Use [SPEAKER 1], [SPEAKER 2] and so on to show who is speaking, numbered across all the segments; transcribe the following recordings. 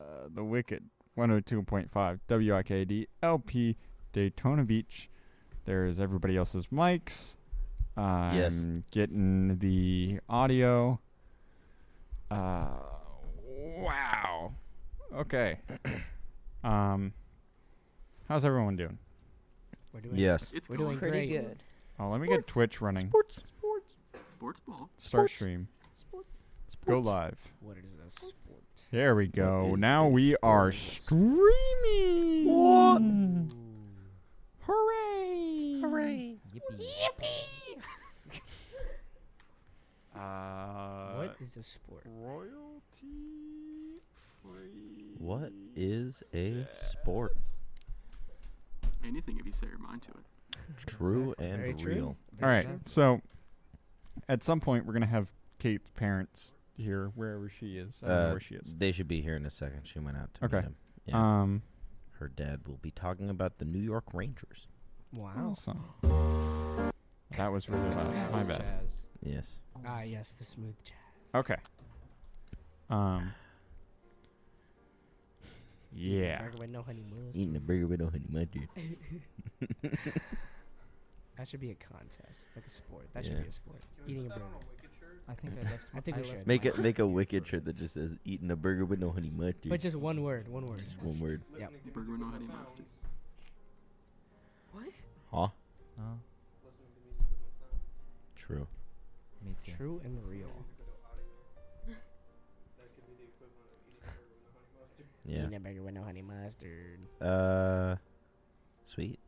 [SPEAKER 1] uh, The Wicked 102.5 WIKD LP Daytona Beach. There's everybody else's mics. Um,
[SPEAKER 2] Yes.
[SPEAKER 1] Getting the audio. Uh, wow. Okay. um, how's everyone doing?
[SPEAKER 3] We're doing
[SPEAKER 2] Yes.
[SPEAKER 4] It's
[SPEAKER 3] We're
[SPEAKER 4] going
[SPEAKER 3] doing
[SPEAKER 5] Pretty
[SPEAKER 3] great.
[SPEAKER 5] good.
[SPEAKER 1] Oh, let me get Twitch running.
[SPEAKER 2] Sports, sports,
[SPEAKER 4] sports ball.
[SPEAKER 1] Start
[SPEAKER 2] sports.
[SPEAKER 1] stream.
[SPEAKER 2] sports.
[SPEAKER 1] Go live.
[SPEAKER 3] What is a sport?
[SPEAKER 1] There we go.
[SPEAKER 2] is
[SPEAKER 1] Now
[SPEAKER 2] a
[SPEAKER 1] we are
[SPEAKER 2] sport?
[SPEAKER 1] streaming.
[SPEAKER 2] What?
[SPEAKER 3] Hmm.
[SPEAKER 1] Hooray!
[SPEAKER 2] Hooray.
[SPEAKER 3] Yippee.
[SPEAKER 1] Uh,
[SPEAKER 3] what is a sport?
[SPEAKER 1] Royalty free.
[SPEAKER 2] What is a sport?
[SPEAKER 4] Anything if you set your mind to it.
[SPEAKER 2] True
[SPEAKER 3] Exactly.
[SPEAKER 2] and
[SPEAKER 3] Very true.
[SPEAKER 2] real.
[SPEAKER 1] All
[SPEAKER 3] Very
[SPEAKER 1] right.
[SPEAKER 3] true.
[SPEAKER 1] So, at some point, we're gonna have Kate's parents here, wherever she is. I don't know
[SPEAKER 2] Uh,
[SPEAKER 1] where she is.
[SPEAKER 2] They should be here in a second. She went out to
[SPEAKER 1] Okay.
[SPEAKER 2] meet him. Yeah.
[SPEAKER 1] Um.
[SPEAKER 2] Her dad will be talking about the New York Rangers.
[SPEAKER 3] Wow.
[SPEAKER 1] Awesome. That was really loud. My bad.
[SPEAKER 2] Yes.
[SPEAKER 3] Ah, yes, the smooth jazz.
[SPEAKER 1] Okay. Um. Yeah.
[SPEAKER 3] Recommend no honeymoon.
[SPEAKER 2] Eating a burger with no honey mustard.
[SPEAKER 3] That should be a contest, like a sport. That should
[SPEAKER 2] Yeah.
[SPEAKER 3] be a sport. Eating a burger.
[SPEAKER 6] I think I left.
[SPEAKER 3] I think we
[SPEAKER 6] left
[SPEAKER 3] should.
[SPEAKER 2] Make
[SPEAKER 6] mine.
[SPEAKER 2] it make a wicked shirt that just says "Eating a burger with no honey mustard."
[SPEAKER 3] But just one word. One word.
[SPEAKER 2] Just one word.
[SPEAKER 3] Yep.
[SPEAKER 4] Burger with no honey mustard.
[SPEAKER 5] What?
[SPEAKER 2] Huh?
[SPEAKER 6] Oh,
[SPEAKER 2] True.
[SPEAKER 6] me too.
[SPEAKER 3] True and real.
[SPEAKER 2] Yeah.
[SPEAKER 3] Eating a burger with no honey mustard.
[SPEAKER 2] Uh, sweet.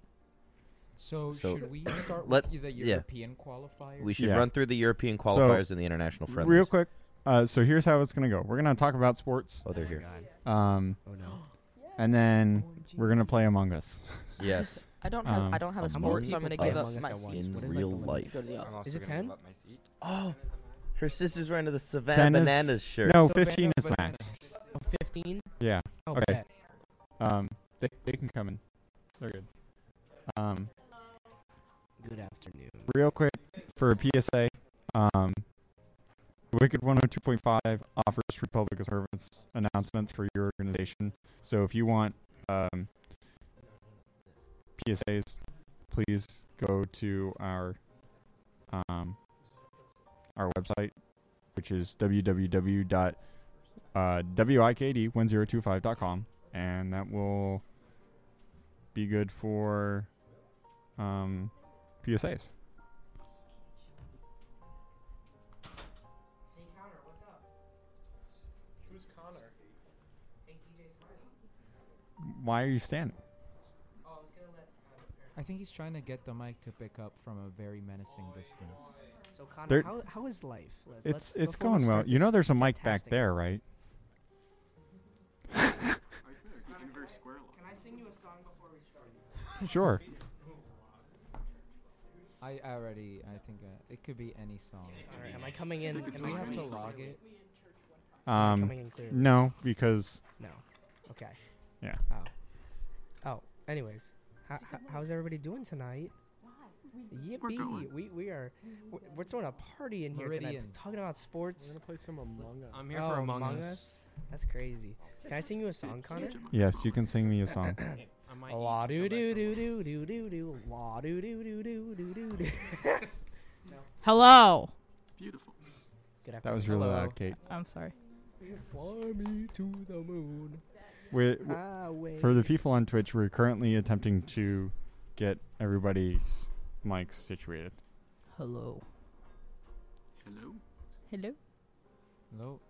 [SPEAKER 6] So,
[SPEAKER 2] So-
[SPEAKER 6] should we start
[SPEAKER 2] Let-
[SPEAKER 6] with the
[SPEAKER 2] yeah.
[SPEAKER 6] European qualifier?
[SPEAKER 2] We should
[SPEAKER 1] Yeah.
[SPEAKER 2] run through the European qualifiers and the international friendlies.
[SPEAKER 1] Real quick. Uh, so here's how it's gonna go. We're gonna talk about sports.
[SPEAKER 2] Oh, they're
[SPEAKER 3] Oh my
[SPEAKER 2] here.
[SPEAKER 3] God.
[SPEAKER 1] Um.
[SPEAKER 3] Oh no. Oh,
[SPEAKER 1] and then we're gonna play Among Us.
[SPEAKER 2] Yes.
[SPEAKER 5] I don't have
[SPEAKER 1] Um,
[SPEAKER 5] I don't have a
[SPEAKER 2] I'm
[SPEAKER 5] sport, so I'm
[SPEAKER 3] gonna
[SPEAKER 5] gonna
[SPEAKER 3] play
[SPEAKER 5] give up
[SPEAKER 3] Among Us
[SPEAKER 5] my
[SPEAKER 3] at once.
[SPEAKER 5] seat.
[SPEAKER 2] In
[SPEAKER 3] What is, like,
[SPEAKER 2] real
[SPEAKER 3] the limit?
[SPEAKER 2] life.
[SPEAKER 5] Go to the office.
[SPEAKER 3] Is it 10?
[SPEAKER 2] Oh, her sister's wearing the Savannah
[SPEAKER 1] is-
[SPEAKER 2] Bananas shirt.
[SPEAKER 1] No, 15 is max.
[SPEAKER 3] Oh, 15?
[SPEAKER 1] Yeah.
[SPEAKER 3] Oh,
[SPEAKER 1] Okay.
[SPEAKER 3] bet.
[SPEAKER 1] Um, they, they can come in. They're good. Um,
[SPEAKER 3] Good afternoon.
[SPEAKER 1] real quick for a PSA. Um, the Wicked 102.5 offers free public service announcements for your organization. So if you want um, PSAs, please go to our um, our website, which is uh, www.wikd1025.com, and that will be good for um, PSAs. Why are you standing?
[SPEAKER 6] I think he's trying to get the mic to pick up from a very menacing distance.
[SPEAKER 3] So Connor,
[SPEAKER 1] There-
[SPEAKER 3] how, how is life? Let-
[SPEAKER 1] It's
[SPEAKER 3] let's-
[SPEAKER 1] it's
[SPEAKER 3] before we
[SPEAKER 1] going well.
[SPEAKER 3] start
[SPEAKER 1] You
[SPEAKER 3] this-
[SPEAKER 1] know, there's a mic back
[SPEAKER 3] fantastic-
[SPEAKER 1] there,
[SPEAKER 4] Are
[SPEAKER 1] right?
[SPEAKER 4] you familiar with the inverse square law?
[SPEAKER 3] Can I sing you a song before we start?
[SPEAKER 1] Sure.
[SPEAKER 6] I already, I think uh, it could be any song.
[SPEAKER 3] All right, am I coming in?
[SPEAKER 4] Secret
[SPEAKER 3] Am
[SPEAKER 6] Do we
[SPEAKER 3] I
[SPEAKER 4] song.
[SPEAKER 6] have
[SPEAKER 3] coming
[SPEAKER 6] to
[SPEAKER 3] in-
[SPEAKER 6] log it?
[SPEAKER 3] am I
[SPEAKER 1] Um,
[SPEAKER 3] coming in clear?
[SPEAKER 1] no, because
[SPEAKER 3] No. Okay.
[SPEAKER 1] Yeah.
[SPEAKER 3] Oh. Oh. Anyways, how, how, how's everybody doing tonight? Yippee!
[SPEAKER 4] going.
[SPEAKER 3] We we are we're, we're throwing a party in here
[SPEAKER 6] Meridian.
[SPEAKER 3] tonight. Talking about sports.
[SPEAKER 7] play some Among Us.
[SPEAKER 8] I'm here for
[SPEAKER 3] Oh,
[SPEAKER 8] Among, Us.
[SPEAKER 3] That's crazy. Can I sing you a song, Connor?
[SPEAKER 4] Huge amount of
[SPEAKER 1] yes,
[SPEAKER 4] song.
[SPEAKER 1] you can sing me a song.
[SPEAKER 8] I might
[SPEAKER 3] La
[SPEAKER 8] even
[SPEAKER 3] do
[SPEAKER 8] go back
[SPEAKER 3] do
[SPEAKER 8] to
[SPEAKER 3] do
[SPEAKER 8] Among Us.
[SPEAKER 3] do do do do. La do do do do do do do.
[SPEAKER 5] Hello.
[SPEAKER 4] Beautiful.
[SPEAKER 3] Good afternoon.
[SPEAKER 1] That was really
[SPEAKER 6] Hello.
[SPEAKER 1] loud, Kate.
[SPEAKER 5] I'm sorry.
[SPEAKER 3] Fly me to the moon.
[SPEAKER 1] We, w-
[SPEAKER 3] Highway.
[SPEAKER 1] for the people on Twitch, we're currently attempting to get everybody's mics situated.
[SPEAKER 5] Hello.
[SPEAKER 4] Hello.
[SPEAKER 5] Hello.
[SPEAKER 6] Hello?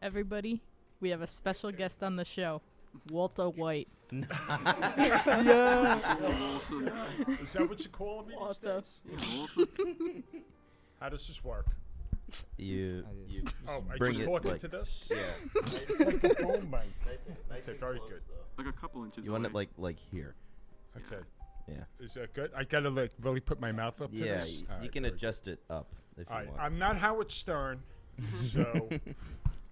[SPEAKER 9] everybody. We have a special guest on the show, Walter White.
[SPEAKER 4] Walton.
[SPEAKER 7] Is that what you call me? these
[SPEAKER 9] Walter.
[SPEAKER 7] days?
[SPEAKER 4] Yeah, Walton.
[SPEAKER 7] How does this work?
[SPEAKER 2] You,
[SPEAKER 6] I just-
[SPEAKER 2] you
[SPEAKER 7] Oh, I
[SPEAKER 2] bring
[SPEAKER 7] just
[SPEAKER 2] it
[SPEAKER 7] talk
[SPEAKER 2] like
[SPEAKER 7] into this.
[SPEAKER 2] yeah.
[SPEAKER 7] Like a phone mic. Oh Okay, very good.
[SPEAKER 4] Like a couple inches.
[SPEAKER 2] You want it
[SPEAKER 4] away.
[SPEAKER 2] like like here.
[SPEAKER 7] Okay.
[SPEAKER 2] Yeah.
[SPEAKER 7] Is that good? I gotta like really put my mouth up to
[SPEAKER 2] Yeah.
[SPEAKER 7] this.
[SPEAKER 2] You,
[SPEAKER 7] All
[SPEAKER 2] you
[SPEAKER 7] right,
[SPEAKER 2] can
[SPEAKER 7] very
[SPEAKER 2] adjust it up if
[SPEAKER 7] good.
[SPEAKER 2] you
[SPEAKER 7] All right,
[SPEAKER 2] want.
[SPEAKER 7] I'm not Howard Stern, so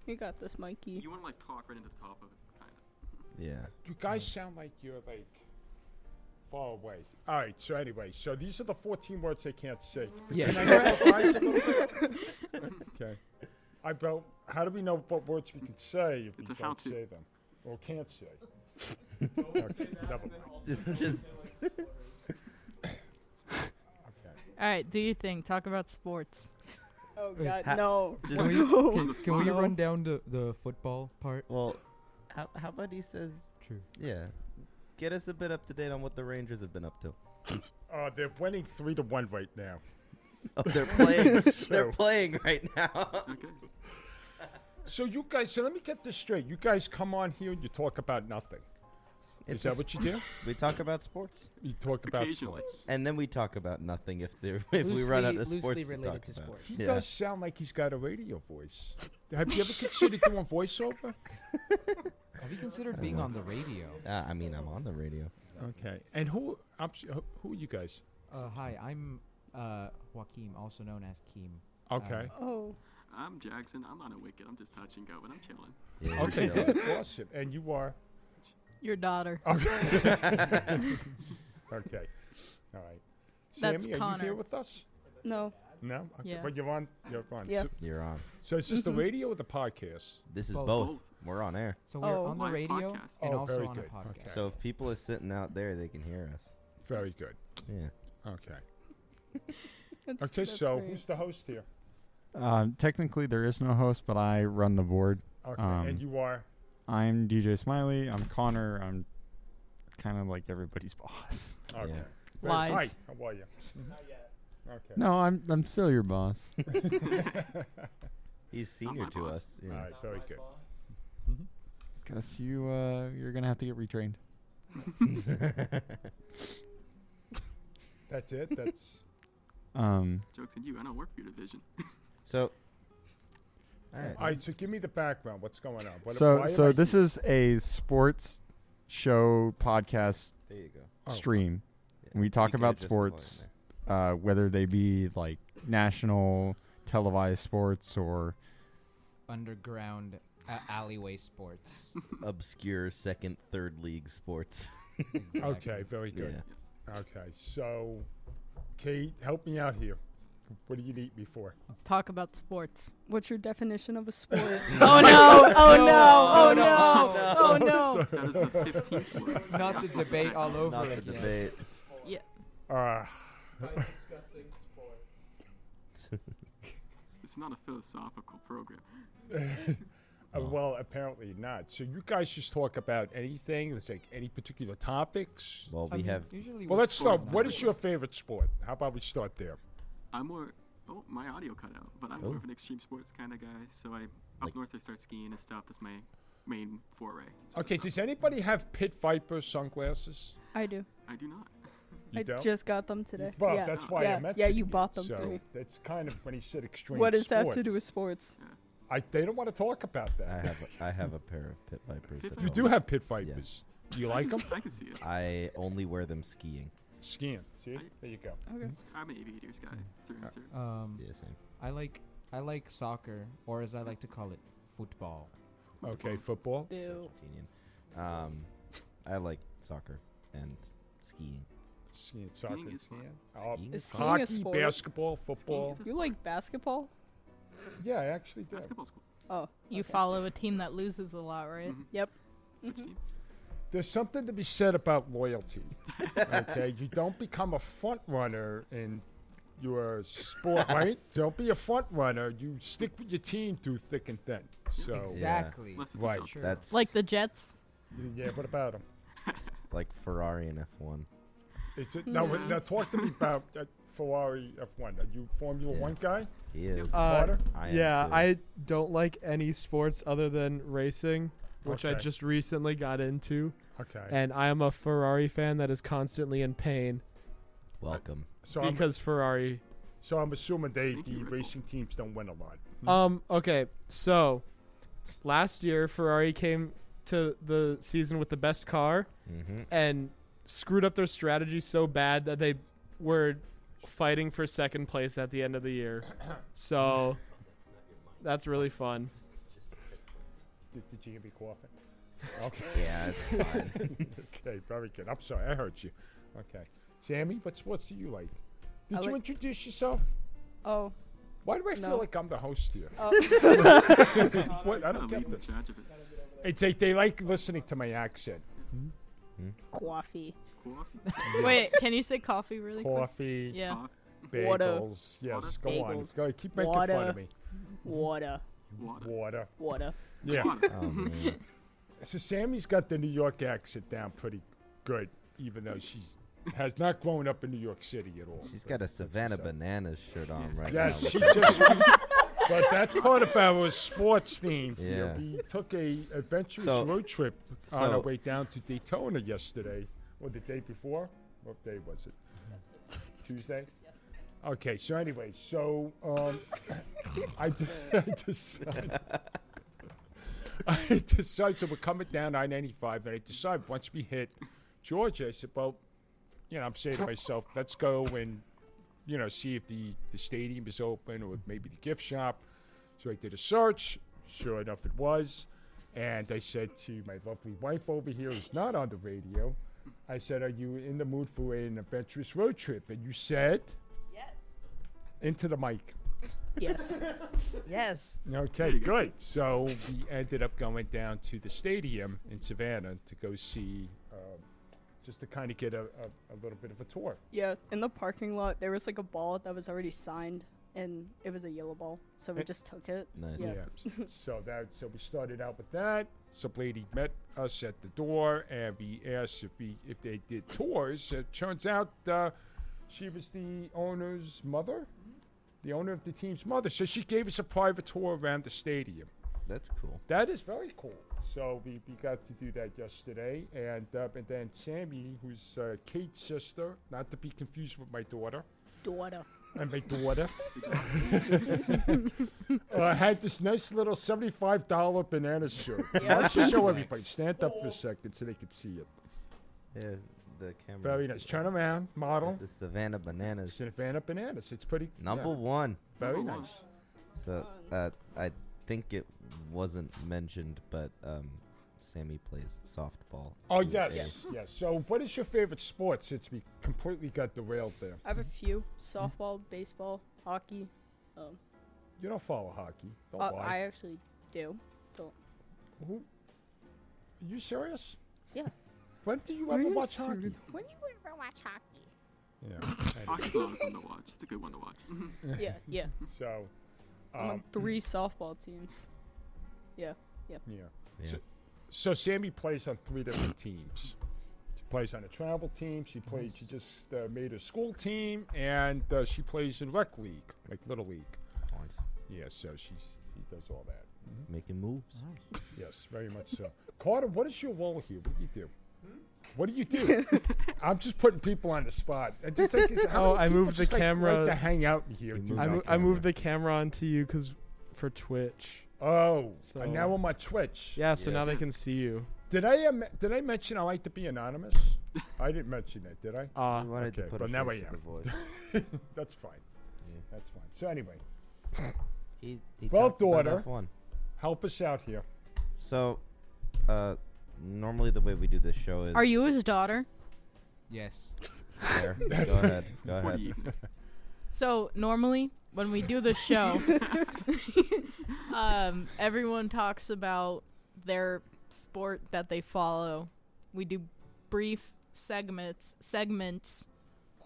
[SPEAKER 9] You got this, Mikey.
[SPEAKER 4] You want to like talk right into the top of it, kind of.
[SPEAKER 2] yeah.
[SPEAKER 7] you guys sound like you're like far away. All right. So anyway, so these are the 14 words they can't say.
[SPEAKER 2] Mm.
[SPEAKER 7] But
[SPEAKER 6] Yes.
[SPEAKER 7] Can I improvise a little bit? okay. I bro, how do we know what words we can say if
[SPEAKER 4] It's
[SPEAKER 7] we
[SPEAKER 4] a
[SPEAKER 7] don't
[SPEAKER 4] how-to.
[SPEAKER 7] say them or can't say? okay. Never mind.
[SPEAKER 2] Just, just
[SPEAKER 7] Okay.
[SPEAKER 9] All right, do your thing. Talk about sports.
[SPEAKER 5] Oh
[SPEAKER 6] Wait,
[SPEAKER 3] Uh,
[SPEAKER 5] God,
[SPEAKER 2] ha-
[SPEAKER 5] no.
[SPEAKER 2] Just-
[SPEAKER 6] Can we,
[SPEAKER 4] On
[SPEAKER 6] can,
[SPEAKER 4] the
[SPEAKER 6] can we
[SPEAKER 4] spot.
[SPEAKER 6] run down the, the football part?
[SPEAKER 2] well, how how about he says,
[SPEAKER 6] True.
[SPEAKER 2] yeah, get us a bit up to date on what the Rangers have been up to.
[SPEAKER 7] Uh, they're winning three to one right now.
[SPEAKER 2] Oh, they're playing.
[SPEAKER 7] So-
[SPEAKER 2] they're playing right now.
[SPEAKER 4] Okay.
[SPEAKER 7] So you guys, so let me get this straight. You guys come on here and you talk about nothing. Is
[SPEAKER 2] It's
[SPEAKER 7] that
[SPEAKER 2] just-
[SPEAKER 7] what you do?
[SPEAKER 2] we talk about sports,
[SPEAKER 7] You talk about
[SPEAKER 4] Occasionally.
[SPEAKER 7] sports.
[SPEAKER 2] and then we talk about nothing if there if we run out of
[SPEAKER 3] Loosely-
[SPEAKER 2] sports
[SPEAKER 3] loosely
[SPEAKER 2] to talk
[SPEAKER 3] related to
[SPEAKER 2] about.
[SPEAKER 3] sports.
[SPEAKER 7] He
[SPEAKER 2] Yeah.
[SPEAKER 7] does sound like he's got a radio voice. Have you ever considered doing voiceover?
[SPEAKER 6] Have you considered being on the radio?
[SPEAKER 2] Uh, I mean, I'm on the radio.
[SPEAKER 7] Okay. And who I'm, s- who- who are you guys?
[SPEAKER 6] Uh, hi, I'm uh, Joaquim, also known as Keem. Um,
[SPEAKER 7] Okay.
[SPEAKER 5] Oh.
[SPEAKER 4] I'm Jackson. I'm not a wicked. I'm just touching go, and I'm chilling.
[SPEAKER 2] Yeah,
[SPEAKER 7] okay.
[SPEAKER 2] you know.
[SPEAKER 7] good. awesome. And you are
[SPEAKER 9] Your daughter.
[SPEAKER 7] okay. All right.
[SPEAKER 9] That's
[SPEAKER 7] Sammy, are you
[SPEAKER 9] Connor.
[SPEAKER 7] here with us?
[SPEAKER 5] No.
[SPEAKER 7] No. Okay.
[SPEAKER 9] Yeah. Mm-hmm.
[SPEAKER 7] But you're on. You're on.
[SPEAKER 5] Yeah.
[SPEAKER 7] So,
[SPEAKER 2] You're on.
[SPEAKER 7] so is this the radio or the podcast?
[SPEAKER 2] This is
[SPEAKER 6] Both.
[SPEAKER 2] both.
[SPEAKER 4] Both.
[SPEAKER 2] We're on air.
[SPEAKER 6] So we're
[SPEAKER 5] Oh.
[SPEAKER 6] on the
[SPEAKER 4] Live
[SPEAKER 6] radio
[SPEAKER 4] podcast.
[SPEAKER 6] and
[SPEAKER 7] Oh,
[SPEAKER 6] also
[SPEAKER 7] very
[SPEAKER 6] on a
[SPEAKER 7] good.
[SPEAKER 6] podcast.
[SPEAKER 7] Okay.
[SPEAKER 2] So if people are sitting out there, they can hear us.
[SPEAKER 7] Very good.
[SPEAKER 2] Yeah.
[SPEAKER 7] Okay.
[SPEAKER 5] That's,
[SPEAKER 7] Okay.
[SPEAKER 5] that's
[SPEAKER 7] so
[SPEAKER 5] great.
[SPEAKER 7] who's the host here?
[SPEAKER 1] Um, technically, there is no host, but I run the board.
[SPEAKER 7] Okay.
[SPEAKER 1] Um,
[SPEAKER 7] and you are.
[SPEAKER 1] I'm DJ Smiley. I'm Connor. I'm kind of like everybody's boss.
[SPEAKER 7] Okay.
[SPEAKER 2] Yeah.
[SPEAKER 7] Very- Hi.
[SPEAKER 9] Lies.
[SPEAKER 7] How are you? Okay.
[SPEAKER 1] No, I'm I'm still your boss.
[SPEAKER 2] He's senior
[SPEAKER 4] my
[SPEAKER 2] to
[SPEAKER 4] boss.
[SPEAKER 2] us. Yeah.
[SPEAKER 7] All right. Very good.
[SPEAKER 1] Guess you uh, you're gonna have to get retrained.
[SPEAKER 7] That's it. That's.
[SPEAKER 1] Um,
[SPEAKER 4] Jokes on you. I don't work for your division.
[SPEAKER 2] So, all right.
[SPEAKER 7] All right. So give me the background. What's going on? What,
[SPEAKER 1] so
[SPEAKER 7] why am
[SPEAKER 1] so
[SPEAKER 7] I
[SPEAKER 1] this
[SPEAKER 7] here?
[SPEAKER 1] is a sports show podcast
[SPEAKER 2] There you go.
[SPEAKER 7] Oh,
[SPEAKER 1] stream.
[SPEAKER 2] Yeah.
[SPEAKER 1] We talk
[SPEAKER 2] You can
[SPEAKER 1] about
[SPEAKER 2] adjust the volume
[SPEAKER 1] sports, uh, whether they be like national televised sports or
[SPEAKER 6] Underground uh, alleyway sports.
[SPEAKER 2] there. Obscure second, third league sports.
[SPEAKER 6] Exactly.
[SPEAKER 7] Okay. Very good.
[SPEAKER 2] Yeah.
[SPEAKER 7] Okay, so Kate, help me out here. What do you need me for?
[SPEAKER 9] Talk about sports.
[SPEAKER 5] What's your definition of a sport?
[SPEAKER 9] Oh no!
[SPEAKER 5] oh no!
[SPEAKER 6] No, no,
[SPEAKER 5] Oh no! Oh no!
[SPEAKER 4] That is the 15th one.
[SPEAKER 6] Not the debate all over
[SPEAKER 2] Not the
[SPEAKER 6] again.
[SPEAKER 2] debate.
[SPEAKER 7] Uh,
[SPEAKER 4] It's not a philosophical program.
[SPEAKER 7] uh, well, apparently not. So you guys just talk about anything. It's like any particular topics.
[SPEAKER 2] Well,
[SPEAKER 6] I
[SPEAKER 2] we
[SPEAKER 6] mean,
[SPEAKER 2] have.
[SPEAKER 6] Usually
[SPEAKER 7] Well,
[SPEAKER 6] we-
[SPEAKER 7] let's start.
[SPEAKER 4] Sports.
[SPEAKER 7] What is your favorite sport? How about we start there?
[SPEAKER 4] I'm more. Oh, my audio cut out. But I'm more
[SPEAKER 2] Oh.
[SPEAKER 4] of an extreme sports kind of guy. So I up north I start skiing and stuff. That's my main foray. So
[SPEAKER 7] Okay, does anybody have pit viper sunglasses?
[SPEAKER 5] I do.
[SPEAKER 4] I do not.
[SPEAKER 7] You
[SPEAKER 5] I
[SPEAKER 7] don't?
[SPEAKER 5] just got them today.
[SPEAKER 7] well,
[SPEAKER 5] yeah.
[SPEAKER 7] that's why
[SPEAKER 5] yeah.
[SPEAKER 7] I mentioned
[SPEAKER 5] Yeah, you
[SPEAKER 7] it,
[SPEAKER 5] bought them
[SPEAKER 7] so
[SPEAKER 5] for me.
[SPEAKER 7] That's kind of when he said extreme
[SPEAKER 5] What does that have to
[SPEAKER 7] sports.
[SPEAKER 5] do with sports?
[SPEAKER 4] Uh,
[SPEAKER 7] I, they don't want to talk about
[SPEAKER 2] I
[SPEAKER 7] that.
[SPEAKER 2] have. A, I have a pair of pit vipers. at
[SPEAKER 4] Pit
[SPEAKER 7] You
[SPEAKER 2] home.
[SPEAKER 7] do have pit vipers. Do you like them?
[SPEAKER 4] I can see it.
[SPEAKER 2] I only wear them skiing.
[SPEAKER 7] Skiing. See? There you go.
[SPEAKER 4] Mm-hmm. I'm an aviators guy through and through.
[SPEAKER 6] Um,
[SPEAKER 2] Yeah, same.
[SPEAKER 6] I like I like soccer, or as I like to call it, football.
[SPEAKER 7] Okay, football.
[SPEAKER 5] Ew.
[SPEAKER 2] Argentinian. Um, I like soccer and skiing.
[SPEAKER 7] Skiing, soccer,
[SPEAKER 4] Skiing is
[SPEAKER 7] skiing.
[SPEAKER 4] fun.
[SPEAKER 7] Oh,
[SPEAKER 2] Skiing
[SPEAKER 5] Is skiing a
[SPEAKER 7] hockey,
[SPEAKER 5] sport?
[SPEAKER 7] basketball, football.
[SPEAKER 4] Skiing is a
[SPEAKER 5] You
[SPEAKER 4] sport.
[SPEAKER 5] like basketball?
[SPEAKER 7] Yeah, I actually do.
[SPEAKER 4] basketball school.
[SPEAKER 5] Oh.
[SPEAKER 9] You follow a team that loses a lot, right?
[SPEAKER 5] Yep. Mm-hmm.
[SPEAKER 4] Which team?
[SPEAKER 7] There's something to be said about loyalty. okay, you don't become a front runner in your sport, right? Don't be a front runner. You stick with your team through thick and thin. So,
[SPEAKER 6] Exactly.
[SPEAKER 4] Unless it's a
[SPEAKER 7] Right.
[SPEAKER 4] soccer.
[SPEAKER 6] True.
[SPEAKER 2] That's
[SPEAKER 9] Like the Jets.
[SPEAKER 7] yeah, what about him?
[SPEAKER 2] like Ferrari and F1.
[SPEAKER 7] Is it, now, now, talk to me about uh, Ferrari F1. Are you Formula
[SPEAKER 2] Yeah.
[SPEAKER 7] One guy?
[SPEAKER 2] He is.
[SPEAKER 8] Uh,
[SPEAKER 7] Water?
[SPEAKER 2] I am
[SPEAKER 8] yeah,
[SPEAKER 2] too.
[SPEAKER 8] I don't like any sports other than racing, which I
[SPEAKER 7] Okay.
[SPEAKER 8] just recently got into,
[SPEAKER 7] Okay.
[SPEAKER 8] and I am a Ferrari fan that is constantly in pain
[SPEAKER 2] welcome.
[SPEAKER 7] so, I'm,
[SPEAKER 8] because Ferrari.
[SPEAKER 7] so I'm assuming they,
[SPEAKER 4] Thank you,
[SPEAKER 7] the
[SPEAKER 4] Red Bull.
[SPEAKER 7] racing teams don't win a lot.
[SPEAKER 2] Mm.
[SPEAKER 8] Um. Okay. So, last year Ferrari came to the season with the best car
[SPEAKER 2] Mm-hmm.
[SPEAKER 8] and screwed up their strategy so bad that they were fighting for second place at the end of the year. So, that's really fun.
[SPEAKER 7] Did, did you hear me coughing? Okay.
[SPEAKER 2] Yeah, it's fine.
[SPEAKER 7] okay, very good. I'm sorry, I heard you. Okay. Sammy, what sports do you like? Did
[SPEAKER 5] I
[SPEAKER 7] you
[SPEAKER 5] like-
[SPEAKER 7] introduce yourself?
[SPEAKER 5] Oh.
[SPEAKER 7] Why do I
[SPEAKER 5] No.
[SPEAKER 7] feel like I'm the host here?
[SPEAKER 5] oh.
[SPEAKER 7] what? I
[SPEAKER 4] I'm
[SPEAKER 7] don't get
[SPEAKER 4] leading
[SPEAKER 7] this.
[SPEAKER 4] charge of it.
[SPEAKER 7] It's like they like listening to my accent.
[SPEAKER 5] Coffee.
[SPEAKER 4] Coffee.
[SPEAKER 9] Wait, can you say coffee really quick?
[SPEAKER 7] Coffee,
[SPEAKER 9] Yeah.
[SPEAKER 4] Coffee.
[SPEAKER 5] Water.
[SPEAKER 7] bagels. Yes, go on.
[SPEAKER 5] Bagels.
[SPEAKER 7] Go. Keep making fun
[SPEAKER 5] Water.
[SPEAKER 7] of me.
[SPEAKER 5] Water.
[SPEAKER 4] Water.
[SPEAKER 7] Water.
[SPEAKER 5] Water.
[SPEAKER 7] Yeah.
[SPEAKER 2] Oh, man.
[SPEAKER 7] So Sammy's got the New York accent down pretty good, even though she's has not grown up in New York City at all.
[SPEAKER 2] She's got a Savannah Bananas shirt on right
[SPEAKER 7] Yes,
[SPEAKER 2] now.
[SPEAKER 7] she just. but that's part of our sports theme. here.
[SPEAKER 2] Yeah.
[SPEAKER 7] We took a adventurous
[SPEAKER 2] So-
[SPEAKER 7] road trip on our
[SPEAKER 2] so-
[SPEAKER 7] way down to Daytona yesterday, or the day before. What day was it? Tuesday. Okay, so anyway, so um, I, d- I decided. I decided, so we're coming down I 95, and I decided once we hit Georgia, I said, well, you know, I'm saying to myself, let's go and, you know, see if the, the stadium is open or maybe the gift shop. So I did a search. Sure enough, it was. And I said to my lovely wife over here, who's not on the radio, I said, Are you in the mood for an adventurous road trip? And you said,
[SPEAKER 9] Yes.
[SPEAKER 7] Into the mic.
[SPEAKER 5] Yes.
[SPEAKER 9] Yes.
[SPEAKER 7] Okay, good. So we ended up going down to the stadium in Savannah to go see, um, just to kind of get a, a, a little bit of a tour.
[SPEAKER 5] Yeah. In the parking lot, there was like a ball that was already signed, and it was a yellow ball, so we
[SPEAKER 7] Eh.
[SPEAKER 5] just took it.
[SPEAKER 2] Nice.
[SPEAKER 5] Yeah.
[SPEAKER 7] Yeah. so that so we started out with that. Some lady met us at the door and we asked if we if they did tours. It turns out uh, she was the owner's mother, the owner of the team's mother. So she gave us a private tour around the stadium.
[SPEAKER 2] That's cool.
[SPEAKER 7] That is very cool. So we, we got to do that yesterday, and uh, and then Sammy, who's uh, Kate's sister, not to be confused with my daughter
[SPEAKER 5] Daughter.
[SPEAKER 7] and my daughter uh, had this nice little seventy-five dollar banana shirt. Why don't you show everybody? Stand up for a second so they can see it.
[SPEAKER 2] Yeah, the camera.
[SPEAKER 7] Very nice. Turn around, model.
[SPEAKER 2] The Savannah Bananas.
[SPEAKER 7] Savannah bananas. It's pretty yeah,
[SPEAKER 2] Number one.
[SPEAKER 7] very
[SPEAKER 4] Number one.
[SPEAKER 7] nice.
[SPEAKER 2] So uh, I think it wasn't mentioned, but um, Sammy plays softball.
[SPEAKER 7] Oh
[SPEAKER 2] too,
[SPEAKER 7] yes,
[SPEAKER 2] and
[SPEAKER 7] yes, So, what is your favorite sport? Since we completely got derailed there,
[SPEAKER 5] I have a few: softball, baseball, hockey. Um,
[SPEAKER 7] you don't follow hockey. Don't
[SPEAKER 5] uh, I
[SPEAKER 7] lie.
[SPEAKER 5] actually do. So
[SPEAKER 7] Who? Are you serious?
[SPEAKER 5] Yeah.
[SPEAKER 7] When do you ever watch hockey?
[SPEAKER 5] when you ever watch hockey?
[SPEAKER 7] Yeah.
[SPEAKER 4] Hockey's a lot of fun to watch. It's a good one to watch.
[SPEAKER 5] Yeah. Yeah.
[SPEAKER 7] so,
[SPEAKER 5] I'm on
[SPEAKER 7] um,
[SPEAKER 5] three softball teams. Yeah.
[SPEAKER 7] yeah.
[SPEAKER 2] Yeah.
[SPEAKER 7] So, so Sammy plays on three different teams. She plays on a travel team. She played. She just uh, made a school team, and uh, she plays in rec league, like little league.
[SPEAKER 2] always
[SPEAKER 7] Yeah. So she's she does all that.
[SPEAKER 8] Mm-hmm.
[SPEAKER 2] making moves.
[SPEAKER 7] Yes, very much so. Carter, what is your role here? What do you do?
[SPEAKER 8] Hmm?
[SPEAKER 7] What do you do? I'm just putting people on the spot. I just like, is- how
[SPEAKER 8] Oh,
[SPEAKER 7] many
[SPEAKER 8] I
[SPEAKER 7] people
[SPEAKER 8] moved the
[SPEAKER 7] just, like, like
[SPEAKER 8] camera-
[SPEAKER 7] to hang out in here.
[SPEAKER 2] You
[SPEAKER 7] dude?
[SPEAKER 2] moved
[SPEAKER 8] I,
[SPEAKER 2] Back
[SPEAKER 8] mo- I moved
[SPEAKER 2] camera.
[SPEAKER 8] the camera onto you because for Twitch.
[SPEAKER 7] Oh,
[SPEAKER 8] So-
[SPEAKER 7] and now I'm on Twitch.
[SPEAKER 8] Yeah, so now
[SPEAKER 2] Yes.
[SPEAKER 8] they can see you.
[SPEAKER 7] Did I um, did I mention I like to be anonymous? I didn't mention that, did I?
[SPEAKER 8] Uh,
[SPEAKER 2] We wanted to
[SPEAKER 7] okay,
[SPEAKER 2] put
[SPEAKER 7] well,
[SPEAKER 2] a
[SPEAKER 7] now
[SPEAKER 2] face
[SPEAKER 7] I
[SPEAKER 2] to the
[SPEAKER 7] am.
[SPEAKER 2] voice.
[SPEAKER 7] That's fine.
[SPEAKER 2] Yeah.
[SPEAKER 7] That's fine. So anyway,
[SPEAKER 2] He, he
[SPEAKER 7] Well,
[SPEAKER 2] talks about
[SPEAKER 7] daughter.
[SPEAKER 2] F1.
[SPEAKER 7] help us out here.
[SPEAKER 2] So, uh, normally the way we do this show is.
[SPEAKER 9] Are you his daughter?
[SPEAKER 6] Yes.
[SPEAKER 2] There. Go ahead. Go
[SPEAKER 4] For the
[SPEAKER 2] ahead.
[SPEAKER 4] evening.
[SPEAKER 9] So normally when we do the show, um, everyone talks about their sport that they follow. We do brief segments, segments,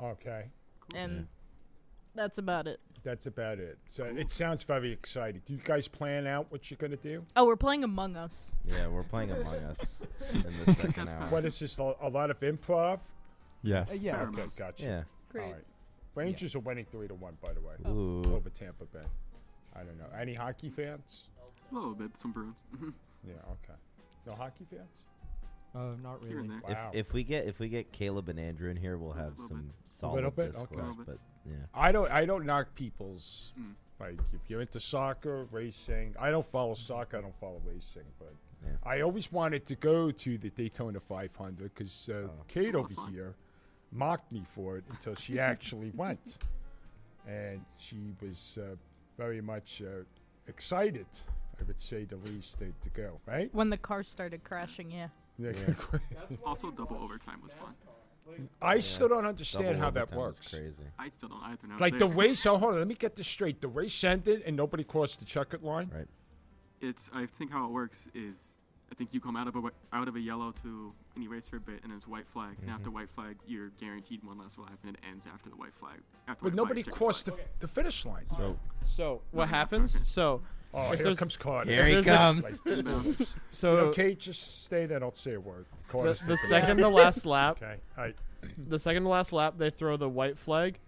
[SPEAKER 7] Okay,
[SPEAKER 9] and that's about it.
[SPEAKER 7] that's about it. So it sounds very exciting. Do you guys plan out what you're gonna do?
[SPEAKER 9] Oh, we're playing Among Us.
[SPEAKER 2] Yeah, we're playing Among Us in the second hour.
[SPEAKER 7] What is this? A a lot of improv? Uh,
[SPEAKER 1] Yes.
[SPEAKER 6] yeah.
[SPEAKER 7] Okay,
[SPEAKER 4] Yes.
[SPEAKER 7] gotcha.
[SPEAKER 2] Yeah.
[SPEAKER 5] Great.
[SPEAKER 7] right. Rangers are winning three to one, by the way,
[SPEAKER 2] Ooh.
[SPEAKER 7] over Tampa Bay. I don't know. Any hockey fans?
[SPEAKER 4] A little bit, some Bruins. Mm-hmm.
[SPEAKER 7] Yeah. Okay. No hockey fans?
[SPEAKER 6] Uh, not
[SPEAKER 4] Here and
[SPEAKER 6] really.
[SPEAKER 4] there.
[SPEAKER 2] If,
[SPEAKER 7] Wow.
[SPEAKER 2] if we get if we get Caleb and Andrew in here, we'll have
[SPEAKER 4] Little
[SPEAKER 2] some solid
[SPEAKER 7] Mm-hmm. Little bit,
[SPEAKER 2] discourse.
[SPEAKER 7] okay.
[SPEAKER 2] But yeah,
[SPEAKER 7] I don't. I don't knock people's
[SPEAKER 4] Mm.
[SPEAKER 7] like. If you're into soccer, racing, I don't follow
[SPEAKER 4] Mm-hmm.
[SPEAKER 7] soccer. I don't follow racing, but
[SPEAKER 2] Yeah.
[SPEAKER 7] I always wanted to go to the Daytona 500 because uh,
[SPEAKER 2] Oh.
[SPEAKER 7] Kate
[SPEAKER 4] lot of
[SPEAKER 7] over
[SPEAKER 4] fun.
[SPEAKER 7] here mocked me for it until she actually went, and she was uh, very much uh, excited. I would say the least uh, to, to go. Right?
[SPEAKER 9] When the car started crashing, yeah.
[SPEAKER 7] Yeah.
[SPEAKER 4] Also, double overtime was fun.
[SPEAKER 7] I still don't understand
[SPEAKER 2] Double
[SPEAKER 7] how that
[SPEAKER 2] overtime is
[SPEAKER 7] works.
[SPEAKER 2] Crazy.
[SPEAKER 4] I still don't either know.
[SPEAKER 7] Like
[SPEAKER 4] They-
[SPEAKER 7] the race. Oh, hold on. Let me get this straight. The race ended and nobody crossed the checkered line.
[SPEAKER 2] Right.
[SPEAKER 4] It's. I think how it works is, I think you come out of a wh- out of a yellow to an erase for a bit, and it's white flag. And after
[SPEAKER 5] Mm-hmm.
[SPEAKER 4] white flag, you're guaranteed one last lap, and it ends after the white flag. After
[SPEAKER 7] But
[SPEAKER 4] white
[SPEAKER 7] nobody
[SPEAKER 4] flag, checkered
[SPEAKER 7] crossed the,
[SPEAKER 4] flag.
[SPEAKER 7] the finish line.
[SPEAKER 2] So
[SPEAKER 8] So
[SPEAKER 4] Nothing
[SPEAKER 8] what
[SPEAKER 4] else
[SPEAKER 8] happens?
[SPEAKER 4] happens.
[SPEAKER 8] So
[SPEAKER 7] Oh,
[SPEAKER 8] If
[SPEAKER 7] here
[SPEAKER 8] there's-
[SPEAKER 7] comes Carter.
[SPEAKER 2] here he
[SPEAKER 8] there's a-
[SPEAKER 2] comes.
[SPEAKER 7] Like,
[SPEAKER 8] so
[SPEAKER 7] okay, just stay there. Don't say a word.
[SPEAKER 8] the,
[SPEAKER 7] Carter's
[SPEAKER 8] the
[SPEAKER 7] thinking about
[SPEAKER 8] second to last
[SPEAKER 7] it.
[SPEAKER 8] lap,
[SPEAKER 7] Okay. All right.
[SPEAKER 8] the second to last lap, they throw the white flag,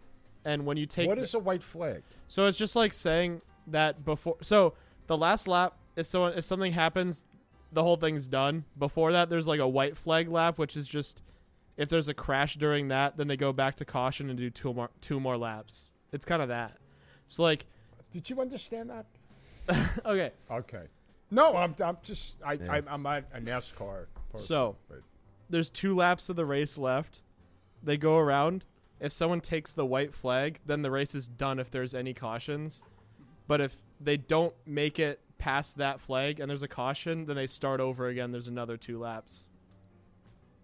[SPEAKER 8] and when you take
[SPEAKER 7] What
[SPEAKER 8] the-
[SPEAKER 7] is a white flag?
[SPEAKER 8] So it's just like saying that before. So the last lap, if someone if something happens, the whole thing's done. Before that, there's like a white flag lap, which is just if there's a crash during that, then they go back to caution and do two more two more laps. It's kind of that. So like,
[SPEAKER 7] Did you understand that?
[SPEAKER 8] okay,
[SPEAKER 7] Okay. No, I'm, I'm just I,
[SPEAKER 2] Yeah.
[SPEAKER 7] I'm, I'm not a NASCAR person.
[SPEAKER 8] So-
[SPEAKER 7] but-
[SPEAKER 8] there's two laps of the race left. They go around. If someone takes the white flag, then the race is done if there's any cautions. But if they don't make it past that flag and there's a caution, then they start over again. There's another two laps.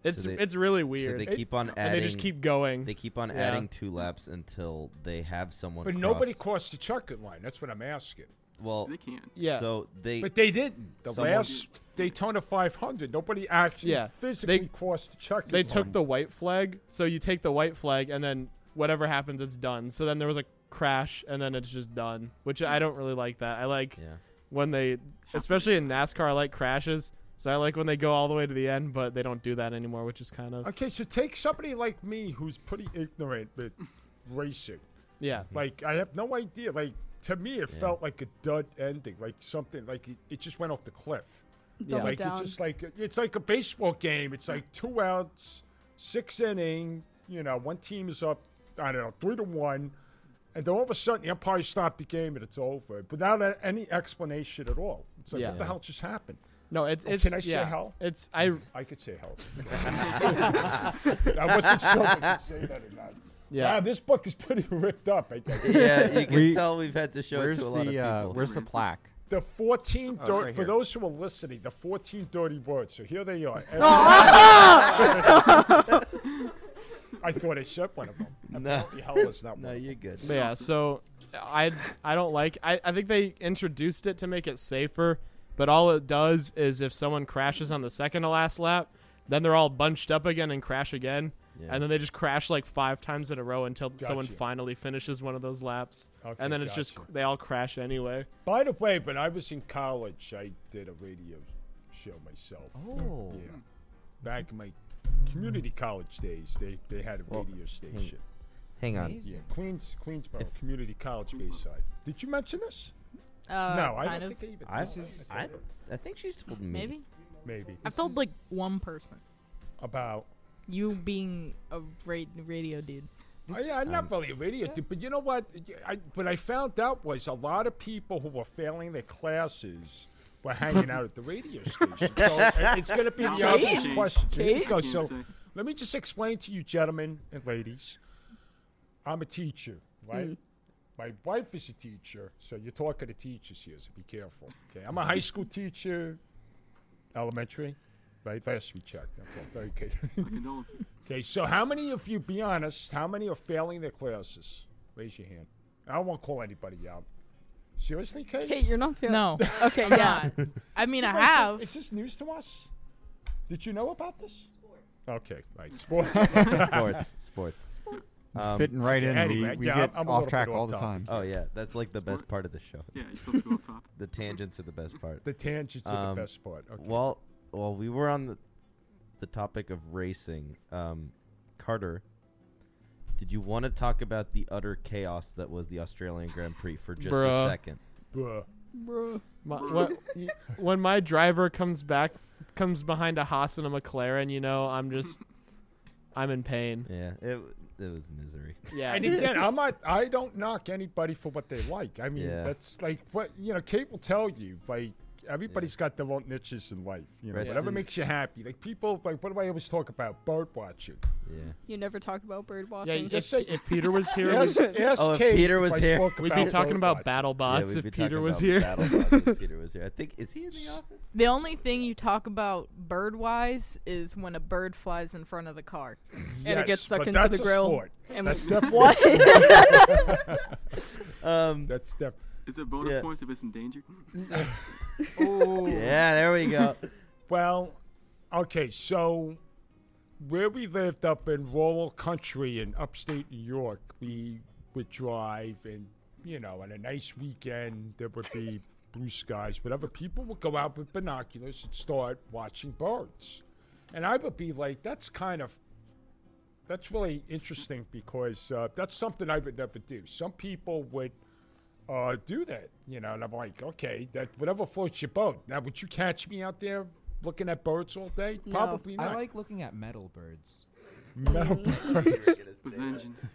[SPEAKER 8] It's
[SPEAKER 2] they-
[SPEAKER 8] it's really
[SPEAKER 2] So
[SPEAKER 8] weird.
[SPEAKER 2] they
[SPEAKER 8] and
[SPEAKER 2] keep on adding.
[SPEAKER 8] they just keep going.
[SPEAKER 2] They keep on
[SPEAKER 8] Yeah.
[SPEAKER 2] adding two laps until they have someone.
[SPEAKER 7] but
[SPEAKER 2] cross-
[SPEAKER 7] nobody crossed the checkered line. That's what I'm asking.
[SPEAKER 2] Well,
[SPEAKER 4] They can.
[SPEAKER 8] yeah.
[SPEAKER 2] So they.
[SPEAKER 7] But they didn't. The
[SPEAKER 2] Someone-
[SPEAKER 7] last Daytona 500, nobody actually
[SPEAKER 8] Yeah.
[SPEAKER 7] physically
[SPEAKER 8] They-
[SPEAKER 7] crossed the checkered
[SPEAKER 8] they
[SPEAKER 7] line.
[SPEAKER 8] took the white flag, so you take the white flag and then whatever happens it's done. So then there was a crash and then it's just done, which I don't really like that. I like
[SPEAKER 2] yeah.
[SPEAKER 8] when they, especially in NASCAR, I like crashes. So I like when they go all the way to the end, but they don't do that anymore, which is kind of
[SPEAKER 7] Okay, so take somebody like me who's pretty ignorant with racing.
[SPEAKER 8] yeah.
[SPEAKER 7] Like I have no idea. Like to me, it felt like a dud ending. Like something like it, it just went off the cliff.
[SPEAKER 8] Yeah.
[SPEAKER 5] Double
[SPEAKER 7] Like
[SPEAKER 5] down.
[SPEAKER 7] it's just like it's like a baseball game. It's like two outs, six inning. You know, one team is up. I don't know, three to one, and then all of a sudden the umpire stopped the game and it's over without a- any explanation at all. It's like
[SPEAKER 8] Yeah.
[SPEAKER 7] what the hell just happened?
[SPEAKER 8] No, it,
[SPEAKER 7] Oh,
[SPEAKER 8] it's
[SPEAKER 7] can I say
[SPEAKER 8] yeah,
[SPEAKER 7] hell?
[SPEAKER 8] It's I
[SPEAKER 7] I could say hell. I wasn't sure if I could say that or not.
[SPEAKER 8] yeah.
[SPEAKER 7] Ah, this book is pretty ripped up. I think.
[SPEAKER 2] Yeah, you can
[SPEAKER 1] We-
[SPEAKER 2] tell we've had to show it
[SPEAKER 1] Where's
[SPEAKER 2] to a lot
[SPEAKER 1] the
[SPEAKER 2] of
[SPEAKER 1] uh,
[SPEAKER 2] people.
[SPEAKER 1] where's the plaque?
[SPEAKER 7] The 14
[SPEAKER 10] Oh, it's
[SPEAKER 7] dir-
[SPEAKER 10] right
[SPEAKER 7] for
[SPEAKER 10] here.
[SPEAKER 7] those who are listening, the 14 dirty words. So here they are. I thought I said one of them.
[SPEAKER 2] no,
[SPEAKER 7] The hell is that
[SPEAKER 2] no,
[SPEAKER 7] one?
[SPEAKER 2] you're good.
[SPEAKER 8] But yeah, so I I don't like I, I think they introduced it to make it safer, but all it does is if someone crashes on the second to last lap, then they're all bunched up again and crash again.
[SPEAKER 2] Yeah.
[SPEAKER 8] And then they just crash like five times in a row until someone
[SPEAKER 7] Gotcha.
[SPEAKER 8] finally finishes one of those laps.
[SPEAKER 7] Okay,
[SPEAKER 8] and then it's
[SPEAKER 7] gotcha.
[SPEAKER 8] just they all crash anyway.
[SPEAKER 7] By the way, when I was in college, I did a radio show myself.
[SPEAKER 6] Oh.
[SPEAKER 7] Yeah. Back in my community college days, they, they had a
[SPEAKER 2] Well,
[SPEAKER 7] radio station.
[SPEAKER 2] Hang on.
[SPEAKER 6] Amazing.
[SPEAKER 7] Yeah, Queens, Queensboro Community College Bayside. Did you mention this?
[SPEAKER 9] Uh,
[SPEAKER 7] no, I
[SPEAKER 9] kind
[SPEAKER 7] don't
[SPEAKER 9] of.
[SPEAKER 7] think I even
[SPEAKER 2] I,
[SPEAKER 7] told you.
[SPEAKER 2] I, I think she's told me.
[SPEAKER 9] Maybe
[SPEAKER 7] Maybe.
[SPEAKER 9] I've told like one person.
[SPEAKER 7] About
[SPEAKER 9] You being a ra- radio dude.
[SPEAKER 7] Oh, yeah, I'm not really a radio dude, but you know what? I, what I found out was a lot of people who were failing their classes were hanging out at the radio station. So it- it's going to be the
[SPEAKER 4] Kate?
[SPEAKER 7] obvious question. So here we
[SPEAKER 5] Kate?
[SPEAKER 7] go.
[SPEAKER 4] Can't
[SPEAKER 7] So
[SPEAKER 4] say.
[SPEAKER 7] let me just explain to you, gentlemen and ladies. I'm a teacher, right?
[SPEAKER 4] Mm.
[SPEAKER 7] My wife is a teacher, so you're talking to teachers here, so be careful. Okay, I'm a high school teacher, elementary, right? Last we checked. Okay, very good.
[SPEAKER 4] My condolences.
[SPEAKER 7] Okay, so how many of you, be honest, how many are failing their classes? Raise your hand. I won't call anybody out. Seriously, Kate?
[SPEAKER 5] Kate, you're not feeling.
[SPEAKER 9] No,
[SPEAKER 5] Okay.
[SPEAKER 9] I'm
[SPEAKER 5] Yeah.
[SPEAKER 9] not. I mean, I
[SPEAKER 7] Right,
[SPEAKER 9] have.
[SPEAKER 7] Is this news to us? Did you know about this? Okay, right. Sports. okay,
[SPEAKER 2] sports, sports. Um,
[SPEAKER 1] Fitting right in.
[SPEAKER 7] anyway,
[SPEAKER 1] we we
[SPEAKER 7] yeah,
[SPEAKER 1] get
[SPEAKER 7] I'm- I'm a
[SPEAKER 1] off
[SPEAKER 7] little
[SPEAKER 1] track
[SPEAKER 7] bit
[SPEAKER 1] all
[SPEAKER 7] off
[SPEAKER 1] the
[SPEAKER 7] topic.
[SPEAKER 1] time.
[SPEAKER 2] Oh yeah, that's like the best
[SPEAKER 4] Sport?
[SPEAKER 2] part of the show.
[SPEAKER 4] Yeah, you're supposed to go up top.
[SPEAKER 2] The tangents are the best part.
[SPEAKER 7] the tangents are
[SPEAKER 2] Um,
[SPEAKER 7] the best part. Okay.
[SPEAKER 2] While while we were on the the topic of racing, um, Carter, did you want to talk about the utter chaos that was the Australian Grand Prix for just
[SPEAKER 8] Bruh.
[SPEAKER 2] a second?
[SPEAKER 7] Bruh.
[SPEAKER 8] My, what, when my driver comes back, comes behind a Haas and a McLaren, you know, I'm just, I'm in pain.
[SPEAKER 2] Yeah, it it was misery.
[SPEAKER 8] Yeah,
[SPEAKER 7] And again, I'm not. I don't knock anybody for what they like. I mean,
[SPEAKER 2] Yeah.
[SPEAKER 7] that's like what you know. Kate will tell you. Like everybody's got their own niches in life. You know,
[SPEAKER 2] Rest
[SPEAKER 7] whatever
[SPEAKER 2] in-
[SPEAKER 7] makes you happy. Like people, like what do I always talk about? Bird watching.
[SPEAKER 2] Yeah.
[SPEAKER 5] You never talk about bird
[SPEAKER 8] Yeah,
[SPEAKER 5] watching.
[SPEAKER 8] if,
[SPEAKER 7] Just say-
[SPEAKER 8] if Peter was here,
[SPEAKER 7] Yes,
[SPEAKER 8] we-
[SPEAKER 7] yes,
[SPEAKER 2] Oh, if
[SPEAKER 7] Kate,
[SPEAKER 2] Peter was
[SPEAKER 7] I
[SPEAKER 2] here,
[SPEAKER 7] spoke
[SPEAKER 8] we'd be talking about
[SPEAKER 7] robots.
[SPEAKER 8] battle bots
[SPEAKER 2] Yeah, we'd
[SPEAKER 8] if
[SPEAKER 2] be talking
[SPEAKER 8] Peter
[SPEAKER 2] about
[SPEAKER 8] was here.
[SPEAKER 2] BattleBots if Peter was here. I think is he in the office?
[SPEAKER 9] The only thing you talk about bird-wise is when a bird flies in front of the car.
[SPEAKER 5] and
[SPEAKER 7] Yes,
[SPEAKER 5] it gets stuck
[SPEAKER 7] but
[SPEAKER 5] into
[SPEAKER 7] that's
[SPEAKER 5] the
[SPEAKER 7] a
[SPEAKER 5] grill.
[SPEAKER 7] sport.
[SPEAKER 5] And
[SPEAKER 7] That's definitely
[SPEAKER 5] what?
[SPEAKER 2] Um,
[SPEAKER 7] That's def-
[SPEAKER 4] Is it bonus
[SPEAKER 2] Yeah.
[SPEAKER 4] points if it's endangered?
[SPEAKER 5] Oh.
[SPEAKER 2] yeah, there we go.
[SPEAKER 7] Well, okay, so where we lived up in rural country in upstate New York, we would drive and, you know, on a nice weekend, there would be blue skies, whatever. People would go out with binoculars and start watching birds. And I would be like, that's kind of. That's really interesting because uh, that's something I would never do. Some people would uh, do that, you know. And I'm like, okay, that whatever floats your boat. Now, would you catch me out there looking at birds all day?
[SPEAKER 5] No.
[SPEAKER 7] Probably
[SPEAKER 6] I
[SPEAKER 7] not.
[SPEAKER 6] like looking at metal birds.
[SPEAKER 7] metal birds,
[SPEAKER 4] With vengeance.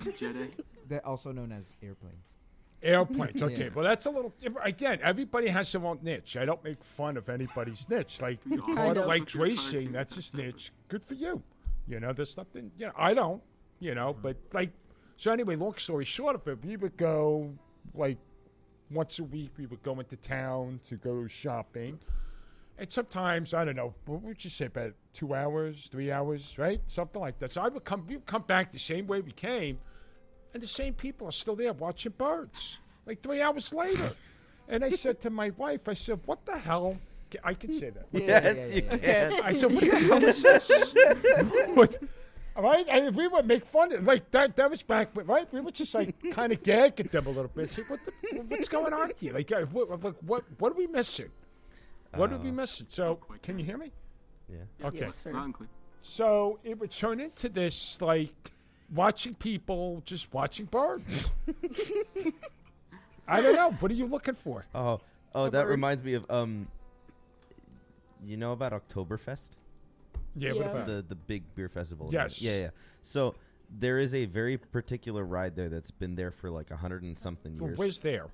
[SPEAKER 4] Jedi.
[SPEAKER 6] They're also known as airplanes.
[SPEAKER 7] airplanes. Okay,
[SPEAKER 6] Yeah.
[SPEAKER 7] well, that's a little different. Again, everybody has their own niche. I don't make fun of anybody's niche. Like,
[SPEAKER 4] We all
[SPEAKER 7] Carter
[SPEAKER 4] have
[SPEAKER 7] likes
[SPEAKER 4] different
[SPEAKER 7] racing.
[SPEAKER 4] cartoons,
[SPEAKER 7] That's
[SPEAKER 4] that's
[SPEAKER 7] his
[SPEAKER 4] separate.
[SPEAKER 7] niche. Good for you. You know, there's nothing. You know, I don't. You know, but like, so anyway. Long story short of it, we would go like once a week. We would go into town to go shopping. And sometimes I don't know. What would you say? About two hours, three hours, right? Something like that. So I would come. We would come back the same way we came, and the same people are still there watching birds. Like three hours later, and I said to my wife, I said, "What the hell?" I can say that.
[SPEAKER 2] yes, you can.
[SPEAKER 7] I said, "What the hell is this?" what? Right? And we would make fun of like that. That was back, when- right? We would just like kind of gag at them a little bit. Say, "What the, what's going on here? Like, uh, what, what, what, what are we missing? What are we
[SPEAKER 2] Uh,
[SPEAKER 7] missing?" So, can you hear me?
[SPEAKER 4] oh, Yeah,
[SPEAKER 7] Okay.
[SPEAKER 5] Yes, sir.
[SPEAKER 4] loud and clear.
[SPEAKER 7] So it would turn into this like watching people just watching birds. I don't know. What are you looking for?
[SPEAKER 2] Oh, oh,
[SPEAKER 5] A
[SPEAKER 2] that
[SPEAKER 5] bird.
[SPEAKER 2] reminds me of um. You know about Oktoberfest,
[SPEAKER 7] Yeah. What
[SPEAKER 9] Yeah.
[SPEAKER 7] about?
[SPEAKER 2] the the big beer festival? in Munich?
[SPEAKER 7] Yes.
[SPEAKER 2] Yeah, yeah. So there is a very particular ride there that's been there for like a hundred and something
[SPEAKER 7] Well,
[SPEAKER 2] years
[SPEAKER 7] where's there?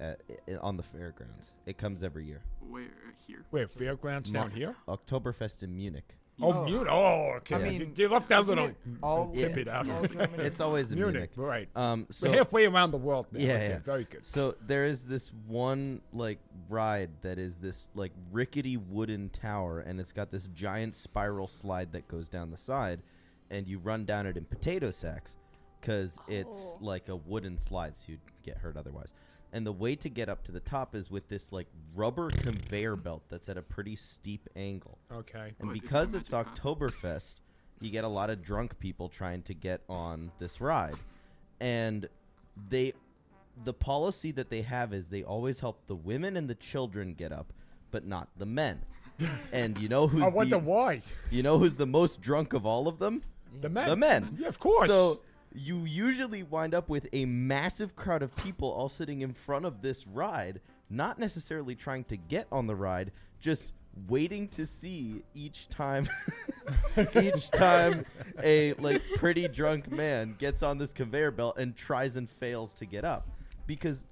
[SPEAKER 2] at, i- on the fairgrounds. It comes every year.
[SPEAKER 4] Where here?
[SPEAKER 7] Wait, fairgrounds down
[SPEAKER 2] Mon-
[SPEAKER 7] here?
[SPEAKER 2] Oktoberfest in Munich.
[SPEAKER 7] Oh, mute. Oh, okay.
[SPEAKER 6] I
[SPEAKER 7] You-
[SPEAKER 6] mean,
[SPEAKER 7] you left that little
[SPEAKER 6] all
[SPEAKER 7] tip it out.
[SPEAKER 6] all German-
[SPEAKER 2] It's always in Munich.
[SPEAKER 7] Munich, right?
[SPEAKER 2] Um, so
[SPEAKER 7] We're halfway around the world. Now.
[SPEAKER 2] Yeah,
[SPEAKER 7] okay,
[SPEAKER 2] yeah.
[SPEAKER 7] very good.
[SPEAKER 2] So there is this one like ride that is this like rickety wooden tower, and it's got this giant spiral slide that goes down the side, and you run down it in potato sacks, because it's
[SPEAKER 5] Oh.
[SPEAKER 2] like a wooden slide, so you'd get hurt otherwise. And the way to get up to the top is with this like rubber conveyor belt that's at a pretty steep angle.
[SPEAKER 7] Okay.
[SPEAKER 2] And
[SPEAKER 4] What, is it
[SPEAKER 2] because
[SPEAKER 4] the
[SPEAKER 2] it's
[SPEAKER 4] Magic Con?
[SPEAKER 2] Oktoberfest, you get a lot of drunk people trying to get on this ride. And they the policy that they have is they always help the women and the children get up, but not the men. And you know who's
[SPEAKER 7] I wonder
[SPEAKER 2] the,
[SPEAKER 7] why.
[SPEAKER 2] you know who's the most drunk of all of them?
[SPEAKER 7] The men.
[SPEAKER 2] The men.
[SPEAKER 7] Yeah, of course.
[SPEAKER 2] So you usually wind up with a massive crowd of people all sitting in front of this ride, not necessarily trying to get on the ride, just waiting to see each time each time a like pretty drunk man gets on this conveyor belt and tries and fails to get up. Because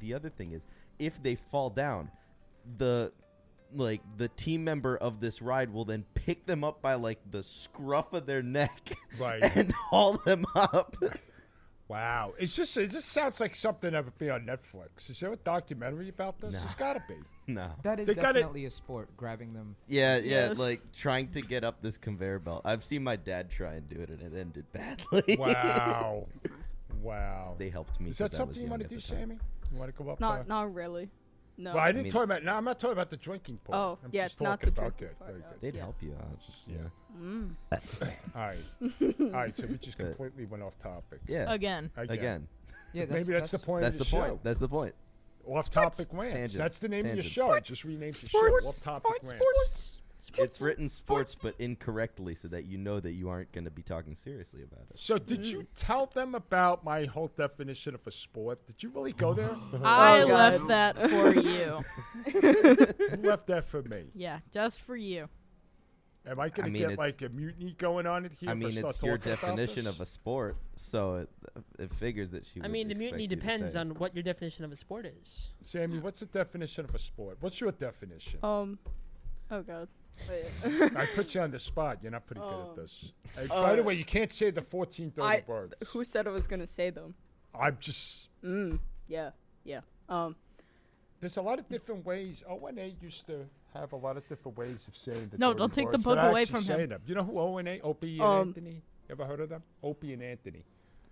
[SPEAKER 2] the other thing is if they fall down, the like the team member of this ride will then pick them up by like the scruff of their neck
[SPEAKER 7] Right.
[SPEAKER 2] and haul them up.
[SPEAKER 7] Wow. It's just. It just sounds like something that would be on Netflix. Is there a documentary about this?
[SPEAKER 2] Nah.
[SPEAKER 7] It's got to be.
[SPEAKER 2] no.
[SPEAKER 6] That is
[SPEAKER 7] They got it-
[SPEAKER 6] definitely a sport, grabbing them.
[SPEAKER 2] Yeah, yeah,
[SPEAKER 5] Yes.
[SPEAKER 2] like trying to get up this conveyor belt. I've seen my dad try and do it and it ended badly.
[SPEAKER 7] Wow. wow.
[SPEAKER 2] they helped me.
[SPEAKER 7] Is that
[SPEAKER 2] 'cause I was
[SPEAKER 7] something you
[SPEAKER 2] young
[SPEAKER 7] want to
[SPEAKER 2] at
[SPEAKER 7] do,
[SPEAKER 2] the time.
[SPEAKER 7] Sammy? You want to go up? uh,
[SPEAKER 5] Not, not really. No.
[SPEAKER 7] Well, I didn't
[SPEAKER 2] mean-
[SPEAKER 7] talk about. No, I'm not talking about the drinking part.
[SPEAKER 5] Oh,
[SPEAKER 7] I'm
[SPEAKER 5] yeah,
[SPEAKER 7] just
[SPEAKER 5] not
[SPEAKER 7] talking
[SPEAKER 5] the
[SPEAKER 7] about
[SPEAKER 5] drinking
[SPEAKER 7] that. Very
[SPEAKER 5] part,
[SPEAKER 7] good.
[SPEAKER 2] They'd
[SPEAKER 5] Yeah.
[SPEAKER 2] help you uh, out. Just, yeah.
[SPEAKER 7] All right. All right. So we just
[SPEAKER 2] But-
[SPEAKER 7] completely went off topic.
[SPEAKER 2] Yeah.
[SPEAKER 9] Again,
[SPEAKER 7] Again.
[SPEAKER 2] Again.
[SPEAKER 6] Yeah, that's,
[SPEAKER 7] Maybe that's, the point.
[SPEAKER 2] That's
[SPEAKER 7] of
[SPEAKER 2] the
[SPEAKER 7] the,
[SPEAKER 2] point. That's the point.
[SPEAKER 7] Show. Off topic rants.
[SPEAKER 2] Tangents.
[SPEAKER 7] That's the name of
[SPEAKER 2] Tangents.
[SPEAKER 7] your show. I just renamed your show. Off topic rants.
[SPEAKER 2] It's written sports, but incorrectly, so that you know that you aren't going to be talking seriously about it.
[SPEAKER 7] So did you tell them about my whole definition of a sport? Did you really go there?
[SPEAKER 2] Oh,
[SPEAKER 9] I
[SPEAKER 7] Oh,
[SPEAKER 5] God.
[SPEAKER 9] left that for you.
[SPEAKER 7] you left that for me.
[SPEAKER 9] Yeah, just for you.
[SPEAKER 7] Am I going
[SPEAKER 2] mean,
[SPEAKER 7] to get
[SPEAKER 2] it's-
[SPEAKER 7] like a mutiny going on in here?
[SPEAKER 2] I
[SPEAKER 7] if
[SPEAKER 2] mean,
[SPEAKER 7] start
[SPEAKER 2] it's your
[SPEAKER 7] talking about
[SPEAKER 2] definition
[SPEAKER 7] this?
[SPEAKER 2] of a sport, so it, it figures that she.
[SPEAKER 10] I
[SPEAKER 2] would
[SPEAKER 10] mean, the
[SPEAKER 2] expect
[SPEAKER 10] mutiny
[SPEAKER 2] you to
[SPEAKER 10] depends
[SPEAKER 2] say it.
[SPEAKER 10] on what your definition of a sport is.
[SPEAKER 7] Sammy, what's the definition of a sport? What's your definition?
[SPEAKER 5] Um. Oh god. But
[SPEAKER 7] I put you on the spot. You're not pretty good
[SPEAKER 5] Oh.
[SPEAKER 7] at this. Hey, by the
[SPEAKER 5] Uh,
[SPEAKER 7] way, you can't say the 1430
[SPEAKER 5] I-
[SPEAKER 7] words.
[SPEAKER 5] who said I was gonna say them?
[SPEAKER 7] I'm just.
[SPEAKER 5] Mm, yeah, yeah. Um,
[SPEAKER 7] There's a lot of different ways. O&A used to have a lot of different ways of saying the
[SPEAKER 9] No,
[SPEAKER 7] dirty
[SPEAKER 9] don't take the
[SPEAKER 7] words, but
[SPEAKER 9] book
[SPEAKER 7] I
[SPEAKER 9] away
[SPEAKER 7] actually
[SPEAKER 9] from him.
[SPEAKER 7] say them. You know who O&A? Opie and
[SPEAKER 5] Um,
[SPEAKER 7] Anthony? You ever heard of them? Opie and Anthony.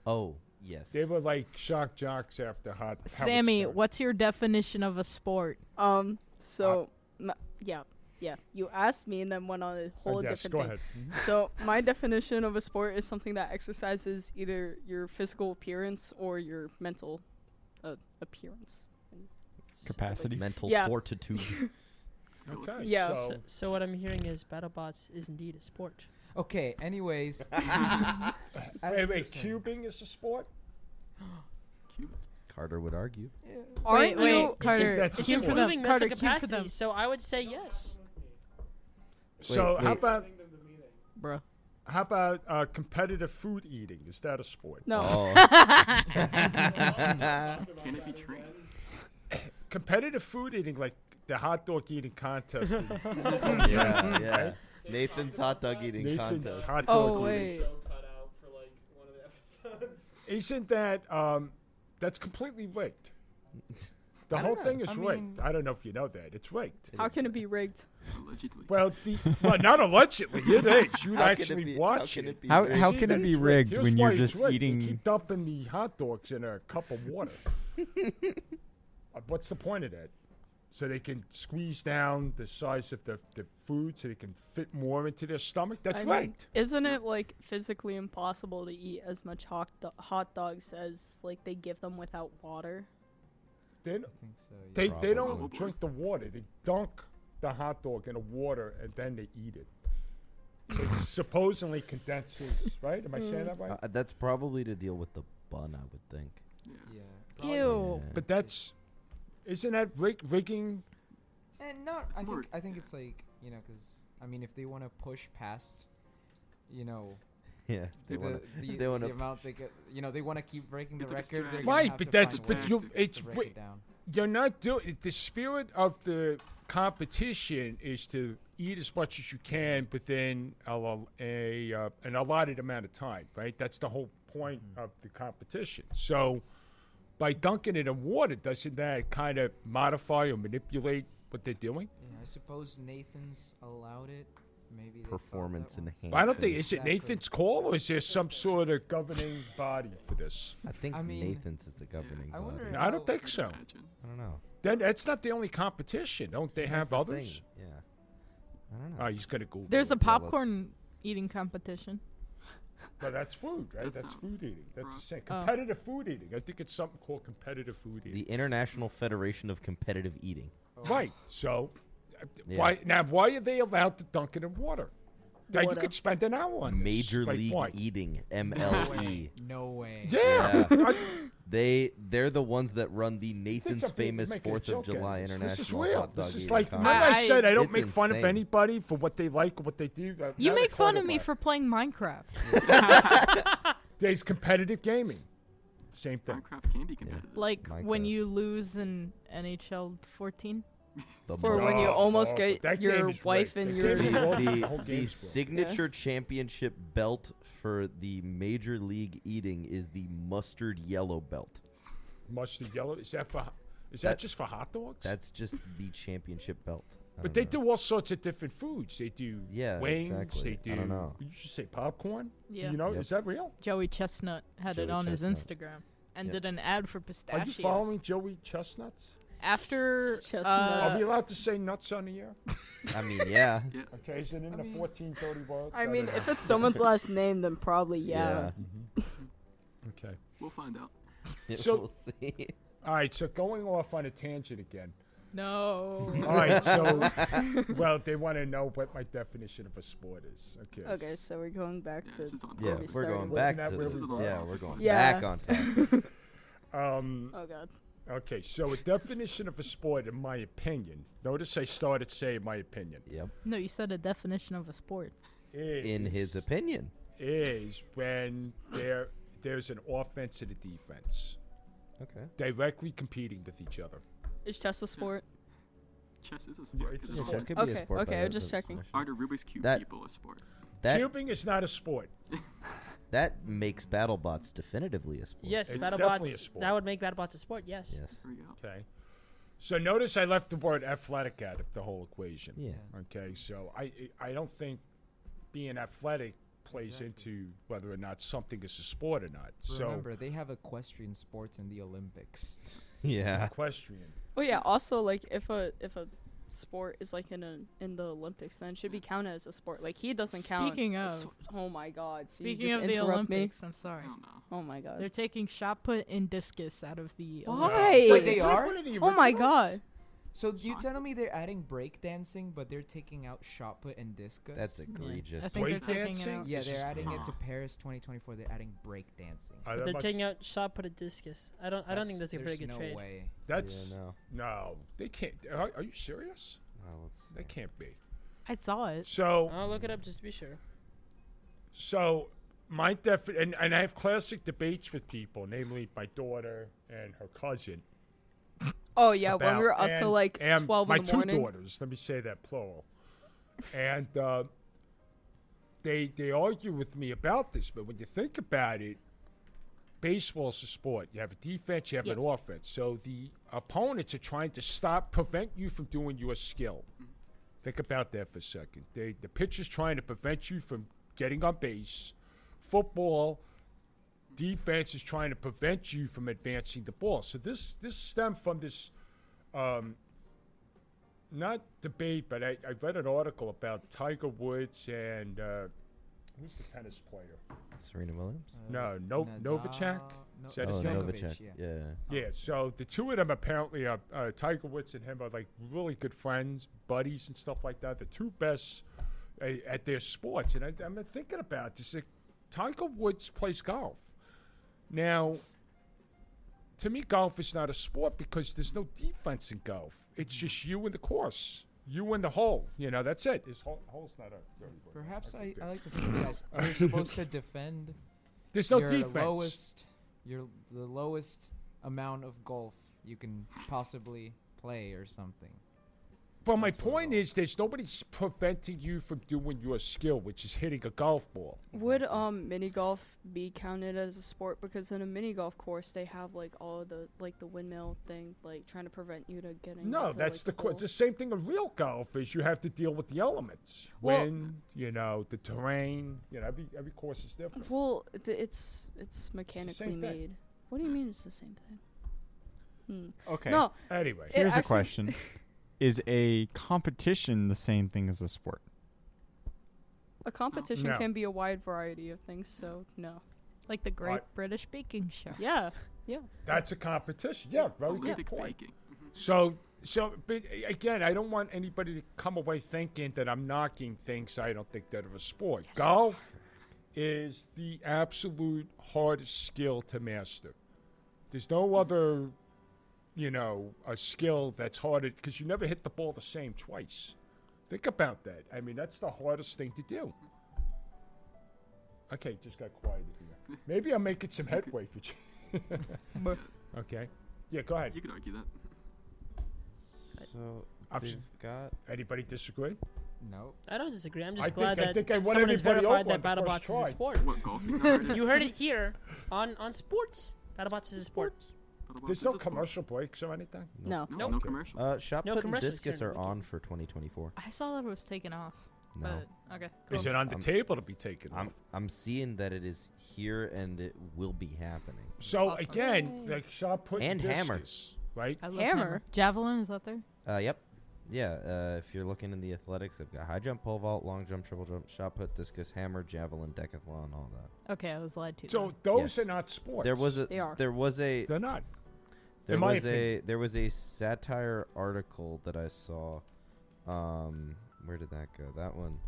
[SPEAKER 2] Oh, yes.
[SPEAKER 7] They were like shock jocks after hot. Howard
[SPEAKER 9] Sammy,
[SPEAKER 7] Stern.
[SPEAKER 9] what's your definition of a sport?
[SPEAKER 5] um. So, m yeah, yeah. You asked me and then went on a
[SPEAKER 7] Uh,
[SPEAKER 5] whole
[SPEAKER 7] yes,
[SPEAKER 5] different
[SPEAKER 7] go
[SPEAKER 5] thing.
[SPEAKER 7] ahead. Mhm.
[SPEAKER 5] So, my definition of a sport is something that exercises either your physical appearance or your mental uh, appearance. And so, like,
[SPEAKER 1] Capacity.
[SPEAKER 2] Mental
[SPEAKER 5] Yeah.
[SPEAKER 2] fortitude.
[SPEAKER 7] Okay.
[SPEAKER 5] Yeah.
[SPEAKER 7] So,
[SPEAKER 10] So, so what I'm hearing is BattleBots is indeed a sport.
[SPEAKER 6] Okay. Anyways.
[SPEAKER 7] wait,
[SPEAKER 6] as we were
[SPEAKER 7] wait.
[SPEAKER 6] saying-
[SPEAKER 7] Cubing is a sport?
[SPEAKER 2] Carter would argue.
[SPEAKER 5] Aren't
[SPEAKER 9] wait, wait,
[SPEAKER 5] you-
[SPEAKER 9] Carter.
[SPEAKER 7] That's a
[SPEAKER 9] cue for
[SPEAKER 7] sport.
[SPEAKER 9] them.
[SPEAKER 10] Improving
[SPEAKER 9] Carter,
[SPEAKER 10] mental
[SPEAKER 9] cue for them,
[SPEAKER 10] capacity. So I would say yes.
[SPEAKER 7] so how
[SPEAKER 2] wait.
[SPEAKER 7] about
[SPEAKER 9] bro.
[SPEAKER 7] how about uh, competitive food eating? Is that a sport?
[SPEAKER 5] No.
[SPEAKER 2] Oh.
[SPEAKER 4] Can it be trained?
[SPEAKER 7] Competitive food eating, like the hot dog eating contest. in
[SPEAKER 2] yeah, yeah. Nathan's hot dog eating
[SPEAKER 7] Nathan's
[SPEAKER 2] contest.
[SPEAKER 7] hot dog
[SPEAKER 5] Oh
[SPEAKER 7] eating.
[SPEAKER 5] wait.
[SPEAKER 7] Isn't that um, that's completely rigged? The
[SPEAKER 6] I
[SPEAKER 7] whole
[SPEAKER 6] don't
[SPEAKER 7] thing
[SPEAKER 6] know.
[SPEAKER 7] is
[SPEAKER 6] I
[SPEAKER 7] rigged.
[SPEAKER 6] mean-
[SPEAKER 7] I don't know if you know that. It's rigged.
[SPEAKER 5] How can it be rigged?
[SPEAKER 4] Allegedly.
[SPEAKER 7] Well, the, well, not allegedly. It is. You
[SPEAKER 2] How can it
[SPEAKER 7] actually
[SPEAKER 2] be- how
[SPEAKER 7] watch
[SPEAKER 2] can
[SPEAKER 7] it.
[SPEAKER 2] it be
[SPEAKER 1] How
[SPEAKER 2] rigged?
[SPEAKER 1] how
[SPEAKER 7] See,
[SPEAKER 1] can it
[SPEAKER 7] it's
[SPEAKER 1] be
[SPEAKER 7] rigged.
[SPEAKER 1] rigged
[SPEAKER 7] Here's
[SPEAKER 1] when
[SPEAKER 7] why
[SPEAKER 1] you're
[SPEAKER 7] it's
[SPEAKER 1] just
[SPEAKER 7] rigged. They
[SPEAKER 1] eating?
[SPEAKER 7] keep dumping the hot dogs in a cup of water. Uh, What's the point of that? So they can squeeze down the size of the, the food, so they can fit more into their stomach. That's
[SPEAKER 5] I mean,
[SPEAKER 7] right.
[SPEAKER 5] Isn't it like physically impossible to eat as much hot, do- hot dogs as like they give them without water?
[SPEAKER 7] They
[SPEAKER 6] I think so, yeah.
[SPEAKER 7] they, they don't
[SPEAKER 4] Probably.
[SPEAKER 7] drink the water. They dunk the hot dog in the water and then they eat it. It supposedly condenses, right? Am I saying that right?
[SPEAKER 2] Uh, that's probably to deal with the bun, I would think.
[SPEAKER 6] Yeah.
[SPEAKER 9] Ew.
[SPEAKER 2] Yeah.
[SPEAKER 7] But that's isn't that rig- rigging?
[SPEAKER 6] And not.
[SPEAKER 4] It's
[SPEAKER 6] I
[SPEAKER 4] more-
[SPEAKER 6] think. I think it's like you know, because I mean, if they want to push past, you know,
[SPEAKER 2] yeah, if they
[SPEAKER 6] the,
[SPEAKER 2] wanna-
[SPEAKER 6] the,
[SPEAKER 2] if they wanna
[SPEAKER 6] the amount they get, you know, they want to keep breaking
[SPEAKER 4] You
[SPEAKER 6] the
[SPEAKER 4] have to
[SPEAKER 6] record. they're
[SPEAKER 4] distract
[SPEAKER 6] gonna
[SPEAKER 7] Right,
[SPEAKER 6] have
[SPEAKER 7] but
[SPEAKER 6] to
[SPEAKER 7] that's-
[SPEAKER 6] find
[SPEAKER 4] but
[SPEAKER 6] ways
[SPEAKER 4] you-
[SPEAKER 6] to
[SPEAKER 7] it's
[SPEAKER 6] break
[SPEAKER 7] wi-
[SPEAKER 6] it down.
[SPEAKER 7] You're not doing the spirit of the competition is to eat as much as you can within a, lo- a uh, an allotted amount of time, right? That's the whole point of the competition. So by dunking it in water, doesn't that kind of modify or manipulate what they're doing?
[SPEAKER 6] Yeah, I suppose Nathan's allowed it. Maybe they thought
[SPEAKER 2] performance
[SPEAKER 6] that was-
[SPEAKER 2] enhancing.
[SPEAKER 7] I don't think is it
[SPEAKER 6] Exactly.
[SPEAKER 7] Nathan's call or is there some sort of governing body for this?
[SPEAKER 2] I think
[SPEAKER 6] I mean-
[SPEAKER 2] Nathan's is the governing
[SPEAKER 6] I wonder
[SPEAKER 2] body.
[SPEAKER 7] I don't
[SPEAKER 6] how-
[SPEAKER 7] think so.
[SPEAKER 4] Imagine.
[SPEAKER 2] I don't know.
[SPEAKER 7] Then that's not the only competition. Don't they
[SPEAKER 2] That's
[SPEAKER 7] have
[SPEAKER 2] the
[SPEAKER 7] others?
[SPEAKER 2] thing, Yeah. I don't know.
[SPEAKER 7] Oh, he's gonna Google.
[SPEAKER 9] There's a
[SPEAKER 7] it.
[SPEAKER 2] let's-
[SPEAKER 9] popcorn eating competition.
[SPEAKER 7] But that's food, right?
[SPEAKER 4] That
[SPEAKER 7] that's
[SPEAKER 4] sounds
[SPEAKER 7] food eating. That's the
[SPEAKER 4] wrong.
[SPEAKER 7] same.
[SPEAKER 9] Oh.
[SPEAKER 7] Competitive food eating. I think it's something called competitive food
[SPEAKER 2] the
[SPEAKER 7] eating.
[SPEAKER 2] International Federation of Competitive Eating.
[SPEAKER 7] Right. So, uh,
[SPEAKER 2] Yeah.
[SPEAKER 7] why now? Why are they allowed to dunk it in water? Now, you
[SPEAKER 5] Water.
[SPEAKER 7] could spend an hour on this.
[SPEAKER 2] Major
[SPEAKER 7] Like,
[SPEAKER 2] League
[SPEAKER 7] why?
[SPEAKER 2] Eating,
[SPEAKER 6] No way.
[SPEAKER 2] MLE.
[SPEAKER 6] No way.
[SPEAKER 7] Yeah.
[SPEAKER 2] Yeah.
[SPEAKER 7] I-
[SPEAKER 2] They they're the ones that run the Nathan's
[SPEAKER 7] up here
[SPEAKER 2] famous
[SPEAKER 7] making a
[SPEAKER 2] Fourth of
[SPEAKER 7] joke at
[SPEAKER 2] July
[SPEAKER 7] us.
[SPEAKER 2] International
[SPEAKER 7] This is real.
[SPEAKER 2] Hot Dog
[SPEAKER 7] This is
[SPEAKER 2] Eating
[SPEAKER 7] like remember
[SPEAKER 2] Contest.
[SPEAKER 7] I,
[SPEAKER 9] I-
[SPEAKER 7] said I don't
[SPEAKER 2] It's
[SPEAKER 7] make fun of
[SPEAKER 2] insane.
[SPEAKER 7] anybody for what they like or what they do. Uh,
[SPEAKER 9] You
[SPEAKER 7] now they
[SPEAKER 9] make
[SPEAKER 7] call
[SPEAKER 9] fun
[SPEAKER 7] it
[SPEAKER 9] of me
[SPEAKER 7] that.
[SPEAKER 9] for playing Minecraft.
[SPEAKER 7] there's competitive gaming. Same thing.
[SPEAKER 4] Minecraft can be competitive.
[SPEAKER 9] Like when
[SPEAKER 2] Minecraft.
[SPEAKER 9] you lose in NHL 14.
[SPEAKER 2] The
[SPEAKER 5] Or when
[SPEAKER 2] most-
[SPEAKER 5] you
[SPEAKER 7] Oh,
[SPEAKER 5] almost
[SPEAKER 7] oh,
[SPEAKER 5] get
[SPEAKER 7] that
[SPEAKER 5] your
[SPEAKER 7] game is
[SPEAKER 5] wife
[SPEAKER 7] rigged.
[SPEAKER 5] and
[SPEAKER 7] That
[SPEAKER 5] your-
[SPEAKER 7] game is rigged.
[SPEAKER 2] the,
[SPEAKER 7] The whole
[SPEAKER 2] the
[SPEAKER 7] game's rigged.
[SPEAKER 2] signature championship belt for the Major League Eating is the mustard yellow belt.
[SPEAKER 7] mustard yellow. Is that for? Is that,
[SPEAKER 2] That-
[SPEAKER 7] just for hot dogs?
[SPEAKER 2] That's just the championship belt. I
[SPEAKER 7] but
[SPEAKER 2] don't
[SPEAKER 7] they
[SPEAKER 2] know.
[SPEAKER 7] do all sorts of different foods. They do
[SPEAKER 2] Yeah,
[SPEAKER 7] wings.
[SPEAKER 2] exactly.
[SPEAKER 7] They do.
[SPEAKER 2] I don't know.
[SPEAKER 7] You should say popcorn.
[SPEAKER 9] Yeah.
[SPEAKER 7] You know,
[SPEAKER 2] Yep.
[SPEAKER 7] is that real?
[SPEAKER 9] Joey Chestnut had it
[SPEAKER 2] Joey
[SPEAKER 9] on his
[SPEAKER 2] Chestnut.
[SPEAKER 9] Instagram and
[SPEAKER 2] Yeah.
[SPEAKER 9] did an ad for
[SPEAKER 7] Are
[SPEAKER 9] pistachios.
[SPEAKER 7] you following Joey Chestnuts?
[SPEAKER 9] After
[SPEAKER 5] Chestnuts.
[SPEAKER 9] uh,
[SPEAKER 7] Are we allowed to say nuts on the air?
[SPEAKER 2] I mean, yeah.
[SPEAKER 4] Yes.
[SPEAKER 7] Okay, is it in the
[SPEAKER 6] mean-
[SPEAKER 7] 1430 words?
[SPEAKER 5] I mean,
[SPEAKER 7] don't
[SPEAKER 5] if
[SPEAKER 7] know.
[SPEAKER 5] it's someone's last name, then probably yeah.
[SPEAKER 7] Okay.
[SPEAKER 4] We'll find out.
[SPEAKER 2] Yeah,
[SPEAKER 7] Mm-hmm. So-
[SPEAKER 2] we'll see.
[SPEAKER 7] All right, so going off on a tangent again.
[SPEAKER 9] no.
[SPEAKER 7] All right, so, well, they want to know what my definition of a sport is. Okay.
[SPEAKER 5] Okay, so we're going back
[SPEAKER 4] Yeah,
[SPEAKER 5] to.
[SPEAKER 4] this is on
[SPEAKER 2] Yeah,
[SPEAKER 5] Are we
[SPEAKER 4] purpose.
[SPEAKER 2] we're
[SPEAKER 5] starting
[SPEAKER 2] going
[SPEAKER 5] with-
[SPEAKER 2] back
[SPEAKER 7] Wasn't that
[SPEAKER 2] to this.
[SPEAKER 4] where we were?
[SPEAKER 2] Yeah, we're going
[SPEAKER 5] Yeah.
[SPEAKER 2] back on top.
[SPEAKER 7] Um,
[SPEAKER 5] Oh god.
[SPEAKER 7] okay, so a definition of a sport, in my opinion, notice I started saying my opinion.
[SPEAKER 2] Yep.
[SPEAKER 9] No, you said a definition of a sport.
[SPEAKER 2] In his
[SPEAKER 7] is-
[SPEAKER 2] opinion.
[SPEAKER 7] is when there there's an offense and a defense
[SPEAKER 2] Okay.
[SPEAKER 7] directly competing with each other.
[SPEAKER 5] Is chess a sport?
[SPEAKER 4] Chess is a sport.
[SPEAKER 7] It's
[SPEAKER 4] It's
[SPEAKER 7] a
[SPEAKER 4] a
[SPEAKER 7] sport.
[SPEAKER 4] sport.
[SPEAKER 7] Could
[SPEAKER 5] be a Okay, sport by okay, the- I was just the checking. definition.
[SPEAKER 4] Are the Rubik's Cube
[SPEAKER 2] That-
[SPEAKER 4] people a sport?
[SPEAKER 2] That
[SPEAKER 7] Cubing is not a sport.
[SPEAKER 2] that makes BattleBots definitively a sport.
[SPEAKER 10] Yes,
[SPEAKER 7] It's definitely a
[SPEAKER 10] BattleBots.
[SPEAKER 7] sport.
[SPEAKER 10] That would make BattleBots a sport. Yes.
[SPEAKER 2] Yes.
[SPEAKER 4] There we go.
[SPEAKER 7] Okay. So notice I left the word athletic out of the whole equation.
[SPEAKER 2] Yeah.
[SPEAKER 7] Okay. So I I don't think being athletic plays into whether or not something is a sport or not.
[SPEAKER 6] Remember, they have equestrian sports in the Olympics.
[SPEAKER 7] so
[SPEAKER 2] Yeah.
[SPEAKER 7] equestrian.
[SPEAKER 5] Oh yeah. Also, like if a if a sport is like in a, in the Olympics, then it should be counted as a sport. Like he doesn't count.
[SPEAKER 9] Speaking
[SPEAKER 5] as-
[SPEAKER 9] of-
[SPEAKER 5] oh my God. so you
[SPEAKER 9] Speaking
[SPEAKER 5] just
[SPEAKER 9] of the
[SPEAKER 5] interrupt me.
[SPEAKER 9] Olympics, I'm sorry.
[SPEAKER 4] I don't know.
[SPEAKER 5] Oh my God.
[SPEAKER 9] They're taking shot put and discus out of the
[SPEAKER 5] Why?
[SPEAKER 6] Wait, they
[SPEAKER 7] It's like
[SPEAKER 6] are?
[SPEAKER 7] one of the
[SPEAKER 5] oh my
[SPEAKER 7] original-
[SPEAKER 5] God.
[SPEAKER 6] So you telling me they're adding break dancing, but they're taking out shot put and discus?
[SPEAKER 2] That's
[SPEAKER 9] Olympics.
[SPEAKER 2] egregious.
[SPEAKER 9] I think they're
[SPEAKER 7] Breakdancing?
[SPEAKER 9] taking it out.
[SPEAKER 6] yeah,
[SPEAKER 7] This
[SPEAKER 6] they're
[SPEAKER 7] is-
[SPEAKER 6] adding it to
[SPEAKER 4] Huh.
[SPEAKER 6] Paris 2024. They're adding break dancing.
[SPEAKER 7] Uh,
[SPEAKER 10] But
[SPEAKER 7] that
[SPEAKER 10] they're
[SPEAKER 7] must-
[SPEAKER 10] taking out shot put a discus. I don't. I don't think that's a very
[SPEAKER 6] there's
[SPEAKER 10] good
[SPEAKER 6] no
[SPEAKER 10] trade.
[SPEAKER 6] Way.
[SPEAKER 7] That's
[SPEAKER 2] Yeah, no.
[SPEAKER 7] no. They can't. Are, are you serious?
[SPEAKER 2] Oh, let's see.
[SPEAKER 7] They can't be.
[SPEAKER 9] I saw it.
[SPEAKER 7] So
[SPEAKER 10] I'll look it up just to be sure.
[SPEAKER 7] So my def and, and I have classic debates with people, namely my daughter and her cousin.
[SPEAKER 5] Oh yeah. when
[SPEAKER 7] about-
[SPEAKER 5] we were up till
[SPEAKER 7] and-
[SPEAKER 5] like
[SPEAKER 7] and
[SPEAKER 5] twelve
[SPEAKER 7] my
[SPEAKER 5] in the morning.
[SPEAKER 7] two daughters. Let me say that plural. and uh, they they argue with me about this, but when you think about it, baseball's a sport. You have a defense, you have an
[SPEAKER 10] Yes.
[SPEAKER 7] offense. So the opponents are trying to stop, prevent you from doing your skill. Think about that for a second. They, the pitcher's trying to prevent you from getting on base. Football defense is trying to prevent you from advancing the ball. So this this stemmed from this, um, not debate, but I, I read an article about Tiger Woods and uh, who's the tennis player?
[SPEAKER 2] Serena Williams.
[SPEAKER 7] No, no- Novacek?
[SPEAKER 6] Uh, No,
[SPEAKER 7] Is that
[SPEAKER 2] oh,
[SPEAKER 7] his name?
[SPEAKER 6] Djokovic,
[SPEAKER 2] Novacek.
[SPEAKER 6] yeah.
[SPEAKER 2] Yeah.
[SPEAKER 7] Yeah, so the two of them apparently are uh, Tiger Woods and him are like really good friends, buddies, and stuff like that. The two best uh, at their sports, and I, I'm been thinking about this. Like, Tiger Woods plays golf. Now, to me, golf is not a sport because there's no defense in golf. It's
[SPEAKER 6] Mm-hmm.
[SPEAKER 7] just you and the course, you and the hole. You know, that's it. Is hole, hole's not a dirty word.
[SPEAKER 6] Perhaps I,
[SPEAKER 7] Okay,
[SPEAKER 6] I like to think you guys you're supposed to defend
[SPEAKER 7] There's no
[SPEAKER 6] your
[SPEAKER 7] defense.
[SPEAKER 6] lowest your the lowest amount of golf you can possibly play or something.
[SPEAKER 7] But my
[SPEAKER 6] That's what it
[SPEAKER 7] point
[SPEAKER 6] was.
[SPEAKER 7] is, there's nobody s- preventing you from doing your skill, which is hitting a golf ball.
[SPEAKER 5] Would um mini golf be counted as a sport? Because in a mini golf course, they have like all of the like the windmill thing, like trying to prevent you to getting.
[SPEAKER 7] No,
[SPEAKER 5] into,
[SPEAKER 7] that's
[SPEAKER 5] like,
[SPEAKER 7] the qu-
[SPEAKER 5] hole.
[SPEAKER 7] the same thing in real golf is you have to deal with the elements,
[SPEAKER 5] Well-
[SPEAKER 7] wind, you know, the terrain. You know, every every course is different.
[SPEAKER 5] Well, th- it's it's mechanically
[SPEAKER 7] thing.
[SPEAKER 5] made. What do you mean it's the same thing? Hmm.
[SPEAKER 1] Okay.
[SPEAKER 5] No,
[SPEAKER 7] Anyway,
[SPEAKER 5] it
[SPEAKER 1] Here's a
[SPEAKER 5] actually-
[SPEAKER 1] question: Is a competition the same thing as a sport?
[SPEAKER 5] A competition
[SPEAKER 7] No.
[SPEAKER 5] can be a wide variety of things, so no.
[SPEAKER 9] Like the Great
[SPEAKER 7] Right.
[SPEAKER 9] British Baking Show.
[SPEAKER 5] Yeah, yeah.
[SPEAKER 7] that's a competition. Yeah, very good
[SPEAKER 4] Olympic
[SPEAKER 7] point.
[SPEAKER 4] baking.
[SPEAKER 7] So, so, but a- again, I don't want anybody to come away thinking that I'm knocking things I don't think that are a sport. Golf is the absolute hardest skill to master. There's no other, you know, a skill that's harder because you never hit the ball the same twice. Think about that. I mean, that's the hardest thing to do. Okay, just got quiet here. Maybe I'm making some headway for you.
[SPEAKER 9] Bruh.
[SPEAKER 7] okay. Yeah, go ahead.
[SPEAKER 4] You could argue that.
[SPEAKER 2] So
[SPEAKER 7] Option.
[SPEAKER 2] they've got
[SPEAKER 7] Anybody disagree?
[SPEAKER 6] Nope.
[SPEAKER 10] I don't disagree. I'm
[SPEAKER 7] I
[SPEAKER 10] just
[SPEAKER 7] think-
[SPEAKER 10] glad
[SPEAKER 7] I
[SPEAKER 10] that
[SPEAKER 7] think I won
[SPEAKER 10] someone has
[SPEAKER 7] everybody
[SPEAKER 10] verified
[SPEAKER 7] over
[SPEAKER 10] that
[SPEAKER 7] on the
[SPEAKER 10] BattleBots
[SPEAKER 7] first
[SPEAKER 10] is a
[SPEAKER 7] try.
[SPEAKER 10] sport.
[SPEAKER 4] What golf? Ignore it.
[SPEAKER 10] you heard it here on on sports. BattleBots is a sport.
[SPEAKER 4] Battlebots
[SPEAKER 7] There's
[SPEAKER 4] is
[SPEAKER 7] no
[SPEAKER 4] a sport.
[SPEAKER 7] commercial breaks or anything.
[SPEAKER 5] No.
[SPEAKER 4] No,
[SPEAKER 10] Nope.
[SPEAKER 4] no commercials.
[SPEAKER 2] uh, shot
[SPEAKER 10] No
[SPEAKER 2] put and
[SPEAKER 10] commercials
[SPEAKER 2] discus
[SPEAKER 10] during
[SPEAKER 2] are
[SPEAKER 10] the weekend.
[SPEAKER 2] on for 2024.
[SPEAKER 9] I saw that it was taken off.
[SPEAKER 2] No,
[SPEAKER 9] But okay.
[SPEAKER 7] Is it on the
[SPEAKER 2] I'm-
[SPEAKER 7] table to be taken?
[SPEAKER 2] I'm
[SPEAKER 7] off?
[SPEAKER 2] I'm seeing that it is here and it will be happening.
[SPEAKER 7] So
[SPEAKER 9] Awesome.
[SPEAKER 7] again, the shot put
[SPEAKER 2] And hammer.
[SPEAKER 7] discus, right?
[SPEAKER 9] I love
[SPEAKER 5] Hammer.
[SPEAKER 9] Javelin is that there?
[SPEAKER 2] Uh, yep. Yeah, uh, if you're looking in the athletics, they've got high jump, pole vault, long jump, triple jump, shot put, discus, hammer, javelin, decathlon, all that.
[SPEAKER 9] Okay, I was led to.
[SPEAKER 7] So
[SPEAKER 9] then.
[SPEAKER 7] those
[SPEAKER 2] Yes.
[SPEAKER 7] are not sports.
[SPEAKER 2] There was a
[SPEAKER 5] They are.
[SPEAKER 2] there was a
[SPEAKER 7] They're not.
[SPEAKER 2] There
[SPEAKER 7] in my
[SPEAKER 2] was a there was a satire article that I saw. Um, where did that go? That one.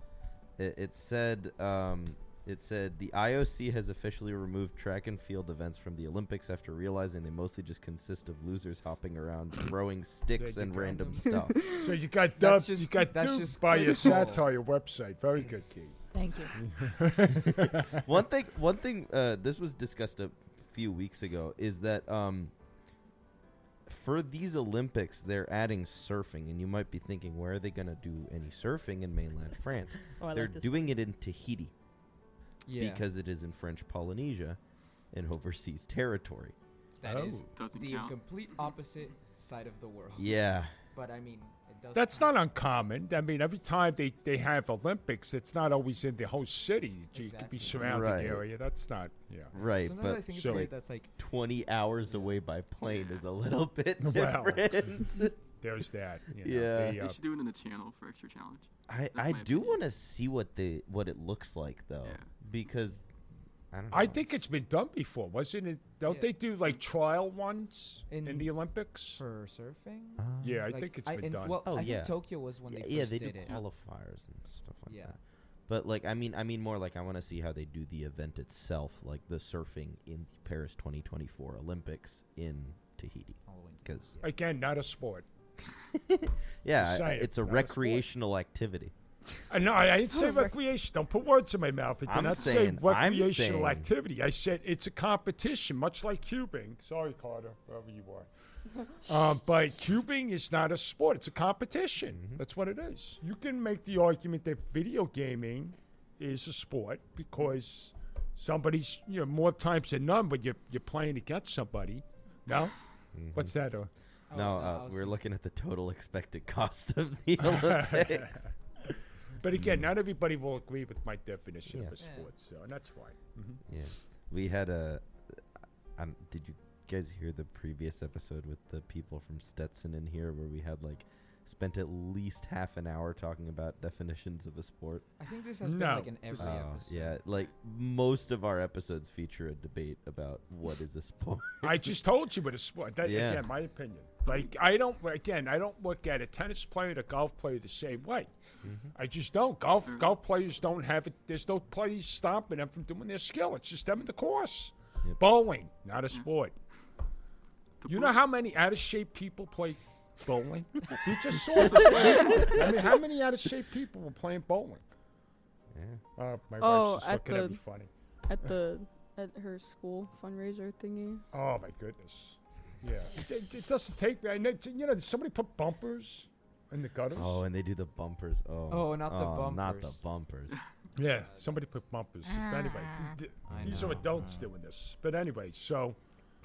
[SPEAKER 2] It, it said um, it said the IOC has officially removed track and field events from the Olympics after realizing they mostly just consist of losers hopping around throwing sticks
[SPEAKER 7] you
[SPEAKER 2] and
[SPEAKER 7] go.
[SPEAKER 2] random stuff.
[SPEAKER 7] So you got
[SPEAKER 6] That's
[SPEAKER 7] dubbed. you
[SPEAKER 6] just-
[SPEAKER 7] got
[SPEAKER 6] that's
[SPEAKER 7] duped
[SPEAKER 6] just
[SPEAKER 7] by your
[SPEAKER 6] clickbait.
[SPEAKER 7] satire website. Very good, Key.
[SPEAKER 9] Thank you.
[SPEAKER 2] one thing one thing uh, this was discussed a few weeks ago is that um, for these Olympics, they're adding surfing, and you might be thinking, where are they going to do any surfing in mainland France?
[SPEAKER 10] Oh, I like
[SPEAKER 2] they're
[SPEAKER 10] this
[SPEAKER 2] doing it in Tahiti
[SPEAKER 6] Yeah.
[SPEAKER 2] because it is in French Polynesia and overseas territory.
[SPEAKER 6] That is
[SPEAKER 7] Oh.
[SPEAKER 4] Doesn't
[SPEAKER 6] the
[SPEAKER 4] count.
[SPEAKER 6] complete opposite side of the world.
[SPEAKER 2] Yeah.
[SPEAKER 6] But I mean, it does.
[SPEAKER 7] That's not uncommon. I mean, every time they, they have Olympics, it's not always in the whole city. You could be
[SPEAKER 6] Exactly.
[SPEAKER 7] surrounding
[SPEAKER 2] Right.
[SPEAKER 7] area. That's not, yeah.
[SPEAKER 2] Right,
[SPEAKER 6] Sometimes I
[SPEAKER 2] but
[SPEAKER 6] think it's
[SPEAKER 7] so-
[SPEAKER 6] weird. That's like
[SPEAKER 2] 20 hours away by plane is a little bit
[SPEAKER 7] Well.
[SPEAKER 2] different.
[SPEAKER 7] There's that. You know,
[SPEAKER 2] Yeah.
[SPEAKER 7] they,
[SPEAKER 4] They
[SPEAKER 7] uh,
[SPEAKER 4] should do it in the channel for extra challenge.
[SPEAKER 2] I,
[SPEAKER 4] That's
[SPEAKER 2] I
[SPEAKER 4] my
[SPEAKER 2] do
[SPEAKER 4] opinion.
[SPEAKER 2] want to see what the what it looks like though,
[SPEAKER 4] Yeah.
[SPEAKER 2] because I don't. Know.
[SPEAKER 7] I think it's been done before, wasn't it? Don't
[SPEAKER 6] Yeah.
[SPEAKER 7] they do like trial ones in,
[SPEAKER 6] In-
[SPEAKER 7] the Olympics?
[SPEAKER 6] for surfing.
[SPEAKER 2] Uh,
[SPEAKER 7] yeah, I
[SPEAKER 6] Like,
[SPEAKER 7] think it's been
[SPEAKER 6] and-
[SPEAKER 7] done.
[SPEAKER 6] Well,
[SPEAKER 2] Oh,
[SPEAKER 6] I think
[SPEAKER 2] yeah.
[SPEAKER 6] Tokyo was when
[SPEAKER 2] yeah,
[SPEAKER 6] they
[SPEAKER 2] yeah,
[SPEAKER 6] first
[SPEAKER 2] they do
[SPEAKER 6] did it.
[SPEAKER 2] qualifiers and stuff like
[SPEAKER 6] Yeah.
[SPEAKER 2] that. But like, I mean, I mean more like I want to see how they do the event itself, like the surfing in the Paris 2024 Olympics in Tahiti,
[SPEAKER 6] All the way to-
[SPEAKER 2] because
[SPEAKER 6] yeah.
[SPEAKER 7] Again, not a sport.
[SPEAKER 2] yeah,
[SPEAKER 7] Just
[SPEAKER 2] I-
[SPEAKER 7] saying,
[SPEAKER 2] it's a
[SPEAKER 7] not a sport.
[SPEAKER 2] recreational activity.
[SPEAKER 7] Uh, no, I I didn't say recreation. Don't put words in my mouth. I did
[SPEAKER 2] I'm
[SPEAKER 7] not
[SPEAKER 2] saying-
[SPEAKER 7] say
[SPEAKER 2] I'm
[SPEAKER 7] recreational
[SPEAKER 2] saying-
[SPEAKER 7] activity. I said it's a competition, much like cubing. Sorry, Carter, wherever you are. um, but cubing is not a sport. It's a competition.
[SPEAKER 2] Mm-hmm.
[SPEAKER 7] That's what it is. You can make the argument that video gaming is a sport because somebody's, you know, more times than none, but you're, you're playing against somebody. No?
[SPEAKER 2] Mm-hmm.
[SPEAKER 7] What's that? Or?
[SPEAKER 6] Oh, I
[SPEAKER 2] no, uh,
[SPEAKER 6] was
[SPEAKER 2] we're
[SPEAKER 6] thinking-
[SPEAKER 2] looking at the total expected cost of the Olympics.
[SPEAKER 7] But again, not everybody will agree with my definition
[SPEAKER 2] Yeah.
[SPEAKER 7] of a
[SPEAKER 6] Yeah.
[SPEAKER 7] sport, so and that's fine. Mm-hmm.
[SPEAKER 2] Yeah, we had a. Um, did you guys hear the previous episode with the people from Stetson in here, where we had like spent at least half an hour talking about definitions of a sport?
[SPEAKER 6] I think this has been
[SPEAKER 7] No,
[SPEAKER 6] like an
[SPEAKER 7] this
[SPEAKER 6] every
[SPEAKER 7] is-
[SPEAKER 2] Oh,
[SPEAKER 6] episode.
[SPEAKER 2] yeah, like most of our episodes feature a debate about what is a sport.
[SPEAKER 7] I just told you what a sport. That,
[SPEAKER 2] Yeah.
[SPEAKER 7] Again, my opinion. Like I don't. Again, I don't look at a tennis player and a golf player the same way.
[SPEAKER 8] Mm-hmm.
[SPEAKER 7] I just don't. Golf golf players don't have it. There's no plays stopping them from doing their skill. It's just them in the course.
[SPEAKER 2] Yep.
[SPEAKER 7] Bowling, not a sport.
[SPEAKER 4] The
[SPEAKER 7] You
[SPEAKER 4] bull-
[SPEAKER 7] know how many out of shape people play bowling? you just saw. it. I mean, how many out of shape people were playing bowling?
[SPEAKER 2] yeah.
[SPEAKER 7] Uh, my
[SPEAKER 5] Oh,
[SPEAKER 7] wife's just
[SPEAKER 5] at
[SPEAKER 7] looking
[SPEAKER 5] the-
[SPEAKER 7] at me funny.
[SPEAKER 5] at the at her school fundraiser thingy.
[SPEAKER 7] Oh my goodness. Yeah, it, it- it doesn't take me. I know, you know, somebody put bumpers in the gutters.
[SPEAKER 2] Oh, and they do the bumpers. Oh,
[SPEAKER 6] Oh, not the
[SPEAKER 2] oh, Not the
[SPEAKER 6] bumpers.
[SPEAKER 2] bumpers.
[SPEAKER 7] Yeah, somebody put bumpers.
[SPEAKER 5] Ah.
[SPEAKER 7] But anyway, th- th-
[SPEAKER 6] I
[SPEAKER 7] these
[SPEAKER 6] know,
[SPEAKER 7] are adults
[SPEAKER 6] I know.
[SPEAKER 7] doing this. But anyway, so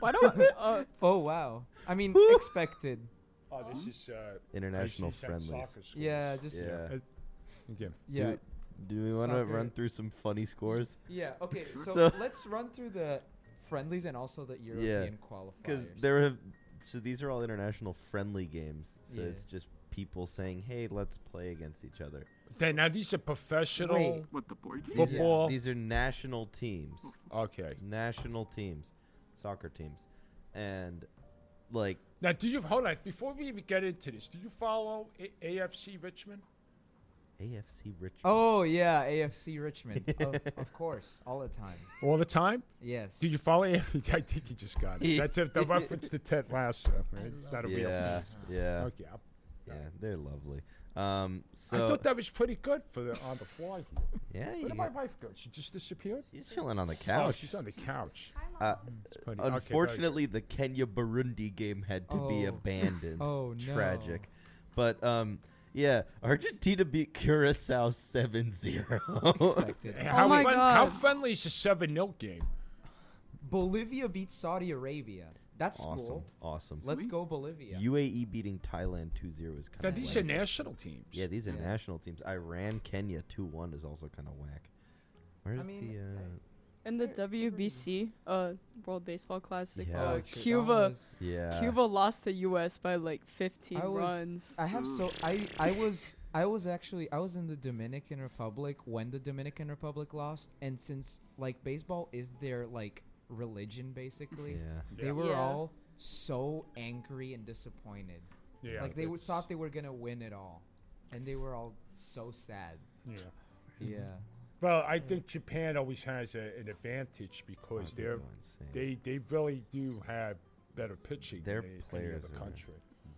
[SPEAKER 5] Why don't uh,
[SPEAKER 6] Oh wow. I mean, expected.
[SPEAKER 7] oh, this is uh,
[SPEAKER 2] International
[SPEAKER 7] ICC
[SPEAKER 2] friendlies.
[SPEAKER 7] soccer schools.
[SPEAKER 6] Yeah, just yeah.
[SPEAKER 2] Yeah.
[SPEAKER 7] Uh, Again,
[SPEAKER 6] Yeah.
[SPEAKER 2] Do, do we want to
[SPEAKER 6] Soccer.
[SPEAKER 2] run through some funny scores?
[SPEAKER 6] Okay. So,
[SPEAKER 2] So-
[SPEAKER 6] let's run through the friendlies and also the European qualifiers.
[SPEAKER 2] Because there have so these are all international friendly games. So
[SPEAKER 6] Yeah.
[SPEAKER 2] it's just people saying, "Hey, let's play against each other."
[SPEAKER 7] then now these are professional.
[SPEAKER 6] Wait.
[SPEAKER 4] What the board game?
[SPEAKER 7] Fo-
[SPEAKER 2] These are-
[SPEAKER 7] Football.
[SPEAKER 2] These are, national teams,
[SPEAKER 7] Okay.
[SPEAKER 2] national teams, soccer teams, and like
[SPEAKER 7] Now, do you hold on before we even get into this? Do you follow A- AFC Richmond?
[SPEAKER 2] AFC Richmond.
[SPEAKER 6] Oh yeah, AFC Richmond. of, of course, all the time.
[SPEAKER 7] All the time?
[SPEAKER 6] Yes.
[SPEAKER 7] Do you follow AFC? I think you just got it. That's a, the reference to Ted Lasso. Right? It's not a real
[SPEAKER 2] yeah,
[SPEAKER 7] team.
[SPEAKER 2] yeah,
[SPEAKER 7] Okay. I,
[SPEAKER 2] yeah. They're lovely. Um,
[SPEAKER 7] I
[SPEAKER 2] so
[SPEAKER 7] thought that was pretty good for the on the fly. Here.
[SPEAKER 2] yeah,
[SPEAKER 7] Where
[SPEAKER 2] you
[SPEAKER 7] did my
[SPEAKER 2] got,
[SPEAKER 7] wife go? She just disappeared.
[SPEAKER 2] she's chilling on the
[SPEAKER 7] Oh,
[SPEAKER 2] couch.
[SPEAKER 7] she's on the couch.
[SPEAKER 2] Uh,
[SPEAKER 7] It's funny. Okay, very good.
[SPEAKER 2] Unfortunately, the Kenya Burundi game had to be
[SPEAKER 6] Oh.
[SPEAKER 2] abandoned.
[SPEAKER 6] Oh, no.
[SPEAKER 2] Tragic. But um yeah, Argentina beat Curacao 7-0.
[SPEAKER 6] expected?
[SPEAKER 7] How,
[SPEAKER 5] my
[SPEAKER 7] friend- how
[SPEAKER 5] God.
[SPEAKER 7] friendly is a 7 0 game?
[SPEAKER 6] Bolivia beats Saudi Arabia. That's
[SPEAKER 2] awesome.
[SPEAKER 6] cool.
[SPEAKER 2] Awesome.
[SPEAKER 6] Let's go Bolivia.
[SPEAKER 2] UAE E beating Thailand 2-0 is kind
[SPEAKER 7] Now,
[SPEAKER 2] of
[SPEAKER 7] these are national teams.
[SPEAKER 2] Yeah, these are
[SPEAKER 6] Yeah.
[SPEAKER 2] national teams. Iran Kenya 2-1 is also kind of whack. Where's
[SPEAKER 6] mean,
[SPEAKER 2] the uh,
[SPEAKER 5] in the WBC uh World Baseball Classic,
[SPEAKER 2] Yeah.
[SPEAKER 6] Oh,
[SPEAKER 5] uh,
[SPEAKER 6] true. That one
[SPEAKER 5] Cuba
[SPEAKER 6] was-
[SPEAKER 2] yeah.
[SPEAKER 5] Cuba lost to US by like 15
[SPEAKER 6] I was-
[SPEAKER 5] runs.
[SPEAKER 6] I have so I I was I was actually I was in the Dominican Republic when the Dominican Republic lost, and since like baseball is their like religion basically,
[SPEAKER 2] Yeah.
[SPEAKER 6] they
[SPEAKER 7] Yeah.
[SPEAKER 6] were
[SPEAKER 5] Yeah.
[SPEAKER 6] all so angry and disappointed.
[SPEAKER 7] Yeah,
[SPEAKER 6] like they w-
[SPEAKER 7] that's-
[SPEAKER 6] thought they were gonna win it all, and they were all so sad.
[SPEAKER 7] Yeah.
[SPEAKER 6] Yeah.
[SPEAKER 7] Well, I think Japan always has a, an advantage because
[SPEAKER 2] Oh, They're
[SPEAKER 7] they're
[SPEAKER 2] going insane.
[SPEAKER 7] they they really do have better pitching
[SPEAKER 2] Their
[SPEAKER 7] than any- any
[SPEAKER 2] players
[SPEAKER 7] other
[SPEAKER 2] are-
[SPEAKER 7] country.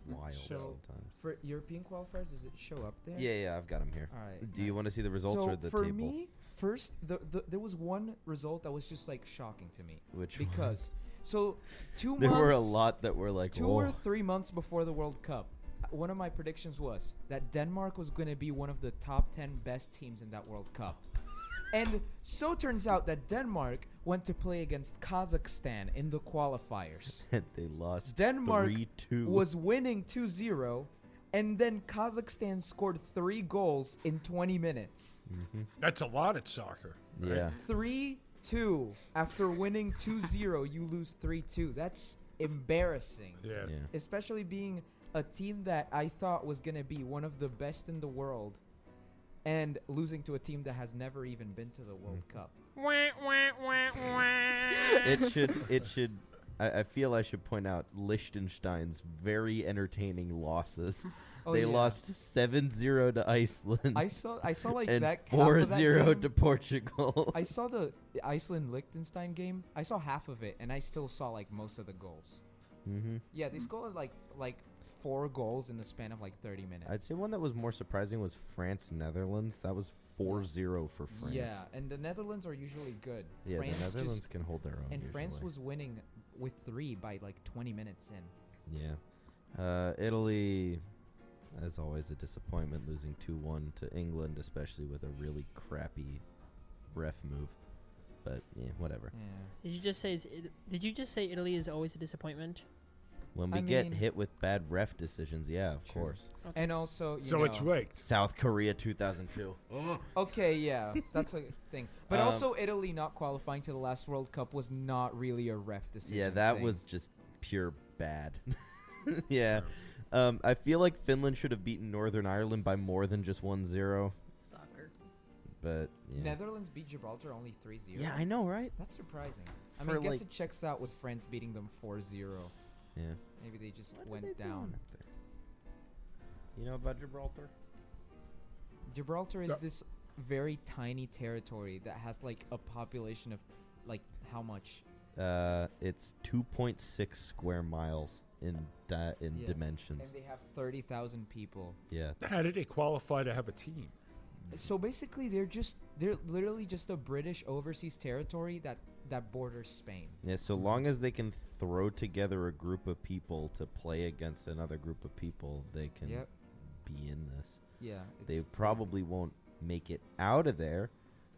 [SPEAKER 2] wild
[SPEAKER 6] So-
[SPEAKER 2] sometimes.
[SPEAKER 6] For European qualifiers, does it show up there?
[SPEAKER 2] Yeah, yeah, I've got them here.
[SPEAKER 6] All right.
[SPEAKER 2] Do you want to see the results
[SPEAKER 6] so
[SPEAKER 2] or the
[SPEAKER 6] for
[SPEAKER 2] table?
[SPEAKER 6] me, first the, the there was one result that was just like shocking to me
[SPEAKER 2] Which one?
[SPEAKER 6] because So two
[SPEAKER 2] There
[SPEAKER 6] months.
[SPEAKER 2] were a lot that were like, "Oh."
[SPEAKER 6] two
[SPEAKER 2] "Whoa."
[SPEAKER 6] or three months before the World Cup. uh, One of my predictions was that Denmark was going to be one of the top ten best teams in that World Cup, and so turns out that Denmark went to play against Kazakhstan in the qualifiers.
[SPEAKER 2] And uh, they lost
[SPEAKER 6] Denmark
[SPEAKER 2] 3-2.
[SPEAKER 6] was winning 2-0 and then Kazakhstan scored 3 goals in 20 minutes.
[SPEAKER 7] That's a lot at soccer. right?
[SPEAKER 2] Mm-hmm. Yeah.
[SPEAKER 6] 3-2 after winning 2-0 you lose 3-2. That's embarrassing.
[SPEAKER 7] Yeah.
[SPEAKER 2] Yeah.
[SPEAKER 6] Especially being a team that I thought was going to be one of the best in the world and losing to a team that has never even been to the World Cup.
[SPEAKER 2] it should it should I, I feel I should point out Liechtenstein's very entertaining losses.
[SPEAKER 6] Oh,
[SPEAKER 2] they
[SPEAKER 6] yeah.
[SPEAKER 2] lost 7-0 to Iceland.
[SPEAKER 6] I saw I saw like
[SPEAKER 2] and
[SPEAKER 6] that half
[SPEAKER 2] four
[SPEAKER 6] of that
[SPEAKER 2] zero
[SPEAKER 6] game.
[SPEAKER 2] to Portugal.
[SPEAKER 6] I saw the Iceland Liechtenstein game. I saw half of it, and I still saw like most of the goals.
[SPEAKER 2] mm-hmm.
[SPEAKER 6] Yeah, they scored like like four goals in the span of like thirty minutes.
[SPEAKER 2] I'd say one that was more surprising was France Netherlands. That was 4-0 for France.
[SPEAKER 6] Yeah, and the Netherlands are usually good.
[SPEAKER 2] Yeah,
[SPEAKER 6] France
[SPEAKER 2] the
[SPEAKER 6] just-
[SPEAKER 2] Netherlands can hold their own.
[SPEAKER 6] and France
[SPEAKER 2] usually.
[SPEAKER 6] was winning with three by like twenty minutes in.
[SPEAKER 2] Yeah. Uh, Italy, as always, a disappointment losing 2 1 to England, especially with a really crappy ref move. But, yeah, whatever.
[SPEAKER 6] Yeah.
[SPEAKER 10] Did you just say? Is it, did you just say Italy is always a disappointment?
[SPEAKER 2] When we
[SPEAKER 6] I
[SPEAKER 2] get
[SPEAKER 6] mean-
[SPEAKER 2] hit with bad ref decisions, yeah, of
[SPEAKER 6] True.
[SPEAKER 2] course.
[SPEAKER 6] And also, you
[SPEAKER 7] So it's
[SPEAKER 6] know-
[SPEAKER 7] rigged.
[SPEAKER 2] South Korea 2002.
[SPEAKER 6] Okay, yeah, that's a thing. But
[SPEAKER 2] Um,
[SPEAKER 6] also, Italy not qualifying to the last World Cup was not really a ref decision.
[SPEAKER 2] yeah, that
[SPEAKER 6] thing.
[SPEAKER 2] was just pure bad. yeah. Um, I feel like Finland should have beaten Northern Ireland by more than just 1 0.
[SPEAKER 5] Soccer.
[SPEAKER 2] But, yeah.
[SPEAKER 6] Netherlands beat Gibraltar only 3-0.
[SPEAKER 2] yeah, I know, right?
[SPEAKER 6] That's surprising. I
[SPEAKER 2] For,
[SPEAKER 6] mean, I guess
[SPEAKER 2] like-
[SPEAKER 6] it checks out with France beating them 4-0.
[SPEAKER 2] Yeah.
[SPEAKER 6] Maybe they just
[SPEAKER 2] What are they
[SPEAKER 6] went
[SPEAKER 2] doing
[SPEAKER 6] down.
[SPEAKER 2] up there? You know about Gibraltar?
[SPEAKER 6] Gibraltar is
[SPEAKER 7] Yeah.
[SPEAKER 6] this very tiny territory that has like a population of like how much?
[SPEAKER 2] Uh, it's 2.6 square miles in di- in
[SPEAKER 6] Yeah. And
[SPEAKER 2] dimensions.
[SPEAKER 6] they have 30,000 people.
[SPEAKER 2] Yeah,
[SPEAKER 7] How did they qualify to have a team?
[SPEAKER 2] Mm-hmm.
[SPEAKER 6] So basically they're just they're literally just a British overseas territory that that borders Spain.
[SPEAKER 2] yeah. So long as they can throw together a group of people to play against another group of people, they can
[SPEAKER 6] Yep.
[SPEAKER 2] be in this.
[SPEAKER 6] Yeah. It's
[SPEAKER 2] They probably won't make it out of there,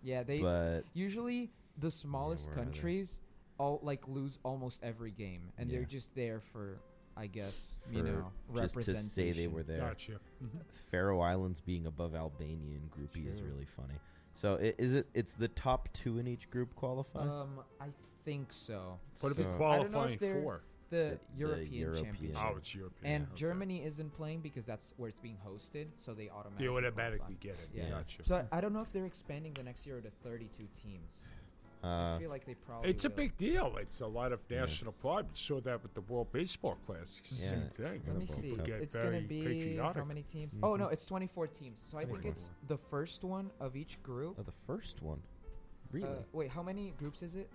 [SPEAKER 6] Yeah, they
[SPEAKER 2] but
[SPEAKER 6] usually the smallest
[SPEAKER 2] where are they?
[SPEAKER 6] countries all like lose almost every game and
[SPEAKER 2] Yeah.
[SPEAKER 6] they're just there for I guess,
[SPEAKER 2] for
[SPEAKER 6] you know,
[SPEAKER 2] just to say they
[SPEAKER 6] representation.
[SPEAKER 2] were there,
[SPEAKER 7] Gotcha. Mm-hmm.
[SPEAKER 6] Mm-hmm.
[SPEAKER 2] Faroe Islands being above Albania in Group E is
[SPEAKER 6] Sure.
[SPEAKER 2] really funny. So i- is it? It's the top two in each group qualify.
[SPEAKER 6] Um, I think so.
[SPEAKER 7] What are we
[SPEAKER 2] So- I
[SPEAKER 6] know if
[SPEAKER 2] don't
[SPEAKER 7] qualifying
[SPEAKER 6] they're-
[SPEAKER 7] for?
[SPEAKER 6] The
[SPEAKER 2] the
[SPEAKER 6] European,
[SPEAKER 2] European-
[SPEAKER 6] Championship.
[SPEAKER 7] Oh, it's European.
[SPEAKER 6] And
[SPEAKER 7] okay.
[SPEAKER 6] Germany isn't playing because that's where it's being hosted, so they automatically.
[SPEAKER 7] They automatically
[SPEAKER 6] qualify.
[SPEAKER 7] get it.
[SPEAKER 6] Yeah.
[SPEAKER 7] Gotcha.
[SPEAKER 6] So I, I don't know if they're expanding the next year to 32 teams.
[SPEAKER 2] Uh,
[SPEAKER 6] I feel like they probably.
[SPEAKER 7] It's a
[SPEAKER 6] will.
[SPEAKER 7] big deal. It's a lot of
[SPEAKER 2] Yeah.
[SPEAKER 7] national pride. We saw that with the World Baseball Classic.
[SPEAKER 2] Yeah.
[SPEAKER 7] Same thing.
[SPEAKER 6] Let me
[SPEAKER 2] World
[SPEAKER 6] see.
[SPEAKER 2] Cup.
[SPEAKER 7] Get
[SPEAKER 6] It's gonna
[SPEAKER 7] very
[SPEAKER 6] be
[SPEAKER 7] patriotic. Mm-hmm.
[SPEAKER 6] how many teams? Oh no, it's 24 teams. So I think
[SPEAKER 2] 24.
[SPEAKER 6] it's uh, the first one of each group.
[SPEAKER 2] oh, the first one, really?
[SPEAKER 6] Uh, wait, how many groups is it?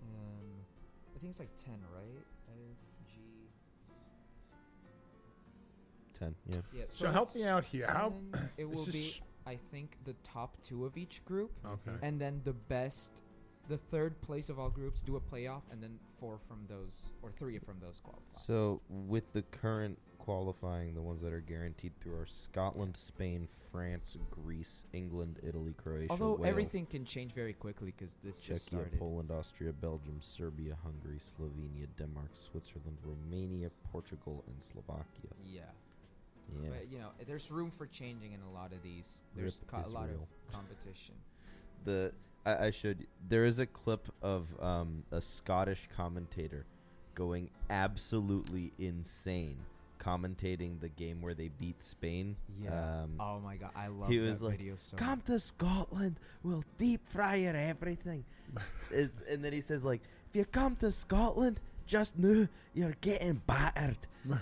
[SPEAKER 6] Um, I think it's like 10, right? F, G.
[SPEAKER 2] Ten. Yeah.
[SPEAKER 6] Yeah.
[SPEAKER 7] So help
[SPEAKER 6] it's-
[SPEAKER 7] me out here. How?
[SPEAKER 6] Then it
[SPEAKER 7] This
[SPEAKER 6] will be
[SPEAKER 7] is-
[SPEAKER 6] I think the top 2 of each group
[SPEAKER 7] Okay.
[SPEAKER 6] and then the best the third place of all groups do a playoff and then four from those or three from those qualify.
[SPEAKER 2] So with the current qualifying, the ones that are guaranteed through are Scotland, Spain, France, Greece, England, Italy, Croatia,
[SPEAKER 6] Although
[SPEAKER 2] Wales,
[SPEAKER 6] everything can change very quickly cuz this just
[SPEAKER 2] Czechia,
[SPEAKER 6] started.
[SPEAKER 2] Poland, Austria, Belgium, Serbia, Hungary, Slovenia, Denmark, Switzerland, Romania, Portugal, and Slovakia.
[SPEAKER 6] Yeah.
[SPEAKER 2] Yeah.
[SPEAKER 6] But you know, there's room for changing in a lot of these. There's
[SPEAKER 2] Rip
[SPEAKER 6] co- a lot
[SPEAKER 2] Israel.
[SPEAKER 6] of competition.
[SPEAKER 2] the I, I should there is a clip of um, a Scottish commentator going absolutely insane commentating the game where they beat Spain.
[SPEAKER 6] Yeah.
[SPEAKER 2] Um,
[SPEAKER 6] oh my god, I love
[SPEAKER 2] he
[SPEAKER 6] that
[SPEAKER 2] was like,
[SPEAKER 6] video so
[SPEAKER 2] Come to Scotland, we'll deep fry your everything. it's, and then he says like, if you come to Scotland, just know you're getting battered.
[SPEAKER 6] much.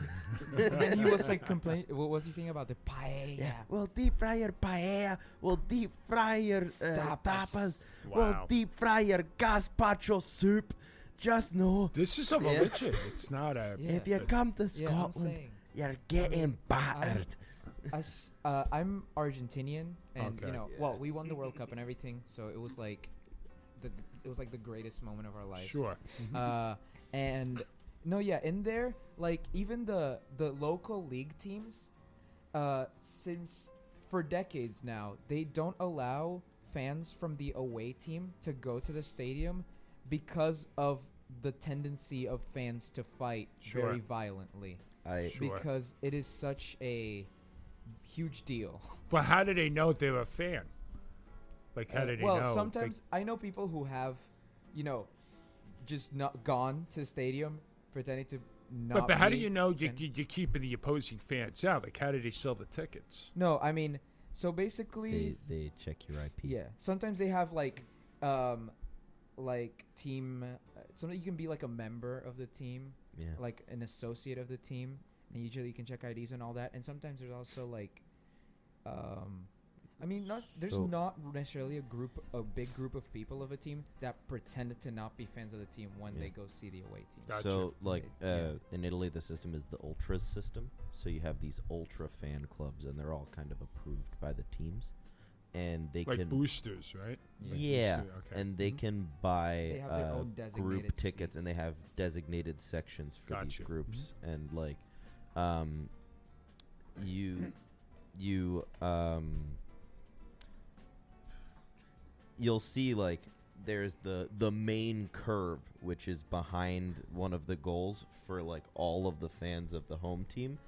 [SPEAKER 6] and then he was like complaining what was he saying about the paella?
[SPEAKER 2] Yeah. We'll deep fry your paella. We'll deep fry your uh,
[SPEAKER 6] Tapas.
[SPEAKER 2] tapas.
[SPEAKER 7] Wow.
[SPEAKER 2] We'll deep fry your gazpacho soup. Just know
[SPEAKER 7] This is a
[SPEAKER 2] Yeah.
[SPEAKER 7] religion. It's not a.
[SPEAKER 6] Yeah.
[SPEAKER 2] if you come to
[SPEAKER 6] Yeah, I'm
[SPEAKER 2] Scotland,
[SPEAKER 6] saying.
[SPEAKER 2] you're getting battered.
[SPEAKER 6] As, uh, I'm Argentinian, and
[SPEAKER 7] Okay.
[SPEAKER 6] you know, well, we won the World Cup and everything, so it was like the it was like the greatest moment of our life.
[SPEAKER 7] Sure.
[SPEAKER 6] uh, and no, yeah, in there, like even the the local league teams, uh, since for decades now, they don't allow fans from the away team to go to the stadium because of the tendency of fans to fight
[SPEAKER 7] Sure.
[SPEAKER 6] very violently
[SPEAKER 2] I
[SPEAKER 7] Sure.
[SPEAKER 6] because it is such a huge deal.
[SPEAKER 7] Well, how do they know they're a fan? Like, how
[SPEAKER 6] Uh,
[SPEAKER 7] do they
[SPEAKER 6] well,
[SPEAKER 7] know? They-
[SPEAKER 6] sometimes I know people who have, you know, just not gone to the stadium pretending to not.
[SPEAKER 7] but, but how do
[SPEAKER 6] be
[SPEAKER 7] you know you,
[SPEAKER 6] and-
[SPEAKER 7] you, you're keeping the opposing fans out? Like, how do they sell the tickets?
[SPEAKER 6] No, I mean, so basically,
[SPEAKER 2] They, they check your IP.
[SPEAKER 6] yeah. Sometimes they have like, um, like team. Uh, sometimes you can be like a member of the team,
[SPEAKER 2] Yeah.
[SPEAKER 6] like an associate of the team, and usually you can check IDs and all that. And sometimes there's also like, um. I mean, not, there's
[SPEAKER 2] So-
[SPEAKER 6] not necessarily a group, a big group of people of a team that pretend to not be fans of the team when
[SPEAKER 2] Yeah.
[SPEAKER 6] they go see the away team.
[SPEAKER 7] Gotcha.
[SPEAKER 2] So, like uh,
[SPEAKER 6] Yeah.
[SPEAKER 2] in Italy, the system is the ultras system. So you have these ultra fan clubs, and they're all kind of approved by the teams, and they
[SPEAKER 7] Like
[SPEAKER 2] can
[SPEAKER 7] boosters, right? Like
[SPEAKER 2] yeah,
[SPEAKER 7] booster, okay. Mm-hmm.
[SPEAKER 2] and they
[SPEAKER 6] Mhm.
[SPEAKER 2] can buy
[SPEAKER 6] They have their
[SPEAKER 2] uh,
[SPEAKER 6] own
[SPEAKER 2] group
[SPEAKER 6] designated
[SPEAKER 2] tickets, and they
[SPEAKER 6] seats.
[SPEAKER 2] have designated sections for
[SPEAKER 7] Gotcha. Mm-hmm.
[SPEAKER 2] these groups, and like, um, you, you, um, you'll see like there's the the main curve which is behind one of the goals for like all of the fans of the home team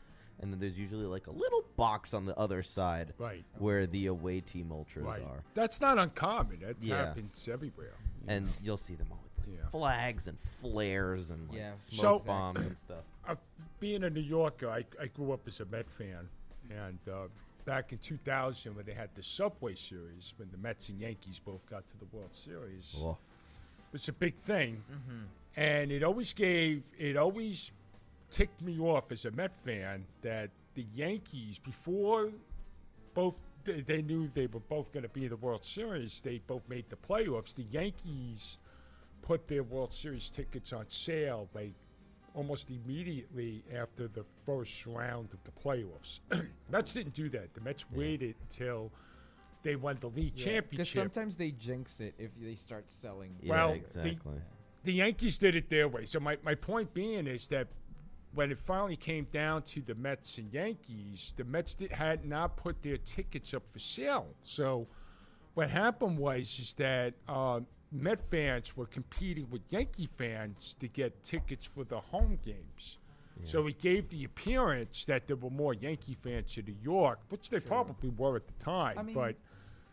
[SPEAKER 2] and then there's usually like a little box on the other side
[SPEAKER 7] right,
[SPEAKER 2] where the away team ultras
[SPEAKER 7] right.
[SPEAKER 2] are
[SPEAKER 7] That's not uncommon. That
[SPEAKER 2] Yeah.
[SPEAKER 7] happens everywhere.
[SPEAKER 2] and you'll see them all with like
[SPEAKER 7] Yeah.
[SPEAKER 2] flags and flares and like
[SPEAKER 6] Yeah.
[SPEAKER 2] smoke
[SPEAKER 7] So-
[SPEAKER 2] bombs and stuff.
[SPEAKER 7] uh, being a New Yorker, I, I grew up as a Met fan, and uh, back in 2000 when they had the Subway Series, when the Mets and Yankees both got to the World Series, it was a big thing, and it always gave it always ticked me off as a Met fan that the Yankees before both they- they knew they were both going to be in the World Series, they both made the playoffs. The Yankees put their World Series tickets on sale like almost immediately after the first round of the playoffs. Mets didn't do that. The Mets waited until they won the league
[SPEAKER 6] Because
[SPEAKER 7] championship.
[SPEAKER 6] sometimes they jinx it if they start selling.
[SPEAKER 2] Yeah,
[SPEAKER 7] Well, the-
[SPEAKER 2] exactly.
[SPEAKER 7] the Yankees did it their way. So my, my point being is that when it finally came down to the Mets and Yankees, the Mets did, had not put their tickets up for sale. So what happened was is that um, Met fans were competing with Yankee fans to get tickets for the home games. So it gave the appearance that there were more Yankee fans in New York, which they probably were at the time.
[SPEAKER 6] I mean,
[SPEAKER 7] but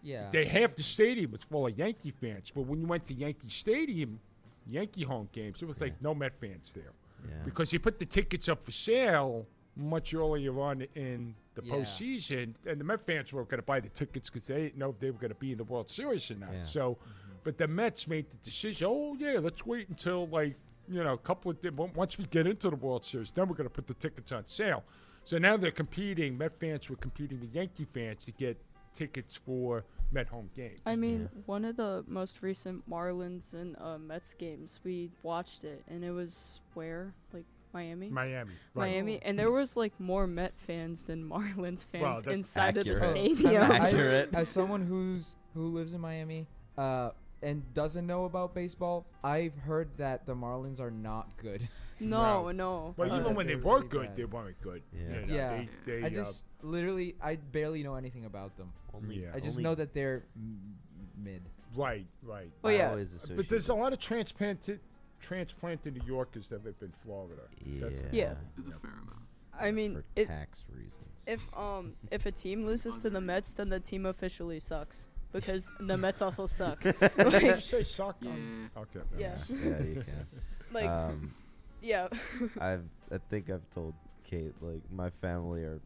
[SPEAKER 6] Yeah.
[SPEAKER 7] they half the stadium was full of Yankee fans, but when you went to Yankee Stadium, Yankee home games, it was like no Met fans there
[SPEAKER 2] Yeah.
[SPEAKER 7] because they put the tickets up for sale much earlier on in the
[SPEAKER 6] Yeah.
[SPEAKER 7] postseason, and the Met fans were going to buy the tickets because they didn't know if they were going to be in the World Series or not.
[SPEAKER 2] Yeah.
[SPEAKER 7] So, but the Mets made the decision. Oh yeah, let's wait until like you know a couple of di- on- once we get into the World Series, then we're going to put the tickets on sale. So now they're competing. Met fans were competing with Yankee fans to get tickets for Met home games.
[SPEAKER 5] I mean, one of the most recent Marlins and uh, Mets games, we watched it, and it was where, like Miami,
[SPEAKER 7] Miami, right?
[SPEAKER 5] Miami, and there was like more Met fans than Marlins fans
[SPEAKER 7] Well, that's
[SPEAKER 5] inside of
[SPEAKER 2] accurate.
[SPEAKER 5] the
[SPEAKER 6] Oh,
[SPEAKER 5] stadium.
[SPEAKER 6] I-
[SPEAKER 2] Accurate.
[SPEAKER 6] as someone who's who lives in Miami, uh, and doesn't know about baseball, I've heard that the Marlins are not good.
[SPEAKER 5] no, no.
[SPEAKER 7] Well,
[SPEAKER 6] Uh,
[SPEAKER 7] even when they
[SPEAKER 6] they're
[SPEAKER 7] were
[SPEAKER 6] really
[SPEAKER 7] good,
[SPEAKER 6] bad.
[SPEAKER 7] they weren't good.
[SPEAKER 2] Yeah.
[SPEAKER 7] You know,
[SPEAKER 6] Yeah.
[SPEAKER 7] They, they,
[SPEAKER 6] I
[SPEAKER 7] uh,
[SPEAKER 6] just literally, I barely know anything about them.
[SPEAKER 2] Only-
[SPEAKER 7] Yeah.
[SPEAKER 6] I just
[SPEAKER 2] only-
[SPEAKER 6] know that they're m- mid.
[SPEAKER 7] right, right.
[SPEAKER 5] Oh
[SPEAKER 2] I
[SPEAKER 5] yeah,
[SPEAKER 2] always
[SPEAKER 7] But
[SPEAKER 2] associate
[SPEAKER 7] there's a
[SPEAKER 2] it-
[SPEAKER 7] lot of transplanted transplanted New Yorkers that live in Florida. That's-
[SPEAKER 5] Yeah.
[SPEAKER 4] There's a fair amount.
[SPEAKER 5] I mean,
[SPEAKER 2] for
[SPEAKER 5] it,
[SPEAKER 2] tax reasons.
[SPEAKER 5] if um if a team loses to the Mets, then the team officially sucks because the Mets also suck.
[SPEAKER 7] Did you
[SPEAKER 5] like,
[SPEAKER 7] say sock?
[SPEAKER 4] Yeah.
[SPEAKER 7] Okay.
[SPEAKER 5] yeah,
[SPEAKER 2] yeah, you can.
[SPEAKER 5] like
[SPEAKER 2] um,
[SPEAKER 5] yeah.
[SPEAKER 2] I've I think I've told Kate like my family are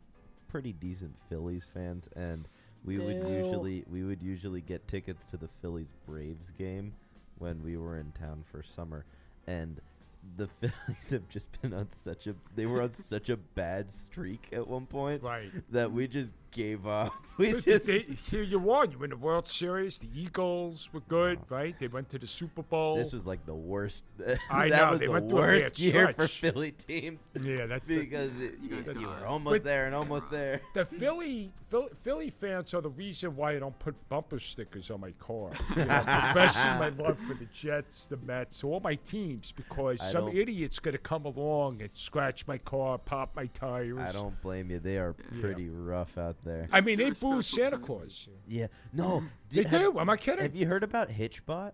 [SPEAKER 2] pretty decent Phillies fans, and we would
[SPEAKER 10] Ew.
[SPEAKER 2] usually we would usually get tickets to the Phillies Braves game when we were in town for summer, and the Phillies have just been on such a they were on such a bad streak at one point
[SPEAKER 7] Right.
[SPEAKER 2] that we just gave up. We
[SPEAKER 7] But
[SPEAKER 2] just
[SPEAKER 7] they- here you are. You win the World Series. The Eagles were good, right? They went to the Super Bowl.
[SPEAKER 2] Oh. this was like the worst.
[SPEAKER 7] Oh. I
[SPEAKER 2] that
[SPEAKER 7] know,
[SPEAKER 2] was
[SPEAKER 7] they
[SPEAKER 2] the
[SPEAKER 7] went through a bad
[SPEAKER 2] worst year for
[SPEAKER 7] stretch.
[SPEAKER 2] Philly teams
[SPEAKER 7] yeah, that's the-
[SPEAKER 2] because it, you,
[SPEAKER 4] guys
[SPEAKER 2] you
[SPEAKER 4] got
[SPEAKER 2] were
[SPEAKER 4] it.
[SPEAKER 2] almost
[SPEAKER 7] But-
[SPEAKER 2] there and almost there.
[SPEAKER 7] The Philly, Philly Philly fans are the reason why I don't put bumper stickers on my car. You know, professing my love for the Jets, the Mets, all my teams, because
[SPEAKER 2] I
[SPEAKER 7] some
[SPEAKER 2] don't-
[SPEAKER 7] idiot's going to come along and scratch my car, pop my tires.
[SPEAKER 2] I don't blame you. They are
[SPEAKER 7] Yeah.
[SPEAKER 2] pretty rough out there.
[SPEAKER 7] I mean,
[SPEAKER 4] They're
[SPEAKER 7] they
[SPEAKER 4] a
[SPEAKER 7] boo
[SPEAKER 4] special
[SPEAKER 7] Santa
[SPEAKER 4] team.
[SPEAKER 7] Claus.
[SPEAKER 2] Yeah. No.
[SPEAKER 7] They
[SPEAKER 2] did- have-
[SPEAKER 7] do. Am I kidding?
[SPEAKER 2] Have you heard about Hitchbot?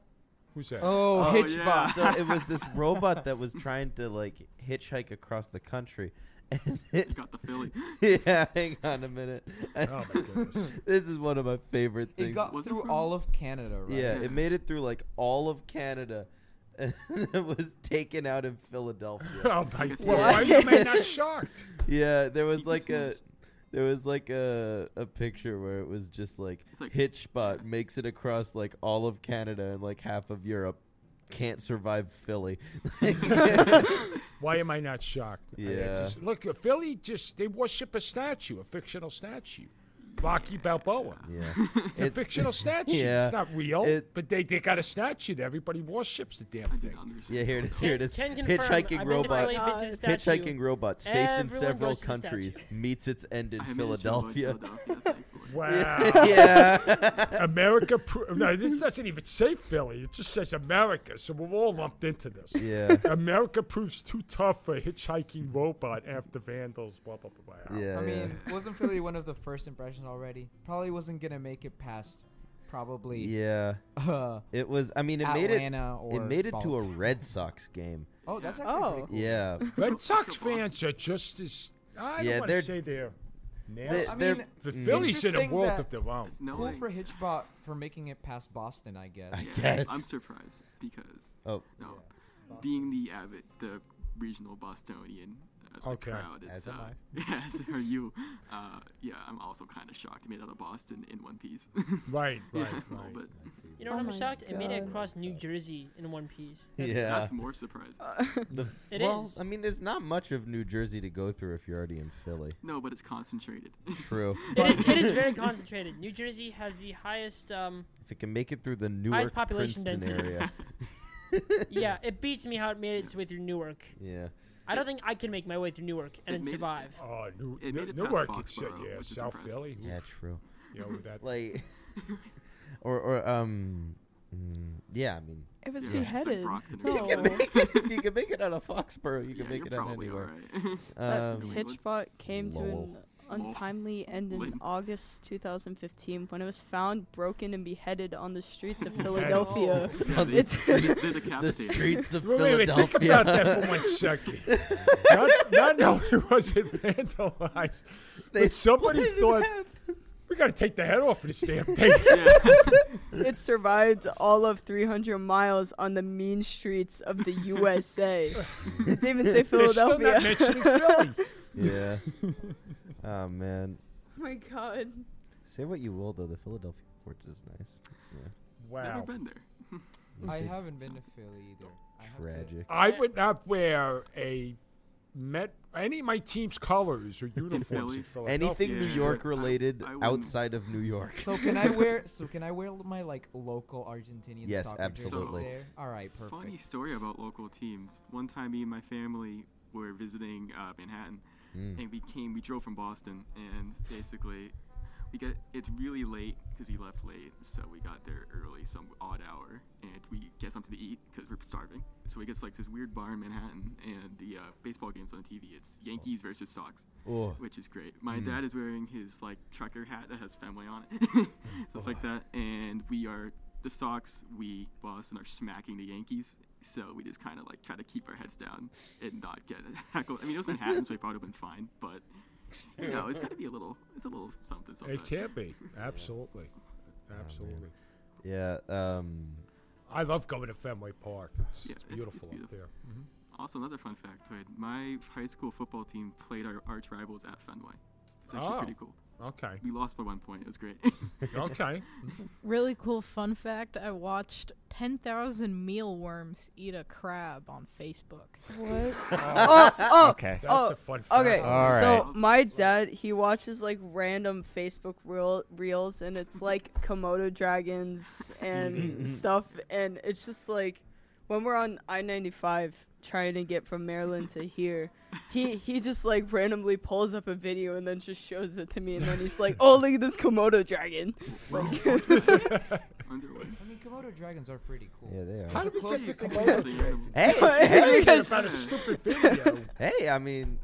[SPEAKER 7] Who's that?
[SPEAKER 6] Oh,
[SPEAKER 4] Oh,
[SPEAKER 6] hitch
[SPEAKER 4] yeah.
[SPEAKER 6] box.
[SPEAKER 2] so it was this robot that was trying to like hitchhike across the country, and
[SPEAKER 4] You
[SPEAKER 2] it,
[SPEAKER 4] got the Philly.
[SPEAKER 2] yeah, hang on a minute.
[SPEAKER 7] Oh, my goodness.
[SPEAKER 2] this is one of my favorite
[SPEAKER 6] It
[SPEAKER 2] things.
[SPEAKER 6] got
[SPEAKER 4] Was it
[SPEAKER 6] through
[SPEAKER 4] from-
[SPEAKER 6] all of Canada, right?
[SPEAKER 2] yeah,
[SPEAKER 4] Yeah.
[SPEAKER 2] it made it through like all of Canada, and it was taken out in Philadelphia.
[SPEAKER 7] Oh, my
[SPEAKER 4] It's
[SPEAKER 7] Well,
[SPEAKER 2] not-
[SPEAKER 7] why are you man, not shocked?
[SPEAKER 2] yeah, there was
[SPEAKER 4] Eaten
[SPEAKER 2] like a.
[SPEAKER 4] smashed.
[SPEAKER 2] There was like a a picture where it was just like,
[SPEAKER 4] It's like-
[SPEAKER 2] Hitchbot makes it across like all of Canada and like half of Europe, can't survive Philly.
[SPEAKER 7] Why am I not shocked? I- I
[SPEAKER 2] Yeah.
[SPEAKER 7] just- look, uh, Philly just, they worship a statue, a fictional statue. Rocky Balboa.
[SPEAKER 2] yeah,
[SPEAKER 7] It's a fictional statue.
[SPEAKER 2] yeah.
[SPEAKER 7] It's not real.
[SPEAKER 2] It-
[SPEAKER 7] but they, they got a statue that everybody worships the damn
[SPEAKER 4] I do
[SPEAKER 7] thing.
[SPEAKER 4] not understand.
[SPEAKER 2] Yeah, here it is. Here it is.
[SPEAKER 10] Ken confirm, I've been
[SPEAKER 2] Hitchhiking
[SPEAKER 10] to
[SPEAKER 2] robot.
[SPEAKER 10] Philly, been to the statue.
[SPEAKER 2] Hitchhiking robot safe in
[SPEAKER 10] Everyone
[SPEAKER 2] several
[SPEAKER 10] goes to the statue.
[SPEAKER 2] countries. Meets its end in
[SPEAKER 4] I haven't been to
[SPEAKER 2] Philadelphia.
[SPEAKER 4] Philadelphia, thankfully.
[SPEAKER 7] Wow.
[SPEAKER 2] yeah.
[SPEAKER 7] America. Pro- no, this doesn't even say Philly. It just says America. So we're all lumped into this.
[SPEAKER 2] yeah.
[SPEAKER 7] America proves too tough for a hitchhiking robot after vandals. Blah, blah, blah, blah.
[SPEAKER 2] Yeah.
[SPEAKER 6] I mean, wasn't Philly one of the first impressions already? Probably wasn't gonna make it past, probably.
[SPEAKER 2] yeah.
[SPEAKER 6] Uh,
[SPEAKER 2] It was. I mean, it made
[SPEAKER 6] Atlanta
[SPEAKER 2] it.
[SPEAKER 6] or
[SPEAKER 2] It made it to a
[SPEAKER 6] Baltimore.
[SPEAKER 2] Red Sox game.
[SPEAKER 6] Oh, that's
[SPEAKER 5] Yeah.
[SPEAKER 6] actually pretty
[SPEAKER 5] Oh.
[SPEAKER 6] cool.
[SPEAKER 2] Yeah.
[SPEAKER 7] Red Sox fans are just as. I
[SPEAKER 2] Yeah,
[SPEAKER 7] don't want
[SPEAKER 2] they're-
[SPEAKER 7] to say they're.
[SPEAKER 2] They-
[SPEAKER 7] nasty.
[SPEAKER 6] I
[SPEAKER 2] they're-
[SPEAKER 6] mean,
[SPEAKER 7] the
[SPEAKER 2] mm.
[SPEAKER 7] Phillies in a
[SPEAKER 6] Interesting
[SPEAKER 7] world
[SPEAKER 6] that-
[SPEAKER 7] of their own.
[SPEAKER 4] No,
[SPEAKER 6] cool
[SPEAKER 4] like,
[SPEAKER 6] for Hitchbot for making it past Boston, I guess.
[SPEAKER 2] I
[SPEAKER 4] yeah,
[SPEAKER 2] guess.
[SPEAKER 4] I'm surprised because
[SPEAKER 2] Oh,
[SPEAKER 4] no, being the avid, the regional Bostonian of
[SPEAKER 7] Okay.
[SPEAKER 4] the crowd, it's
[SPEAKER 2] As am
[SPEAKER 4] uh, yeah, so are you? Uh, yeah, I'm also kind of shocked. It Made out of Boston in one piece.
[SPEAKER 7] Right,
[SPEAKER 4] yeah,
[SPEAKER 7] right,
[SPEAKER 4] a
[SPEAKER 7] right.
[SPEAKER 4] little bit.
[SPEAKER 10] You
[SPEAKER 2] Oh
[SPEAKER 10] know what
[SPEAKER 6] oh
[SPEAKER 10] I'm shocked? It made it across New Jersey in one piece. That's,
[SPEAKER 2] Yeah.
[SPEAKER 4] That's more surprising.
[SPEAKER 10] Oh It
[SPEAKER 2] well,
[SPEAKER 10] is.
[SPEAKER 2] I mean, there's not much of New Jersey to go through if you're already in Philly.
[SPEAKER 4] No, but it's concentrated.
[SPEAKER 2] True.
[SPEAKER 10] It is, it is very concentrated. New Jersey has the highest. Um,
[SPEAKER 2] If it can make it through the Newark
[SPEAKER 10] population
[SPEAKER 2] Princeton
[SPEAKER 10] density.
[SPEAKER 2] area,
[SPEAKER 10] yeah, it beats me how it made its way through Newark.
[SPEAKER 2] yeah.
[SPEAKER 10] I don't think I can make my way through Newark and
[SPEAKER 4] It
[SPEAKER 10] then
[SPEAKER 4] made it-
[SPEAKER 10] survive.
[SPEAKER 7] Oh, New,
[SPEAKER 4] It
[SPEAKER 7] New,
[SPEAKER 4] made it past
[SPEAKER 7] Newark, it's, uh,
[SPEAKER 4] Foxborough,
[SPEAKER 7] yeah,
[SPEAKER 4] which is
[SPEAKER 7] South
[SPEAKER 4] impressive.
[SPEAKER 7] Philly.
[SPEAKER 2] Yeah. True.
[SPEAKER 7] You know, that
[SPEAKER 2] like or or um mm, yeah i mean
[SPEAKER 5] If it's
[SPEAKER 4] Yeah, it's like
[SPEAKER 5] beheaded.
[SPEAKER 4] Brockton or
[SPEAKER 5] No.
[SPEAKER 4] something.
[SPEAKER 5] You can make
[SPEAKER 2] if you can make it out of foxborough you
[SPEAKER 4] Yeah,
[SPEAKER 2] can make
[SPEAKER 4] you're
[SPEAKER 2] it out
[SPEAKER 4] probably
[SPEAKER 2] anywhere
[SPEAKER 4] alright.
[SPEAKER 5] That
[SPEAKER 2] um,
[SPEAKER 4] England.
[SPEAKER 5] Hitchbot came to an
[SPEAKER 2] Lowell.
[SPEAKER 5] untimely end in
[SPEAKER 4] Lynn.
[SPEAKER 5] August 2015 when it was found broken and beheaded on the streets of Philadelphia.
[SPEAKER 4] Yeah, they-
[SPEAKER 5] It's-
[SPEAKER 4] they- they're
[SPEAKER 2] Oh. the
[SPEAKER 4] decapitated.
[SPEAKER 2] streets of
[SPEAKER 7] Wait, wait, wait, think about
[SPEAKER 2] philadelphia
[SPEAKER 7] that for one second. not, not only was it vandalized,
[SPEAKER 2] They
[SPEAKER 7] but somebody
[SPEAKER 5] split it in
[SPEAKER 7] thought,
[SPEAKER 5] half.
[SPEAKER 7] we got to take the head off of this damn thing.
[SPEAKER 5] It survived all of 300 miles on the mean streets of the USA. It didn't even say
[SPEAKER 7] They're still
[SPEAKER 5] Philadelphia.
[SPEAKER 7] not mentioning Philly.
[SPEAKER 2] yeah oh man
[SPEAKER 5] oh my god.
[SPEAKER 2] say what you will though the philadelphia porch is nice
[SPEAKER 7] Wow.
[SPEAKER 4] Never been there.
[SPEAKER 6] I haven't been to Philly either. I have to-
[SPEAKER 2] tragic
[SPEAKER 7] I would not wear a Met, any of my team's colors or uniforms
[SPEAKER 4] Philly?
[SPEAKER 7] in Philadelphia.
[SPEAKER 2] anything new
[SPEAKER 4] Yeah.
[SPEAKER 2] york
[SPEAKER 4] I-
[SPEAKER 2] related
[SPEAKER 4] I wouldn't-
[SPEAKER 2] outside of new york
[SPEAKER 6] So can I wear? So can I wear l- my like local Argentinian
[SPEAKER 2] Yes,
[SPEAKER 6] soccer jerseys
[SPEAKER 4] absolutely.
[SPEAKER 6] there? All right, perfect.
[SPEAKER 4] Funny story about local teams. One time, me and my family were visiting uh, Manhattan, and we came. We drove from Boston, and basically, we got it's really late because we left late, so we got there early, some odd hour, and we get something to eat because we're starving. So we get to, like this weird bar in Manhattan, and the uh, baseball games on TV. It's Yankees versus Sox,
[SPEAKER 2] oh
[SPEAKER 4] which is great. My dad is wearing his like trucker hat that has Fenway on it, stuff like that, and we are. The Sox, we Boston are smacking the Yankees, so we just kind of like try to keep our heads down and not get heckled. I mean, it was Manhattan, so we probably been fine, but you know, it's got to be a little, it's a little something. something.
[SPEAKER 7] It can't be. Absolutely.
[SPEAKER 2] Oh,
[SPEAKER 7] Absolutely.
[SPEAKER 2] yeah um
[SPEAKER 7] I love going to Fenway Park. It's,
[SPEAKER 4] Yeah,
[SPEAKER 7] it's
[SPEAKER 4] it's-
[SPEAKER 7] beautiful
[SPEAKER 4] it's
[SPEAKER 7] up
[SPEAKER 4] beautiful.
[SPEAKER 7] there.
[SPEAKER 4] Also, another fun factoid: my high school football team played our arch rivals at Fenway. It's actually
[SPEAKER 7] Oh.
[SPEAKER 4] pretty cool.
[SPEAKER 7] Okay.
[SPEAKER 4] We lost by one point. It was great.
[SPEAKER 7] Okay.
[SPEAKER 9] Really cool fun fact I watched 10,000 mealworms eat a crab on Facebook.
[SPEAKER 5] What? oh, oh,
[SPEAKER 1] Okay.
[SPEAKER 7] That's
[SPEAKER 5] oh,
[SPEAKER 7] a fun fact.
[SPEAKER 5] okay.
[SPEAKER 1] All
[SPEAKER 5] So
[SPEAKER 4] right.
[SPEAKER 5] my dad, he watches like random Facebook reel- reels, and it's like Komodo dragons and stuff, and it's just like when we're on I ninety five trying to get from Maryland to here, he he just like randomly pulls up a video and then just shows it to me, and then he's like, "Oh, look at this Komodo dragon."
[SPEAKER 4] Underwood.
[SPEAKER 6] I mean, Komodo dragons are pretty cool.
[SPEAKER 2] Yeah, they
[SPEAKER 7] How
[SPEAKER 2] are.
[SPEAKER 7] did we get the
[SPEAKER 6] Closest thing-
[SPEAKER 4] It's an
[SPEAKER 7] Komodo dragon?
[SPEAKER 4] animal.
[SPEAKER 2] Hey,
[SPEAKER 7] Hey,
[SPEAKER 5] because-
[SPEAKER 7] about a stupid video.
[SPEAKER 2] hey, I mean,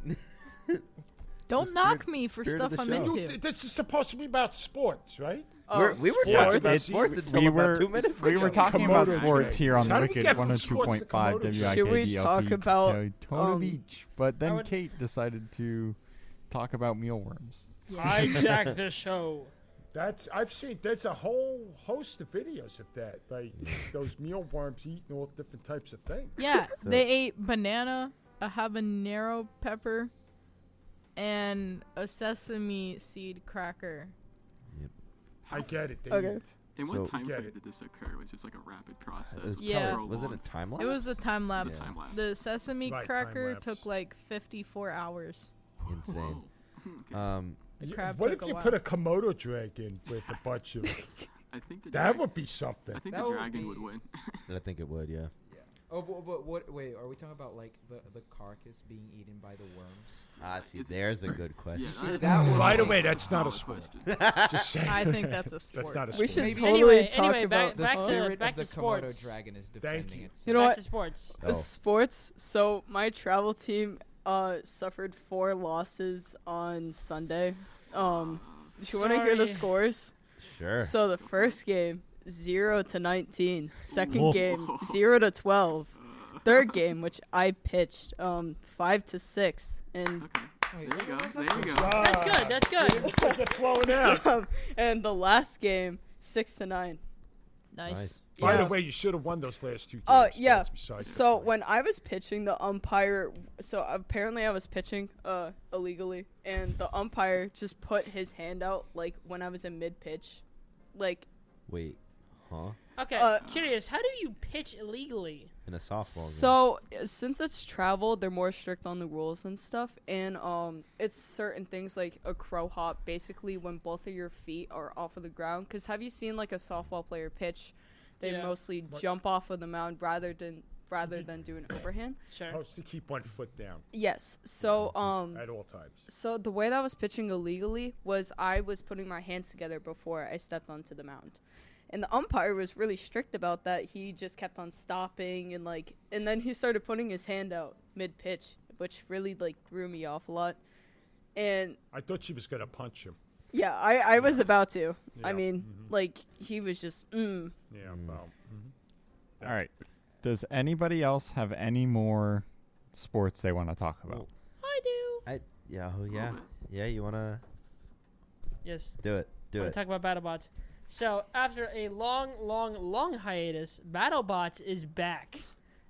[SPEAKER 9] Don't
[SPEAKER 2] spirit-
[SPEAKER 9] knock me for
[SPEAKER 2] spirit of
[SPEAKER 9] stuff
[SPEAKER 2] the
[SPEAKER 9] I'm
[SPEAKER 2] show.
[SPEAKER 9] into.
[SPEAKER 7] You- this is supposed to be about sports, right?
[SPEAKER 2] Oh, we're, we were
[SPEAKER 7] sports.
[SPEAKER 2] talking about
[SPEAKER 7] It's-
[SPEAKER 2] sports until
[SPEAKER 1] we
[SPEAKER 2] about
[SPEAKER 1] were
[SPEAKER 2] two minutes
[SPEAKER 1] we
[SPEAKER 2] ago.
[SPEAKER 1] were talking about
[SPEAKER 7] Komodo dragon.
[SPEAKER 1] sports here on the
[SPEAKER 7] How did we
[SPEAKER 1] Wicked
[SPEAKER 7] get from sports to
[SPEAKER 1] 102.5
[SPEAKER 7] Komodo?
[SPEAKER 1] WIKDLP.
[SPEAKER 5] Should we talk about,
[SPEAKER 1] Daytona
[SPEAKER 5] um,
[SPEAKER 1] Beach? But then
[SPEAKER 10] would-
[SPEAKER 1] Kate decided to talk about mealworms.
[SPEAKER 10] I jack this show.
[SPEAKER 7] That's I've seen. There's a whole host of videos of that, like those mealworms eating all different types of things.
[SPEAKER 9] Yeah,
[SPEAKER 2] So-
[SPEAKER 9] they ate banana, a habanero pepper, and a sesame seed cracker.
[SPEAKER 7] I get it. They
[SPEAKER 5] Okay.
[SPEAKER 7] eat.
[SPEAKER 4] And
[SPEAKER 2] So-
[SPEAKER 4] what time
[SPEAKER 7] Get
[SPEAKER 4] frame
[SPEAKER 7] it.
[SPEAKER 4] did this occur? It was just like a rapid process.
[SPEAKER 2] was,
[SPEAKER 4] probably
[SPEAKER 9] Yeah.
[SPEAKER 4] for a
[SPEAKER 2] was it a
[SPEAKER 4] long-
[SPEAKER 2] time lapse?
[SPEAKER 9] It was a time lapse.
[SPEAKER 2] It's a
[SPEAKER 4] time lapse.
[SPEAKER 9] The sesame
[SPEAKER 7] Right, time
[SPEAKER 9] cracker
[SPEAKER 7] lapse.
[SPEAKER 9] took like 54 hours.
[SPEAKER 2] insane.
[SPEAKER 4] Whoa. Okay.
[SPEAKER 2] Um,
[SPEAKER 9] The
[SPEAKER 7] You-
[SPEAKER 9] crab
[SPEAKER 7] what
[SPEAKER 9] took
[SPEAKER 7] if
[SPEAKER 9] a
[SPEAKER 7] you
[SPEAKER 9] while.
[SPEAKER 7] put a Komodo dragon with a bunch of?
[SPEAKER 4] I think the
[SPEAKER 7] that
[SPEAKER 4] drag-
[SPEAKER 7] would be something.
[SPEAKER 4] I think
[SPEAKER 6] That
[SPEAKER 4] the
[SPEAKER 6] would
[SPEAKER 4] dragon would
[SPEAKER 6] be-
[SPEAKER 4] win.
[SPEAKER 2] I think it would, yeah.
[SPEAKER 6] Oh, but, but what? Wait, are we talking about like the the carcass being eaten by the worms?
[SPEAKER 2] Ah, see,
[SPEAKER 4] Is it-
[SPEAKER 2] there's a good
[SPEAKER 4] yeah,
[SPEAKER 2] question.
[SPEAKER 4] that,
[SPEAKER 7] Right away, that's not a
[SPEAKER 4] solid
[SPEAKER 7] sport.
[SPEAKER 4] question.
[SPEAKER 7] Just saying.
[SPEAKER 9] I think that's a sport.
[SPEAKER 7] that's not a
[SPEAKER 5] We
[SPEAKER 7] sport.
[SPEAKER 5] should
[SPEAKER 6] Maybe-
[SPEAKER 5] totally
[SPEAKER 10] Anyway,
[SPEAKER 5] talk
[SPEAKER 10] anyway, back-
[SPEAKER 5] about this.
[SPEAKER 10] to-
[SPEAKER 6] the spirit
[SPEAKER 10] back
[SPEAKER 6] of the
[SPEAKER 10] to sports.
[SPEAKER 6] Komodo dragon is
[SPEAKER 7] Thank
[SPEAKER 6] defending
[SPEAKER 7] you.
[SPEAKER 6] itself.
[SPEAKER 5] You know
[SPEAKER 10] Back
[SPEAKER 5] what?
[SPEAKER 10] to sports.
[SPEAKER 5] Uh,
[SPEAKER 2] Oh.
[SPEAKER 5] sports. So my travel team uh, suffered four losses on Sunday. Um, do you want to hear the
[SPEAKER 10] Sorry.
[SPEAKER 5] scores?
[SPEAKER 2] Sure.
[SPEAKER 5] So the first game, zero to nineteen. Second
[SPEAKER 1] Whoa.
[SPEAKER 5] game, zero to twelve. Third game, which I pitched, um, five to six, and
[SPEAKER 4] Okay.
[SPEAKER 6] Wait,
[SPEAKER 4] There you go.
[SPEAKER 6] what was that
[SPEAKER 4] There you go.
[SPEAKER 10] That's good. That's good.
[SPEAKER 7] They're blowing out.
[SPEAKER 5] and the last game, six to nine.
[SPEAKER 9] nice.
[SPEAKER 2] nice.
[SPEAKER 7] By the
[SPEAKER 5] Yeah.
[SPEAKER 7] way, you should have won those last two games.
[SPEAKER 5] Oh yeah.
[SPEAKER 7] That's beside the
[SPEAKER 5] So
[SPEAKER 7] point.
[SPEAKER 5] when I was pitching, the umpire. So apparently I was pitching uh, illegally, and the umpire just put his hand out like when I was in mid pitch, like
[SPEAKER 2] Wait, huh?
[SPEAKER 10] Okay,
[SPEAKER 5] Uh,
[SPEAKER 10] curious. How do you pitch illegally?
[SPEAKER 2] In a softball game.
[SPEAKER 5] So uh, since it's travel, they're more strict on the rules and stuff, and um, it's certain things like a crow hop, basically when both of your feet are off of the ground. Because have you seen like a softball player pitch? They
[SPEAKER 10] Yeah.
[SPEAKER 5] mostly jump off of the mound rather than rather than do an overhand.
[SPEAKER 10] Sure.
[SPEAKER 7] supposed to keep one foot down
[SPEAKER 5] Yes. So um,
[SPEAKER 7] Mm-hmm. at all times.
[SPEAKER 5] so the way that I was pitching illegally was I was putting my hands together before I stepped onto the mound. And the umpire was really strict about that. He just kept on stopping and like and then he started putting his hand out mid pitch, which really like threw me off a lot. And
[SPEAKER 7] I thought she was going to punch him.
[SPEAKER 5] yeah, I, I was about to.
[SPEAKER 7] Yeah,
[SPEAKER 5] I
[SPEAKER 7] Mm-hmm.
[SPEAKER 5] mean, like he was just mm.
[SPEAKER 7] Yeah, well,
[SPEAKER 1] All right. Does anybody else have any more sports they want to talk about?
[SPEAKER 9] I do.
[SPEAKER 2] I, yeah, oh, yeah.
[SPEAKER 4] Love it.
[SPEAKER 2] Yeah, you want to
[SPEAKER 10] Yes.
[SPEAKER 2] do it. Do
[SPEAKER 10] We're
[SPEAKER 2] it.
[SPEAKER 10] talk about BattleBots. So after a long, long, long hiatus, BattleBots is back,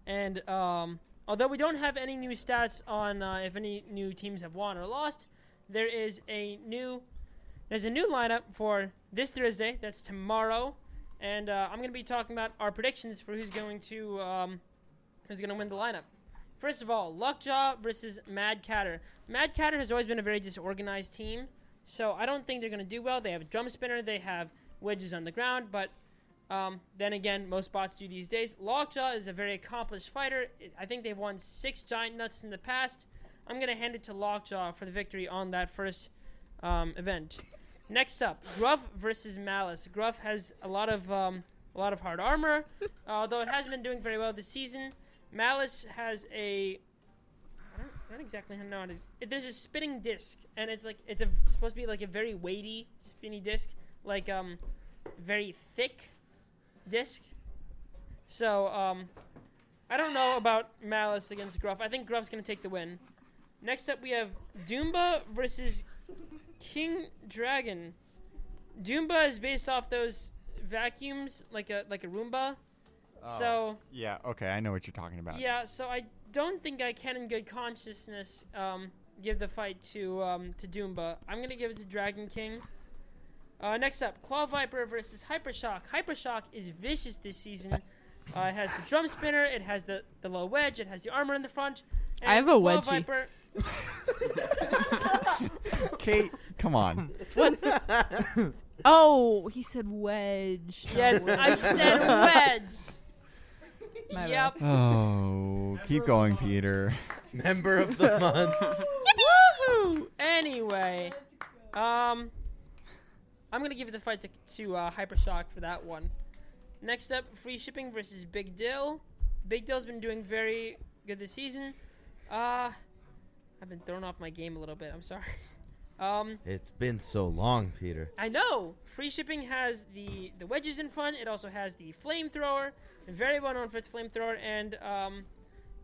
[SPEAKER 10] and um, although we don't have any new stats on uh, if any new teams have won or lost, there is a new, there's a new lineup for this Thursday. That's tomorrow, and uh, I'm gonna be talking about our predictions for who's going to um, who's gonna win the lineup. First of all, Luckjaw versus Mad Catter. Mad Catter has always been a very disorganized team, so I don't think they're going to do well. They have a drum spinner, they have wedges on the ground, but um, then again, most bots do these days. Lockjaw is a very accomplished fighter. I think they've won six giant nuts in the past. I'm going to hand it to Lockjaw for the victory on that first um, event. Next up, Gruff versus Malice. Gruff has a lot of um, a lot of hard armor, although it hasn't been doing very well this season. Malice has a I don't, I don't exactly know how it is. It- There's a spinning disc, and it's like it's a, supposed to be like a very weighty spinny disc, like um, very thick disc. So um, I don't know about Malice against Gruff. I think Gruff's gonna take the win. Next up, we have Doomba versus King Dragon. Doomba is based off those vacuums, like a like a Roomba.
[SPEAKER 1] Oh.
[SPEAKER 10] Oh, So
[SPEAKER 1] Yeah, okay, I know what you're talking about.
[SPEAKER 10] yeah, so I don't think I can, in good consciousness, um, give the fight to um, to Doomba. I'm gonna give it to Dragon King. Uh, next up, Claw Viper versus Hypershock. Hypershock is vicious this season. Uh, it has the drum spinner, it has the, the low wedge, it has the armor in the front.
[SPEAKER 9] I have a
[SPEAKER 10] Claw
[SPEAKER 9] wedgie.
[SPEAKER 10] Viper-
[SPEAKER 1] Kate, come on.
[SPEAKER 9] Oh, he said wedge.
[SPEAKER 10] yes, I said wedge.
[SPEAKER 9] My bad.
[SPEAKER 10] yep.
[SPEAKER 1] Oh, keep going, Peter.
[SPEAKER 2] Member of the month.
[SPEAKER 10] Woohoo! Anyway, um, I'm gonna give the fight to, to uh, Hypershock for that one. Next up, free shipping versus Big Dill. Big Dill's been doing very good this season. Uh, I've been thrown off my game a little bit. I'm sorry. Um,
[SPEAKER 2] It's been so long, Peter.
[SPEAKER 10] I know free shipping has the the wedges in front. It also has the flamethrower, very well known for its flamethrower, and um,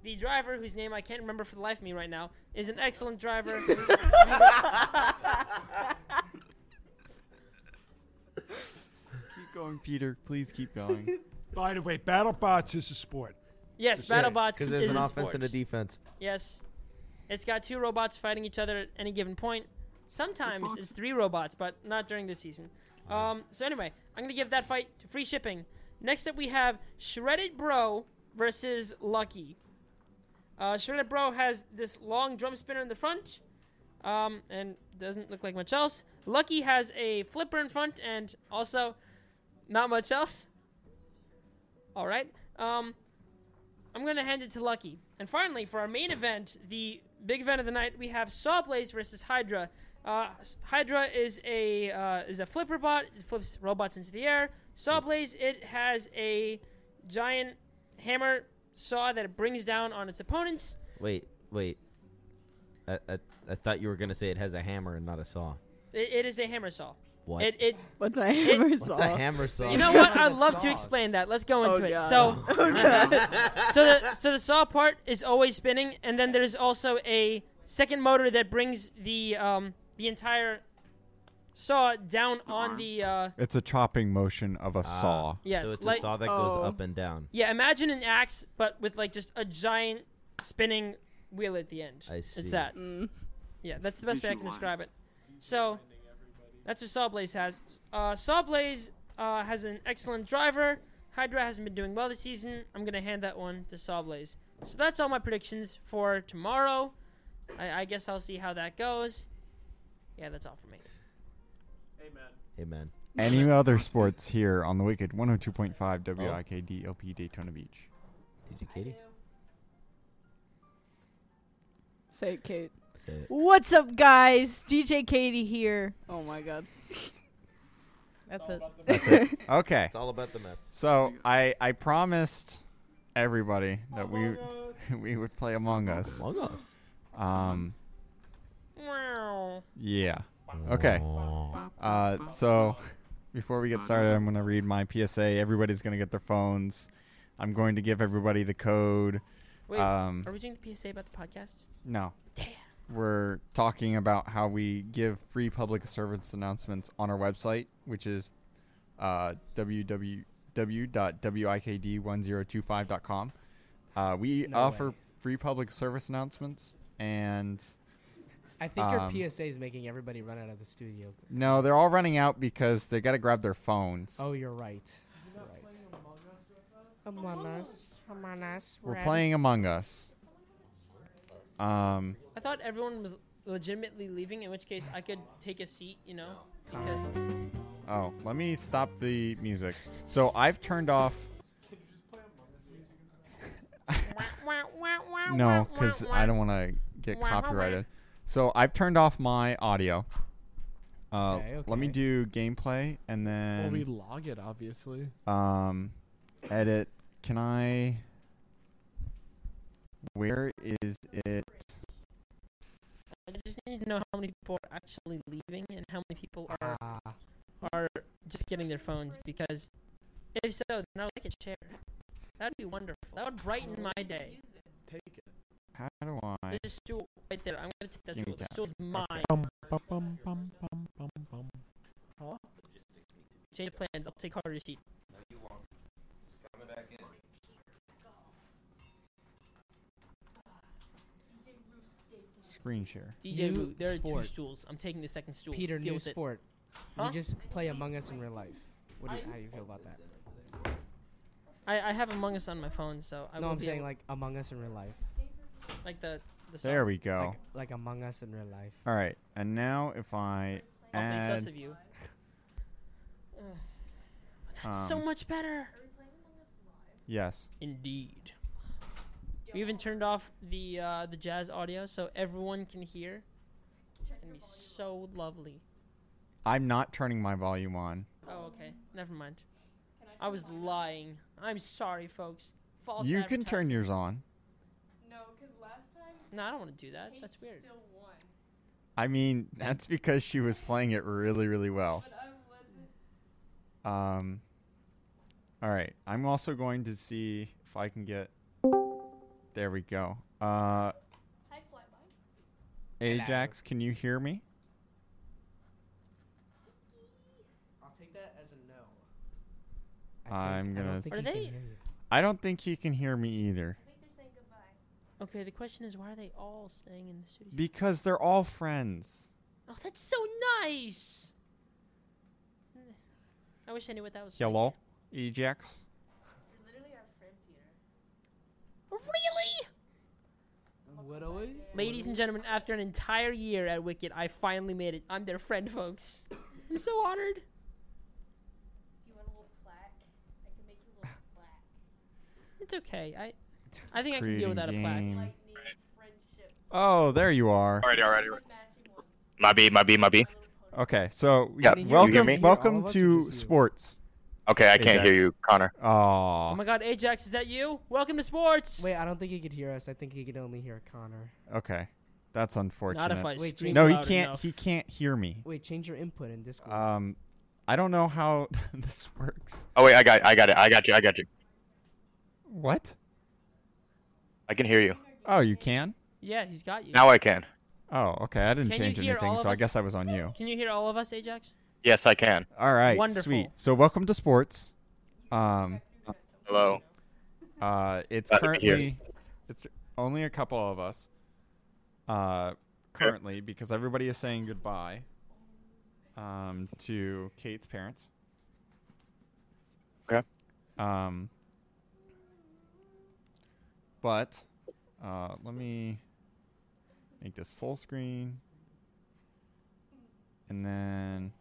[SPEAKER 10] the driver whose name I can't remember for the life of me right now is an excellent driver.
[SPEAKER 1] Keep going, Peter. Please keep going.
[SPEAKER 7] By the way, BattleBots is a sport.
[SPEAKER 10] yes,
[SPEAKER 2] That's right,
[SPEAKER 10] BattleBots is
[SPEAKER 2] there's an
[SPEAKER 10] a
[SPEAKER 2] offense
[SPEAKER 10] sport.
[SPEAKER 2] and a defense.
[SPEAKER 10] yes, it's got two robots fighting each other at any given point. Sometimes it's three robots, but not during this season. Um, so anyway, I'm gonna give that fight to free shipping. Next up, we have Shredded Bro versus Lucky. Uh, Shredded Bro has this long drum spinner in the front, um, and doesn't look like much else. Lucky has a flipper in front, and also not much else. All right. Um, I'm gonna hand it to Lucky. And finally, for our main event, the big event of the night, we have Sawblaze versus Hydra. Uh, s- Hydra is a uh, is a flipper bot. It flips robots into the air. Sawblaze it has a giant hammer saw that it brings down on its opponents.
[SPEAKER 2] Wait, wait. I, I, I thought you were gonna say it has a hammer and not a saw.
[SPEAKER 10] It, it is a hammer saw.
[SPEAKER 2] What?
[SPEAKER 10] It, it
[SPEAKER 9] What's a hammer
[SPEAKER 10] What's
[SPEAKER 2] What's
[SPEAKER 9] saw?
[SPEAKER 2] a hammer saw?
[SPEAKER 10] you know what? I'd
[SPEAKER 6] That
[SPEAKER 10] love to
[SPEAKER 6] saws.
[SPEAKER 10] explain that. Let's go
[SPEAKER 5] Oh,
[SPEAKER 10] into it.
[SPEAKER 5] God.
[SPEAKER 10] So so the so the saw part is always spinning, and then there's also a second motor that brings the um, the entire saw down on
[SPEAKER 4] arm.
[SPEAKER 10] the uh,
[SPEAKER 1] It's a chopping motion of a
[SPEAKER 2] Ah,
[SPEAKER 1] saw.
[SPEAKER 10] yes,
[SPEAKER 2] So it's
[SPEAKER 10] like
[SPEAKER 2] a saw that goes
[SPEAKER 5] oh.
[SPEAKER 2] up and down.
[SPEAKER 10] yeah. Imagine an axe, but with like just a giant spinning wheel at the end.
[SPEAKER 2] I see.
[SPEAKER 10] It's that.
[SPEAKER 5] Mm.
[SPEAKER 10] Yeah, that's the best way I can
[SPEAKER 4] Visualize.
[SPEAKER 10] describe it. So, that's what Sawblaze has. Uh, Sawblaze uh, has an excellent driver. Hydra hasn't been doing well this season. I'm going to hand that one to Sawblaze. So, that's all my predictions for tomorrow. I, I guess I'll see how that goes. Yeah, that's all for me.
[SPEAKER 2] Amen.
[SPEAKER 1] Any other sports here on the Wicked 102.5 WIKD LP Daytona Beach?
[SPEAKER 2] Oh. Did you, Katie?
[SPEAKER 9] Say it, Kate.
[SPEAKER 2] Say it.
[SPEAKER 9] What's up, guys? DJ Katie here.
[SPEAKER 5] Oh my god.
[SPEAKER 9] That's it.
[SPEAKER 1] Okay.
[SPEAKER 2] It's all about the Mets.
[SPEAKER 1] So I I promised everybody that we we would play Among Us.
[SPEAKER 2] Among Us.
[SPEAKER 1] Um
[SPEAKER 10] Wow.
[SPEAKER 1] yeah. Okay. Uh so before we get started, I'm going to read my PSA. Everybody's going to get their phones. I'm going to give everybody the code.
[SPEAKER 10] Wait,
[SPEAKER 1] Um
[SPEAKER 10] are we doing the PSA about the podcast?
[SPEAKER 1] no.
[SPEAKER 10] Damn.
[SPEAKER 1] We're talking about how we give free public service announcements on our website, which is uh, www.wikd1025.com. Uh, we
[SPEAKER 3] No
[SPEAKER 1] offer
[SPEAKER 3] way.
[SPEAKER 1] free public service announcements, and
[SPEAKER 3] I think
[SPEAKER 1] Um,
[SPEAKER 3] your PSA is making everybody run out of the studio.
[SPEAKER 1] no, they're all running out because they got to grab their phones.
[SPEAKER 3] Oh, you're right. Right. Among Us. Among Us.
[SPEAKER 1] We're playing Among Us. Um,
[SPEAKER 10] I thought everyone was legitimately leaving, in which case I could take a seat, you know? Because
[SPEAKER 1] oh, let me stop the music. So I've turned off. No, because I don't want to get
[SPEAKER 10] Wah, wah, wah.
[SPEAKER 1] copyrighted. So I've turned off my audio. Uh,
[SPEAKER 3] Okay,
[SPEAKER 1] Let me
[SPEAKER 3] okay.
[SPEAKER 1] do gameplay and
[SPEAKER 8] Well, we
[SPEAKER 1] then
[SPEAKER 8] log it, obviously.
[SPEAKER 1] um, edit. Can I? Where is it?
[SPEAKER 10] I just need to know how many people are actually leaving and how many people are
[SPEAKER 3] Ah,
[SPEAKER 10] are just getting their phones because if so, then I'll like a chair. That'd be wonderful. That would brighten my day.
[SPEAKER 8] Take it.
[SPEAKER 1] How do I?
[SPEAKER 10] There's a stool right there. I'm gonna take that
[SPEAKER 1] You
[SPEAKER 10] stool. The
[SPEAKER 1] got
[SPEAKER 10] stool's mine.
[SPEAKER 8] Bum, bum, bum, bum, bum, bum, bum.
[SPEAKER 10] Change of plans. I'll take Carter's seat.
[SPEAKER 1] Screen share.
[SPEAKER 10] DJ,
[SPEAKER 3] New
[SPEAKER 10] Root, there are
[SPEAKER 3] sport.
[SPEAKER 10] two stools. I'm taking the second stool.
[SPEAKER 3] Peter,
[SPEAKER 10] Deal
[SPEAKER 3] new
[SPEAKER 10] with it.
[SPEAKER 3] sport.
[SPEAKER 10] Huh?
[SPEAKER 3] We just play Among Us in real life. What do you, how do you feel about that?
[SPEAKER 10] I, I have Among Us on my phone, so I
[SPEAKER 3] no,
[SPEAKER 10] will
[SPEAKER 3] I'm
[SPEAKER 10] be
[SPEAKER 3] saying
[SPEAKER 10] able-
[SPEAKER 3] like Among Us in real life.
[SPEAKER 10] like the the song.
[SPEAKER 1] There we go.
[SPEAKER 3] Like, like Among Us in real life.
[SPEAKER 1] All right, and now if I
[SPEAKER 10] I'll face us
[SPEAKER 1] add,
[SPEAKER 10] of you. Ugh. That's so
[SPEAKER 1] Um,
[SPEAKER 10] much better.
[SPEAKER 1] yes,
[SPEAKER 10] Indeed. We even turned off the uh, the jazz audio so everyone can hear. It's gonna be so lovely.
[SPEAKER 1] I'm not turning my volume on.
[SPEAKER 10] Oh, okay. Never mind. I was lying. I'm sorry, folks. False
[SPEAKER 1] you can turn
[SPEAKER 10] advertising.
[SPEAKER 1] yours on.
[SPEAKER 10] No, I don't want to do that. That's weird.
[SPEAKER 1] I mean, that's because she was playing it really, really well. Um. All right. I'm also going to see if I can get. There we go. Uh, Ajax, can you hear me?
[SPEAKER 3] I'll take that as a no.
[SPEAKER 1] I'm gonna-
[SPEAKER 10] Are they-
[SPEAKER 1] I don't think he can hear me either
[SPEAKER 10] Okay, the question is why are they all staying in the studio?
[SPEAKER 1] because they're all friends.
[SPEAKER 10] oh, that's so nice. I wish I knew what that was. like.
[SPEAKER 1] Hello, Ajax.
[SPEAKER 10] Really?
[SPEAKER 6] What are we?
[SPEAKER 10] Ladies and gentlemen, after an entire year at Wicked, I finally made it. I'm their friend, folks. I'm so honored. It's okay. I I think I can deal without a
[SPEAKER 1] Creating
[SPEAKER 10] plaque.
[SPEAKER 1] game. Oh, there you are.
[SPEAKER 11] Alrighty, alrighty, alrighty. My B, my B, my B.
[SPEAKER 1] Okay, so
[SPEAKER 11] Yeah.
[SPEAKER 1] yeah,
[SPEAKER 11] Can you
[SPEAKER 1] welcome,
[SPEAKER 11] hear me?
[SPEAKER 3] All
[SPEAKER 1] welcome
[SPEAKER 3] of us or
[SPEAKER 1] to
[SPEAKER 3] just you?
[SPEAKER 1] sports.
[SPEAKER 11] Okay, I can't hear
[SPEAKER 1] Ajax.
[SPEAKER 11] you, Connor.
[SPEAKER 10] Oh
[SPEAKER 1] Oh,
[SPEAKER 10] my god, Ajax, is that you? Welcome to sports.
[SPEAKER 3] Wait, I don't think he could hear us. I think he could only hear Connor.
[SPEAKER 1] okay, that's unfortunate.
[SPEAKER 10] Not if I
[SPEAKER 3] Wait,
[SPEAKER 10] scream
[SPEAKER 1] no, he
[SPEAKER 10] loud
[SPEAKER 1] can't.
[SPEAKER 10] enough.
[SPEAKER 1] He can't hear me.
[SPEAKER 3] Wait, change your input in Discord.
[SPEAKER 1] Um, I don't know how this works.
[SPEAKER 11] Oh wait, I got, I got it, I got you, I got you.
[SPEAKER 1] What?
[SPEAKER 11] I can hear you
[SPEAKER 1] Oh, you can.
[SPEAKER 10] Yeah, he's got you.
[SPEAKER 11] now. I can.
[SPEAKER 1] Oh, okay. I didn't
[SPEAKER 10] Can you
[SPEAKER 1] change
[SPEAKER 10] hear all
[SPEAKER 1] anything,
[SPEAKER 10] of
[SPEAKER 1] so I
[SPEAKER 10] us?
[SPEAKER 1] guess I was on you.
[SPEAKER 10] Can you hear all of us, Ajax?
[SPEAKER 11] Yes, I can.
[SPEAKER 1] All right,
[SPEAKER 10] Wonderful.
[SPEAKER 1] sweet. So welcome to sports. Um,
[SPEAKER 11] Hello.
[SPEAKER 1] Uh, it's
[SPEAKER 11] Glad to be here.
[SPEAKER 1] currently it's only a couple of us. Uh, currently because everybody is saying goodbye. Um, to Kate's parents.
[SPEAKER 11] Okay.
[SPEAKER 1] Um. But, uh, let me make this full screen, and then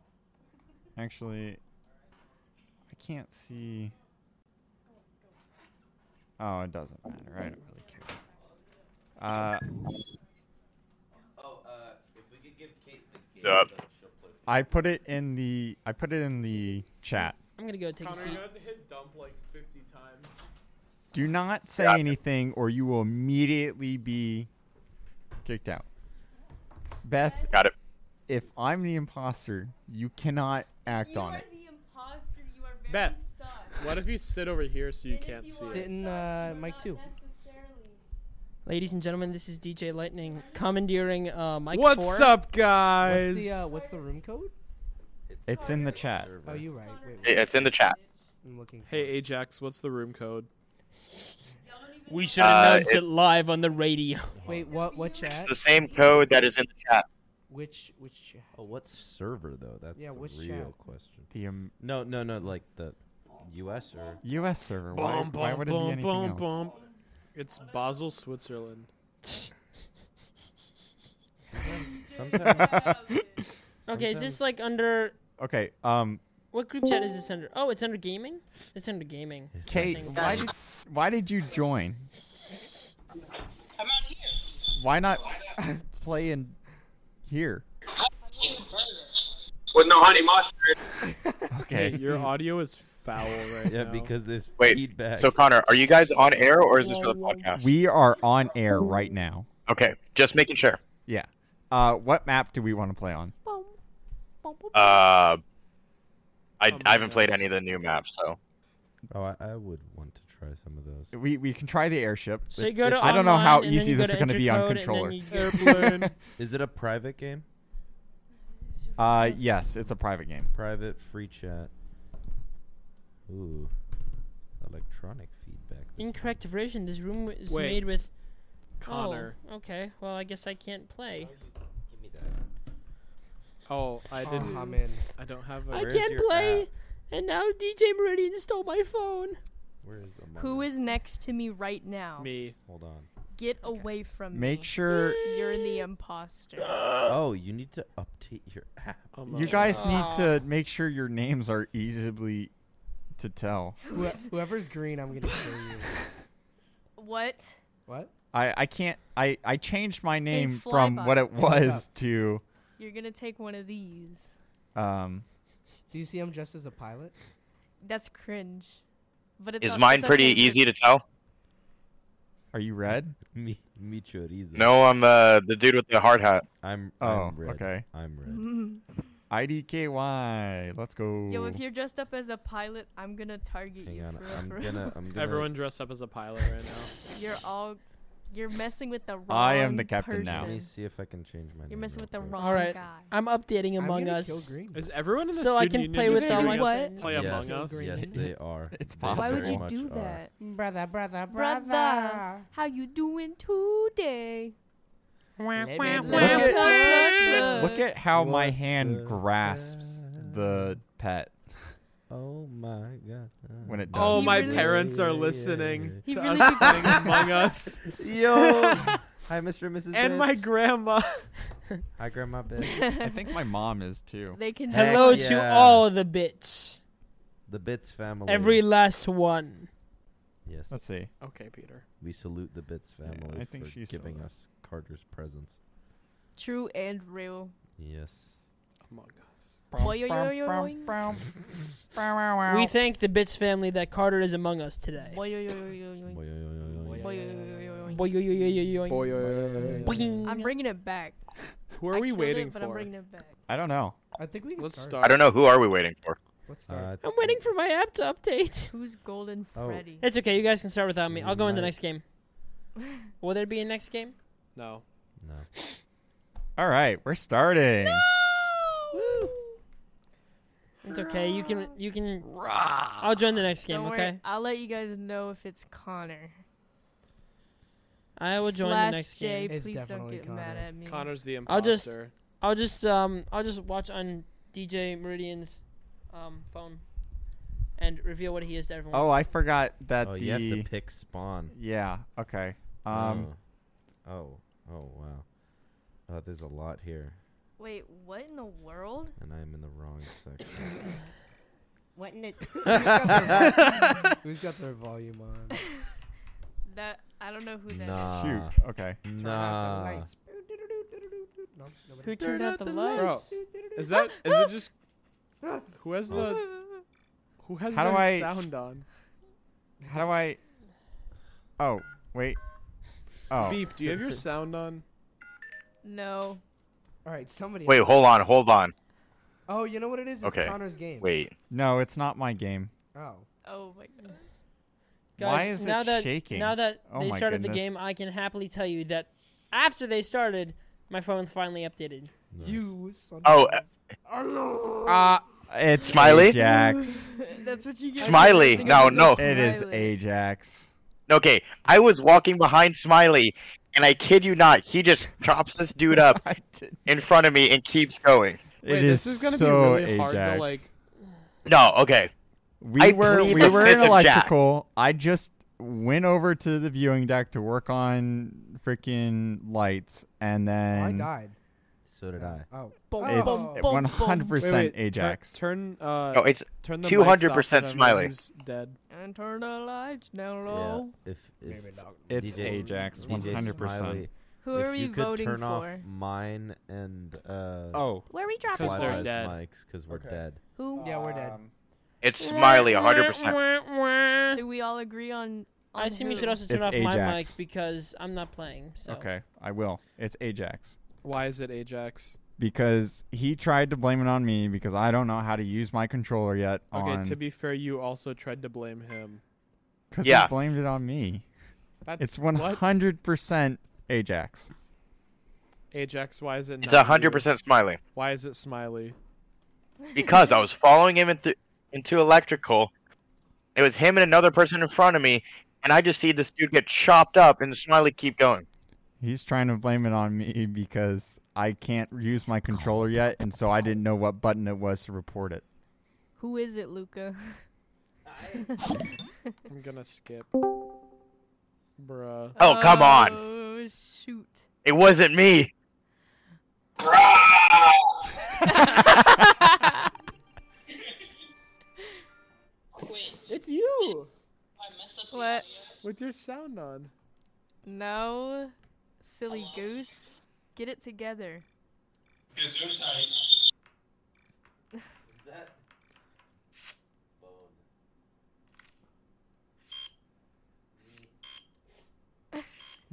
[SPEAKER 1] actually, I can't see. Oh, it doesn't matter. I don't really care. Uh,
[SPEAKER 2] Oh, uh, if we could give Kate the
[SPEAKER 11] game, Sup?
[SPEAKER 2] she'll play.
[SPEAKER 1] I put it in the I put it in the chat.
[SPEAKER 10] I'm gonna go take a
[SPEAKER 8] Connor,
[SPEAKER 10] seat.
[SPEAKER 8] you had to hit dump like 50 times.
[SPEAKER 1] Do not say
[SPEAKER 11] Gotcha.
[SPEAKER 1] anything, or you will immediately be kicked out. Beth,
[SPEAKER 11] Got it.
[SPEAKER 1] if I'm the imposter, you cannot act
[SPEAKER 5] you
[SPEAKER 1] on
[SPEAKER 5] are
[SPEAKER 1] it.
[SPEAKER 5] the imposter. You are very
[SPEAKER 8] Beth.
[SPEAKER 5] sus.
[SPEAKER 8] What if you sit over here so you
[SPEAKER 5] And if
[SPEAKER 8] can't see
[SPEAKER 5] are
[SPEAKER 8] it?
[SPEAKER 3] Sit in,
[SPEAKER 5] sus,
[SPEAKER 3] uh,
[SPEAKER 5] you are
[SPEAKER 3] mic
[SPEAKER 5] not
[SPEAKER 3] two.
[SPEAKER 5] necessarily
[SPEAKER 10] Ladies and gentlemen, this is DJ Lightning commandeering uh, Mike
[SPEAKER 8] What's
[SPEAKER 10] four.
[SPEAKER 8] up, guys?
[SPEAKER 3] what's the uh, what's the room code?
[SPEAKER 1] It's in the chat.
[SPEAKER 3] Oh, you right. Wait,
[SPEAKER 11] It-
[SPEAKER 3] wait,
[SPEAKER 11] It's in the chat.
[SPEAKER 3] I'm looking.
[SPEAKER 8] hey, Ajax, what's the room code?
[SPEAKER 10] We should
[SPEAKER 11] Uh,
[SPEAKER 10] announce
[SPEAKER 11] it-
[SPEAKER 10] it live on the radio.
[SPEAKER 3] Wait, what what
[SPEAKER 11] It's
[SPEAKER 3] chat?
[SPEAKER 11] the same code that is in the chat.
[SPEAKER 3] Which which chat?
[SPEAKER 2] Oh, what server though? That's
[SPEAKER 3] Yeah,
[SPEAKER 2] the
[SPEAKER 3] what's
[SPEAKER 2] real
[SPEAKER 3] chat?
[SPEAKER 2] question.
[SPEAKER 1] The um,
[SPEAKER 2] No, no, no. Like the U.S. or
[SPEAKER 1] U.S. server. Why, why would it be anything else?
[SPEAKER 8] It's Basel, Switzerland.
[SPEAKER 2] sometimes.
[SPEAKER 10] Okay, is this like under
[SPEAKER 1] Okay. Um,
[SPEAKER 10] what group chat is this under? Oh, it's under gaming. It's under gaming.
[SPEAKER 1] Kate,
[SPEAKER 10] Nothing.
[SPEAKER 1] why did why did you join? I'm not here. Why not play in here?
[SPEAKER 11] With no honey mustard.
[SPEAKER 1] Okay.
[SPEAKER 8] Your audio is foul right
[SPEAKER 2] yeah,
[SPEAKER 8] now.
[SPEAKER 2] because there's
[SPEAKER 11] Wait,
[SPEAKER 2] feedback.
[SPEAKER 11] So Connor, are you guys on air or is this for the podcast?
[SPEAKER 1] We are on air right now.
[SPEAKER 11] Okay, just making sure.
[SPEAKER 1] Yeah. Uh, what map do we want to play on?
[SPEAKER 11] Uh, I,
[SPEAKER 8] Oh,
[SPEAKER 11] I haven't played
[SPEAKER 8] yes.
[SPEAKER 11] any of the new maps, so
[SPEAKER 2] oh, I, I would want to try some of those.
[SPEAKER 1] We we can try the airship.
[SPEAKER 10] So you go to
[SPEAKER 1] I don't know how
[SPEAKER 10] online, and then
[SPEAKER 1] easy
[SPEAKER 10] you go
[SPEAKER 1] this is
[SPEAKER 10] to
[SPEAKER 1] gonna be on
[SPEAKER 10] enter code, and then
[SPEAKER 1] controller.
[SPEAKER 10] you go-
[SPEAKER 8] Airplane.
[SPEAKER 2] Is it a private game?
[SPEAKER 1] Uh, yes, it's a private game.
[SPEAKER 2] Private free chat. Ooh, electronic feedback. This
[SPEAKER 10] Incorrect version. This room was
[SPEAKER 8] Wait.
[SPEAKER 10] made with
[SPEAKER 8] Connor.
[SPEAKER 10] Oh, okay. Well, I guess I can't play.
[SPEAKER 8] Oh, I
[SPEAKER 3] Oh,
[SPEAKER 8] didn't.
[SPEAKER 3] I'm in.
[SPEAKER 8] I don't have a.
[SPEAKER 10] I can't play. And now DJ Meridian stole my phone.
[SPEAKER 2] Where is Among
[SPEAKER 9] Who
[SPEAKER 2] Us?
[SPEAKER 9] is next to me right now?
[SPEAKER 8] Me.
[SPEAKER 2] Hold on.
[SPEAKER 9] Get away from me.
[SPEAKER 1] Make sure
[SPEAKER 9] You're the imposter.
[SPEAKER 8] Uh,
[SPEAKER 2] Oh, you need to update your app.
[SPEAKER 1] you
[SPEAKER 8] Among
[SPEAKER 1] guys
[SPEAKER 8] Us.
[SPEAKER 1] need to make sure your names are easily to tell.
[SPEAKER 3] Whoe- whoever's green, I'm gonna kill you.
[SPEAKER 9] What?
[SPEAKER 3] What?
[SPEAKER 1] I, I can't I, I changed my name
[SPEAKER 9] fly
[SPEAKER 1] from
[SPEAKER 9] by.
[SPEAKER 1] what it
[SPEAKER 3] What's up?
[SPEAKER 1] was to
[SPEAKER 9] You're gonna take one of these.
[SPEAKER 1] um
[SPEAKER 3] Do you see him dressed as a pilot?
[SPEAKER 9] That's cringe. But it's
[SPEAKER 11] Is
[SPEAKER 9] o-
[SPEAKER 11] mine
[SPEAKER 9] it's
[SPEAKER 11] pretty
[SPEAKER 9] okay,
[SPEAKER 11] easy to tell?
[SPEAKER 1] are you red?
[SPEAKER 2] Me, me chorizo.
[SPEAKER 11] No, I'm uh, the dude with the hard hat.
[SPEAKER 2] I'm.
[SPEAKER 1] Oh,
[SPEAKER 2] I'm red.
[SPEAKER 1] okay.
[SPEAKER 2] I'm red.
[SPEAKER 9] to.
[SPEAKER 1] IDKY. Let's go.
[SPEAKER 9] Yo, if you're dressed up as a pilot, I'm gonna target
[SPEAKER 2] Hang
[SPEAKER 9] you.
[SPEAKER 2] on.
[SPEAKER 9] for real,
[SPEAKER 2] I'm
[SPEAKER 9] for real.
[SPEAKER 2] gonna. I'm gonna.
[SPEAKER 8] Everyone dressed up as a pilot right now.
[SPEAKER 9] You're all. You're messing with the wrong.
[SPEAKER 1] I am the captain now.
[SPEAKER 2] Let me
[SPEAKER 9] person.
[SPEAKER 2] see if I can change my.
[SPEAKER 9] You're
[SPEAKER 2] name
[SPEAKER 9] messing
[SPEAKER 2] real
[SPEAKER 9] with the
[SPEAKER 2] quick.
[SPEAKER 9] wrong
[SPEAKER 10] Alright.
[SPEAKER 9] guy.
[SPEAKER 10] I'm updating
[SPEAKER 3] I'm
[SPEAKER 10] Among
[SPEAKER 3] gonna
[SPEAKER 10] Us.
[SPEAKER 3] Kill green.
[SPEAKER 8] Is everyone in the
[SPEAKER 10] So I
[SPEAKER 8] student
[SPEAKER 10] can
[SPEAKER 8] union
[SPEAKER 10] play
[SPEAKER 8] just
[SPEAKER 10] with
[SPEAKER 8] hearing
[SPEAKER 10] Among
[SPEAKER 8] us
[SPEAKER 9] Us.
[SPEAKER 8] Play
[SPEAKER 2] Yes.
[SPEAKER 8] Among Us.
[SPEAKER 2] Yes,
[SPEAKER 3] Green.
[SPEAKER 2] they are.
[SPEAKER 1] It's
[SPEAKER 2] They
[SPEAKER 1] possible.
[SPEAKER 9] Why
[SPEAKER 2] very
[SPEAKER 9] would you
[SPEAKER 2] much
[SPEAKER 9] do
[SPEAKER 2] are.
[SPEAKER 9] that?
[SPEAKER 3] Brother, brother,
[SPEAKER 9] Brother. brother. How you doing today?
[SPEAKER 1] Look at-
[SPEAKER 9] at,
[SPEAKER 1] Look at how my
[SPEAKER 2] What
[SPEAKER 1] hand
[SPEAKER 2] the-
[SPEAKER 1] grasps the pet
[SPEAKER 2] Oh my god.
[SPEAKER 1] when it does.
[SPEAKER 8] Oh,
[SPEAKER 9] He
[SPEAKER 8] my
[SPEAKER 9] really-
[SPEAKER 8] parents are listening
[SPEAKER 9] He
[SPEAKER 8] to
[SPEAKER 9] really
[SPEAKER 8] us
[SPEAKER 9] be-
[SPEAKER 8] playing Among Us,
[SPEAKER 2] Yo. Hi, Mr. and Mrs.
[SPEAKER 8] and my
[SPEAKER 2] Bitz.
[SPEAKER 8] grandma.
[SPEAKER 2] Hi, Grandma Bitch.
[SPEAKER 1] I think my mom is too.
[SPEAKER 9] They can.
[SPEAKER 1] Heck
[SPEAKER 10] Hello to
[SPEAKER 2] yeah.
[SPEAKER 10] all the bits.
[SPEAKER 2] The Bits family.
[SPEAKER 10] Every last one.
[SPEAKER 2] Yes.
[SPEAKER 1] Let's see.
[SPEAKER 8] Okay, Peter.
[SPEAKER 2] We salute the Bits
[SPEAKER 1] Yeah,
[SPEAKER 2] family
[SPEAKER 1] I think
[SPEAKER 2] for
[SPEAKER 1] she saw
[SPEAKER 2] giving
[SPEAKER 1] that.
[SPEAKER 2] us Carter's presents.
[SPEAKER 9] True and real.
[SPEAKER 2] Yes.
[SPEAKER 8] Among Us.
[SPEAKER 9] Boing.
[SPEAKER 10] We thank the Bits family that Carter is among us today.
[SPEAKER 9] Boing.
[SPEAKER 2] Boy, yo, yo, yo, yo, yo.
[SPEAKER 9] Boing.
[SPEAKER 10] Boy, yo, yo, yo, yo, yo. Boing.
[SPEAKER 9] I'm bringing it back.
[SPEAKER 8] Who are
[SPEAKER 9] I
[SPEAKER 8] we
[SPEAKER 9] killed
[SPEAKER 8] waiting
[SPEAKER 9] it,
[SPEAKER 8] for?
[SPEAKER 9] But I'm bringing it back.
[SPEAKER 1] I don't know.
[SPEAKER 3] I think we can
[SPEAKER 8] Let's
[SPEAKER 3] start.
[SPEAKER 8] start.
[SPEAKER 11] I don't know. Who are we waiting for?
[SPEAKER 3] Let's start.
[SPEAKER 2] Uh,
[SPEAKER 10] I'm waiting for my app to update.
[SPEAKER 9] Who's Golden
[SPEAKER 2] Oh.
[SPEAKER 9] Freddy?
[SPEAKER 10] It's okay. You guys can start without me. I'll go in the
[SPEAKER 2] Right.
[SPEAKER 10] next game. Will there be a next game?
[SPEAKER 8] No.
[SPEAKER 2] no.
[SPEAKER 1] All right, we're starting.
[SPEAKER 10] It's okay. You can. You can. I'll join the next game.
[SPEAKER 9] Don't
[SPEAKER 10] okay.
[SPEAKER 9] worry. I'll let you guys know if it's Connor.
[SPEAKER 10] I will join the
[SPEAKER 9] Slash
[SPEAKER 10] next
[SPEAKER 9] Jay,
[SPEAKER 10] game.
[SPEAKER 3] It's
[SPEAKER 9] please don't
[SPEAKER 3] definitely
[SPEAKER 9] get
[SPEAKER 3] Connor.
[SPEAKER 9] mad at me.
[SPEAKER 8] Connor's the imposter.
[SPEAKER 10] I'll just- I'll just um. I'll just watch on DJ Meridian's um phone, and reveal what he is to everyone.
[SPEAKER 1] Oh, I forgot that
[SPEAKER 2] Oh,
[SPEAKER 1] the
[SPEAKER 2] you have to pick Spawn.
[SPEAKER 1] yeah. Okay. Um,
[SPEAKER 2] Oh. Oh. Oh, wow. Uh, there's a lot here,
[SPEAKER 9] Wait, what in the world?
[SPEAKER 2] and I'm in the wrong section.
[SPEAKER 3] What in the? Who's got their volume on?
[SPEAKER 9] That I don't know who that is.
[SPEAKER 2] nah.
[SPEAKER 1] shoot. Okay.
[SPEAKER 2] Nah.
[SPEAKER 3] No, nobody.
[SPEAKER 9] Who turned out the lights?
[SPEAKER 8] Bro, is that is it just who has
[SPEAKER 2] Oh.
[SPEAKER 8] the who has
[SPEAKER 1] How do
[SPEAKER 8] their
[SPEAKER 1] I-
[SPEAKER 8] sound on?
[SPEAKER 1] How do I? Oh wait. Oh.
[SPEAKER 8] Beep, do you have your sound on?
[SPEAKER 9] No.
[SPEAKER 3] All right, somebody.
[SPEAKER 11] Wait, hold on, hold on.
[SPEAKER 3] Oh, you know what it is? It's
[SPEAKER 11] Okay.
[SPEAKER 3] Connor's game.
[SPEAKER 11] Wait.
[SPEAKER 1] No, it's not my game.
[SPEAKER 3] Oh.
[SPEAKER 9] Oh my god.
[SPEAKER 10] Guys,
[SPEAKER 1] Why is
[SPEAKER 10] now
[SPEAKER 1] it
[SPEAKER 10] that
[SPEAKER 1] shaking?
[SPEAKER 10] now that
[SPEAKER 1] Oh
[SPEAKER 10] they
[SPEAKER 1] my
[SPEAKER 10] started the
[SPEAKER 1] goodness.
[SPEAKER 10] game, I can happily tell you that after they started, my phone finally updated.
[SPEAKER 2] Nice.
[SPEAKER 3] You son
[SPEAKER 11] Oh,
[SPEAKER 3] of
[SPEAKER 11] uh,
[SPEAKER 1] Uh, it's
[SPEAKER 11] Smiley?
[SPEAKER 1] Ajax.
[SPEAKER 9] That's what you get.
[SPEAKER 11] Smiley.
[SPEAKER 9] Sing
[SPEAKER 11] No,
[SPEAKER 9] about
[SPEAKER 11] no.
[SPEAKER 1] it is
[SPEAKER 9] Smiley.
[SPEAKER 1] Ajax.
[SPEAKER 11] Okay, I was walking behind Smiley, and I kid you not, he just chops this dude up
[SPEAKER 1] I did.
[SPEAKER 11] in front of me and keeps going.
[SPEAKER 8] Wait,
[SPEAKER 1] It
[SPEAKER 8] this
[SPEAKER 1] is
[SPEAKER 8] is gonna
[SPEAKER 1] so
[SPEAKER 8] be really hard to
[SPEAKER 1] Ajax.
[SPEAKER 8] like
[SPEAKER 11] No, okay.
[SPEAKER 1] We
[SPEAKER 11] I
[SPEAKER 1] were
[SPEAKER 11] plead
[SPEAKER 1] we
[SPEAKER 11] the
[SPEAKER 1] were
[SPEAKER 11] fifth
[SPEAKER 1] in
[SPEAKER 11] of Jack.
[SPEAKER 1] electrical. I just went over to the viewing deck to work on freaking lights, and
[SPEAKER 3] Oh, I
[SPEAKER 1] then
[SPEAKER 3] died.
[SPEAKER 2] So did I.
[SPEAKER 3] Oh.
[SPEAKER 9] Boom,
[SPEAKER 3] Oh.
[SPEAKER 1] it's
[SPEAKER 9] boom, boom,
[SPEAKER 1] one hundred
[SPEAKER 9] boom.
[SPEAKER 8] wait,
[SPEAKER 1] percent
[SPEAKER 8] wait, tur-
[SPEAKER 1] Ajax.
[SPEAKER 8] Turn uh
[SPEAKER 11] No, it's
[SPEAKER 8] turn the
[SPEAKER 11] 200%
[SPEAKER 8] 200%
[SPEAKER 11] Smiley.
[SPEAKER 8] Dead.
[SPEAKER 9] And turn the lights down
[SPEAKER 2] Yeah.
[SPEAKER 9] low.
[SPEAKER 2] If if
[SPEAKER 1] It's
[SPEAKER 2] DJ
[SPEAKER 1] Ajax,
[SPEAKER 2] DJ
[SPEAKER 1] one hundred
[SPEAKER 2] Smiley,
[SPEAKER 1] percent.
[SPEAKER 9] Who
[SPEAKER 2] if
[SPEAKER 9] are we
[SPEAKER 2] you could
[SPEAKER 9] voting
[SPEAKER 2] turn
[SPEAKER 9] for?
[SPEAKER 2] off mine and uh.
[SPEAKER 8] Oh,
[SPEAKER 9] Where are we dropping
[SPEAKER 8] 'Cause they're
[SPEAKER 2] Twilight
[SPEAKER 9] lights?
[SPEAKER 8] dead.
[SPEAKER 2] Mics, because we're
[SPEAKER 1] Okay.
[SPEAKER 2] dead.
[SPEAKER 9] Who?
[SPEAKER 3] Yeah, we're dead.
[SPEAKER 11] it's Smiley, 100%.
[SPEAKER 9] Do we all agree on? on
[SPEAKER 10] I assume you
[SPEAKER 9] who?
[SPEAKER 10] should also turn
[SPEAKER 1] It's
[SPEAKER 10] off my mic
[SPEAKER 1] Ajax.
[SPEAKER 10] because I'm not playing. So
[SPEAKER 1] Okay, I will. It's Ajax
[SPEAKER 8] why is it Ajax?
[SPEAKER 1] because he tried to blame it on me because I don't know how to use my controller yet.
[SPEAKER 8] Okay,
[SPEAKER 1] on,
[SPEAKER 8] to be fair, you also tried to blame him.
[SPEAKER 1] because
[SPEAKER 11] Yeah.
[SPEAKER 1] he blamed it on me.
[SPEAKER 8] That's
[SPEAKER 1] It's one
[SPEAKER 8] what?
[SPEAKER 1] hundred percent Ajax.
[SPEAKER 8] Ajax, why is it
[SPEAKER 11] It's
[SPEAKER 8] not you?
[SPEAKER 11] 100% Smiley.
[SPEAKER 8] Why is it Smiley?
[SPEAKER 11] because I was following him into into electrical. It was him and another person in front of me, and I just see this dude get chopped up and the smiley keep going.
[SPEAKER 1] He's trying to blame it on me because I can't use my controller yet, and so I didn't know what button it was to report it.
[SPEAKER 9] Who is it, Luca?
[SPEAKER 8] I'm gonna skip. Bruh.
[SPEAKER 11] Oh, come on.
[SPEAKER 9] Oh, shoot.
[SPEAKER 11] It wasn't me.
[SPEAKER 10] It's you.
[SPEAKER 9] What?
[SPEAKER 8] With your sound on.
[SPEAKER 9] No. Silly goose. Get it together.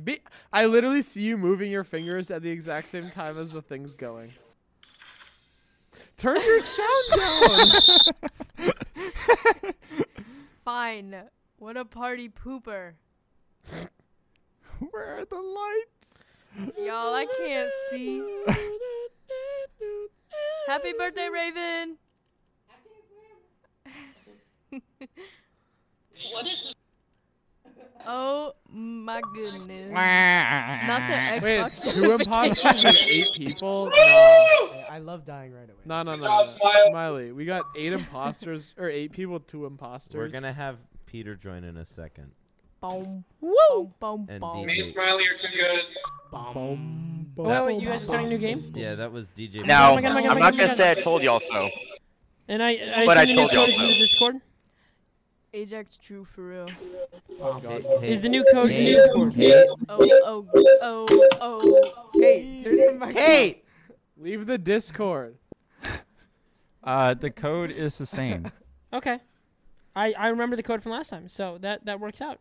[SPEAKER 8] Be- I literally see you moving your fingers at the exact same time as the thing's going. Turn your sound down.
[SPEAKER 9] Fine. What a party pooper.
[SPEAKER 1] Where are the lights?
[SPEAKER 9] Y'all, I can't see. Happy birthday, Raven.
[SPEAKER 12] What is
[SPEAKER 9] Oh my goodness. Not the Xbox.
[SPEAKER 8] Wait, it's two imposters with eight people?
[SPEAKER 3] Hey, I love dying right away.
[SPEAKER 8] No, no, no, no, no. Smiley, we got eight imposters or eight people with two imposters.
[SPEAKER 2] We're gonna have Peter join in a second.
[SPEAKER 9] Boom. Woo! Boom,
[SPEAKER 2] And
[SPEAKER 9] boom.
[SPEAKER 2] DJ.
[SPEAKER 12] Smiley are too good.
[SPEAKER 10] Oh, wait, wait, you guys are starting a new game?
[SPEAKER 2] Yeah, that was DJ.
[SPEAKER 11] No,
[SPEAKER 10] my God, my God, my
[SPEAKER 11] I'm not
[SPEAKER 10] God,
[SPEAKER 11] gonna
[SPEAKER 10] my
[SPEAKER 11] say I
[SPEAKER 10] God.
[SPEAKER 11] told y'all so.
[SPEAKER 10] And I, I
[SPEAKER 11] But I
[SPEAKER 10] assume the new
[SPEAKER 11] told y'all
[SPEAKER 10] code is in the
[SPEAKER 11] so.
[SPEAKER 10] Discord.
[SPEAKER 9] Ajax Drew for real.
[SPEAKER 8] Oh,
[SPEAKER 10] Is the new code in the Discord?
[SPEAKER 9] Oh, oh, oh, oh. Hey, turn your mic
[SPEAKER 2] Kate.
[SPEAKER 8] Leave the Discord.
[SPEAKER 1] Uh, the code is the same.
[SPEAKER 10] Okay. I, I remember the code from last time, so that, that works out.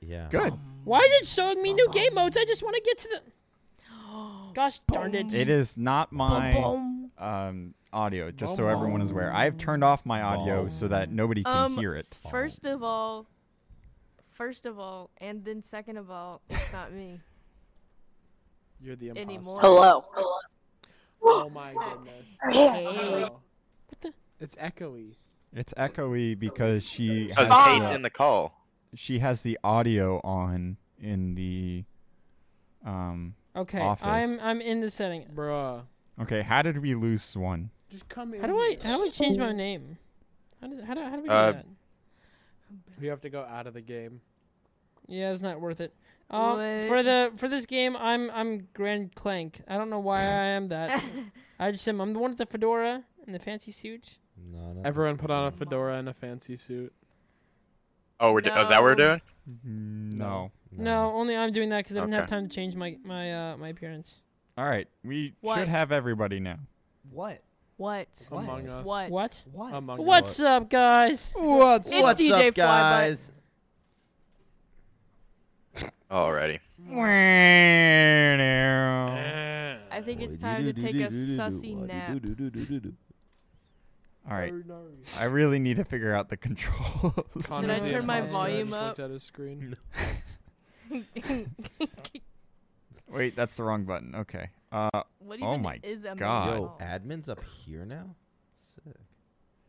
[SPEAKER 2] Yeah.
[SPEAKER 1] Good.
[SPEAKER 10] Why is it showing me new game modes? I just want to get to the. Gosh darn it!
[SPEAKER 1] It is not my um, audio, just so everyone is aware. I've turned off my audio so that nobody can
[SPEAKER 9] Um,
[SPEAKER 1] hear it.
[SPEAKER 9] First of all, first of all, and then second of all, it's not me
[SPEAKER 8] You're the imposter.
[SPEAKER 9] anymore.
[SPEAKER 12] Hello.
[SPEAKER 8] Oh my goodness.
[SPEAKER 9] Hey.
[SPEAKER 8] Wow. It's echoey.
[SPEAKER 1] It's echoey because she has
[SPEAKER 11] Because
[SPEAKER 1] the,
[SPEAKER 11] Kate's in the call.
[SPEAKER 1] she has the audio on in the um.
[SPEAKER 10] Okay,
[SPEAKER 1] Office.
[SPEAKER 10] I'm I'm in the setting.
[SPEAKER 8] Bruh.
[SPEAKER 1] Okay, how did we lose one?
[SPEAKER 8] Just come in.
[SPEAKER 10] How do I how do I change my name? How does how do, how do we do
[SPEAKER 11] Uh,
[SPEAKER 10] that?
[SPEAKER 8] You have to go out of the game.
[SPEAKER 10] Yeah, it's not worth it. Um,
[SPEAKER 9] What?
[SPEAKER 10] for the for this game, I'm I'm Grand Clank. I don't know why I am that. I just am. I'm the one with the fedora and the fancy suit.
[SPEAKER 2] No, no.
[SPEAKER 8] Everyone put on a fedora and a fancy suit.
[SPEAKER 11] Oh, we're do- is that what we're
[SPEAKER 9] No.
[SPEAKER 11] doing?
[SPEAKER 1] Mm, No.
[SPEAKER 10] No, only I'm doing that because I didn't have
[SPEAKER 11] Okay.
[SPEAKER 10] time to change my my uh, my appearance.
[SPEAKER 1] All right, we
[SPEAKER 9] What?
[SPEAKER 1] should have everybody now.
[SPEAKER 3] What?
[SPEAKER 9] What?
[SPEAKER 3] What?
[SPEAKER 8] Among Us.
[SPEAKER 9] What?
[SPEAKER 10] What?
[SPEAKER 3] What?
[SPEAKER 8] Among Us.
[SPEAKER 10] What's up, guys?
[SPEAKER 8] What's
[SPEAKER 9] It's DJ Flybutt.
[SPEAKER 11] Alrighty.
[SPEAKER 9] I think it's time to take a sussy nap.
[SPEAKER 1] All right, I really need to figure out the controls.
[SPEAKER 9] Should I
[SPEAKER 8] the
[SPEAKER 9] turn my
[SPEAKER 8] imposter. I
[SPEAKER 9] volume
[SPEAKER 8] just
[SPEAKER 9] up?
[SPEAKER 8] looked at his screen.
[SPEAKER 1] Wait, that's the wrong button. Okay. Uh,
[SPEAKER 9] What even
[SPEAKER 1] Oh my
[SPEAKER 9] is a
[SPEAKER 1] God.
[SPEAKER 2] Yo,
[SPEAKER 9] meow?
[SPEAKER 2] admin's up here now. Sick.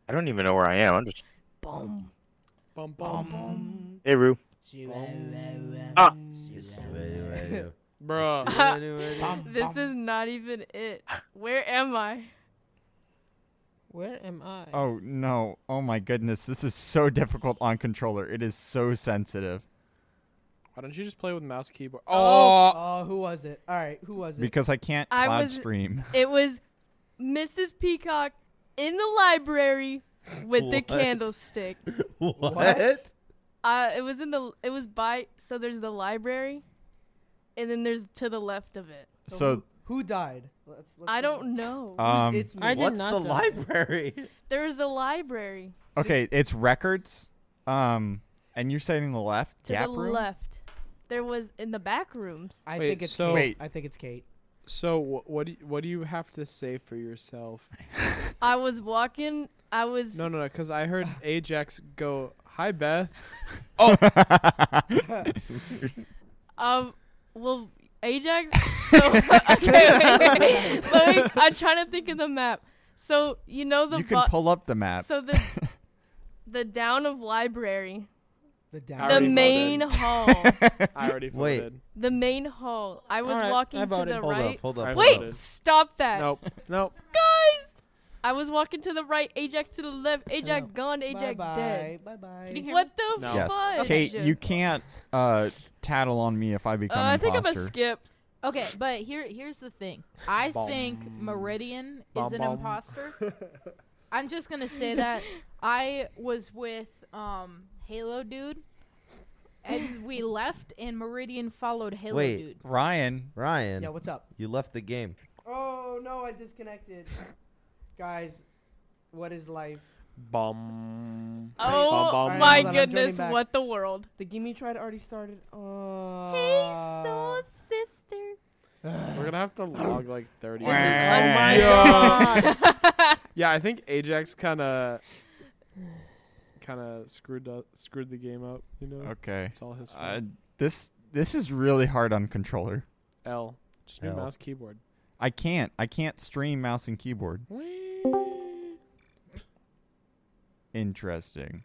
[SPEAKER 11] I don't even know where I am. I'm just.
[SPEAKER 9] Boom.
[SPEAKER 8] Bum, bum.
[SPEAKER 11] Hey, Roo. Ah.
[SPEAKER 8] Bruh.
[SPEAKER 9] Uh, This is not even it. Where am I?
[SPEAKER 10] Where am I?
[SPEAKER 1] oh no! Oh my goodness! This is so difficult on controller. It is so sensitive
[SPEAKER 8] Why don't you just play with mouse keyboard?
[SPEAKER 3] Oh,
[SPEAKER 8] Oh,
[SPEAKER 3] oh, who was it? All right, who was it?
[SPEAKER 1] because I can't
[SPEAKER 9] I
[SPEAKER 1] cloud
[SPEAKER 9] was-
[SPEAKER 1] stream.
[SPEAKER 9] It was Mrs. Peacock in the library with the
[SPEAKER 2] What?
[SPEAKER 9] candlestick.
[SPEAKER 2] What?
[SPEAKER 9] Uh, it was in the. It was by. So there's the library, and then there's to the left of it.
[SPEAKER 1] So
[SPEAKER 3] Who died? Let's, let's
[SPEAKER 9] I don't know.
[SPEAKER 1] um,
[SPEAKER 3] it's me.
[SPEAKER 10] I did
[SPEAKER 2] What's
[SPEAKER 10] not
[SPEAKER 2] the
[SPEAKER 10] die.
[SPEAKER 2] library?
[SPEAKER 9] there's a library
[SPEAKER 1] okay, it's records. Um, and you're saying the left
[SPEAKER 9] to
[SPEAKER 1] gap
[SPEAKER 9] the
[SPEAKER 1] room.
[SPEAKER 9] left. There was in the back rooms.
[SPEAKER 3] I
[SPEAKER 8] Wait,
[SPEAKER 3] think it's
[SPEAKER 8] so-
[SPEAKER 3] Kate. I think it's Kate.
[SPEAKER 8] so wh- what do you, what do you have to say for yourself?
[SPEAKER 9] I was walking. I was.
[SPEAKER 8] No, no, no, because I heard Ajax go, "Hi, Beth."
[SPEAKER 2] Oh.
[SPEAKER 9] Um. Well, Ajax. So okay. Wait, wait. Let me, I'm trying to think of the map. So you know the.
[SPEAKER 1] you can
[SPEAKER 9] bo-
[SPEAKER 1] pull up the map.
[SPEAKER 9] so the. the down of library.
[SPEAKER 6] The,
[SPEAKER 8] I
[SPEAKER 9] the
[SPEAKER 8] already
[SPEAKER 9] main
[SPEAKER 8] voted.
[SPEAKER 9] hall.
[SPEAKER 8] I already
[SPEAKER 2] Wait.
[SPEAKER 8] voted.
[SPEAKER 9] The main hall. I was
[SPEAKER 10] Alright,
[SPEAKER 9] walking
[SPEAKER 10] I
[SPEAKER 9] to
[SPEAKER 10] voted.
[SPEAKER 9] the
[SPEAKER 2] Hold up,
[SPEAKER 9] right.
[SPEAKER 2] hold up,
[SPEAKER 8] I
[SPEAKER 9] Wait,
[SPEAKER 8] voted.
[SPEAKER 9] stop that.
[SPEAKER 8] Nope. Nope.
[SPEAKER 9] Guys, I was walking to the right, Ajax to the left, Ajax gone, Ajax dead.
[SPEAKER 3] Bye bye.
[SPEAKER 9] Can you hear What the
[SPEAKER 8] No.
[SPEAKER 1] Yes.
[SPEAKER 9] fudge?
[SPEAKER 1] Kate,
[SPEAKER 9] Uh,
[SPEAKER 1] you can't uh, tattle on me if Uh, I become
[SPEAKER 9] I think I'm
[SPEAKER 1] imposter.
[SPEAKER 9] a skip.
[SPEAKER 12] Okay, but here here's the thing. I
[SPEAKER 8] Bom.
[SPEAKER 12] think
[SPEAKER 2] Mm.
[SPEAKER 12] Meridian is
[SPEAKER 8] Bom,
[SPEAKER 12] an
[SPEAKER 8] bom.
[SPEAKER 12] imposter. I'm just gonna say that I was with um Halo dude, and we left, and Meridian followed Halo
[SPEAKER 2] Wait.
[SPEAKER 12] dude.
[SPEAKER 1] Ryan,
[SPEAKER 2] Ryan,
[SPEAKER 3] Yeah, what's up?
[SPEAKER 2] you left the game.
[SPEAKER 3] Oh no, I disconnected. Guys, what is life?
[SPEAKER 8] Bum.
[SPEAKER 12] Oh
[SPEAKER 3] Alright,
[SPEAKER 8] bum, bum,
[SPEAKER 12] my
[SPEAKER 3] hold on, I'm joining
[SPEAKER 12] goodness,
[SPEAKER 3] back.
[SPEAKER 12] what the world?
[SPEAKER 3] The gimme tried already started. Oh.
[SPEAKER 12] hey, soul sister.
[SPEAKER 8] We're gonna have to log like 30.
[SPEAKER 12] This is
[SPEAKER 8] minutes.
[SPEAKER 12] un-
[SPEAKER 10] my
[SPEAKER 8] yeah. yeah, I think Ajax kind of, kind of screwed up, screwed the game up. You know,
[SPEAKER 1] Okay.
[SPEAKER 8] it's all his fault.
[SPEAKER 1] Uh, this this is really hard on controller.
[SPEAKER 8] L. Just new
[SPEAKER 2] L.
[SPEAKER 8] mouse keyboard.
[SPEAKER 1] I can't. I can't stream mouse and keyboard. Interesting.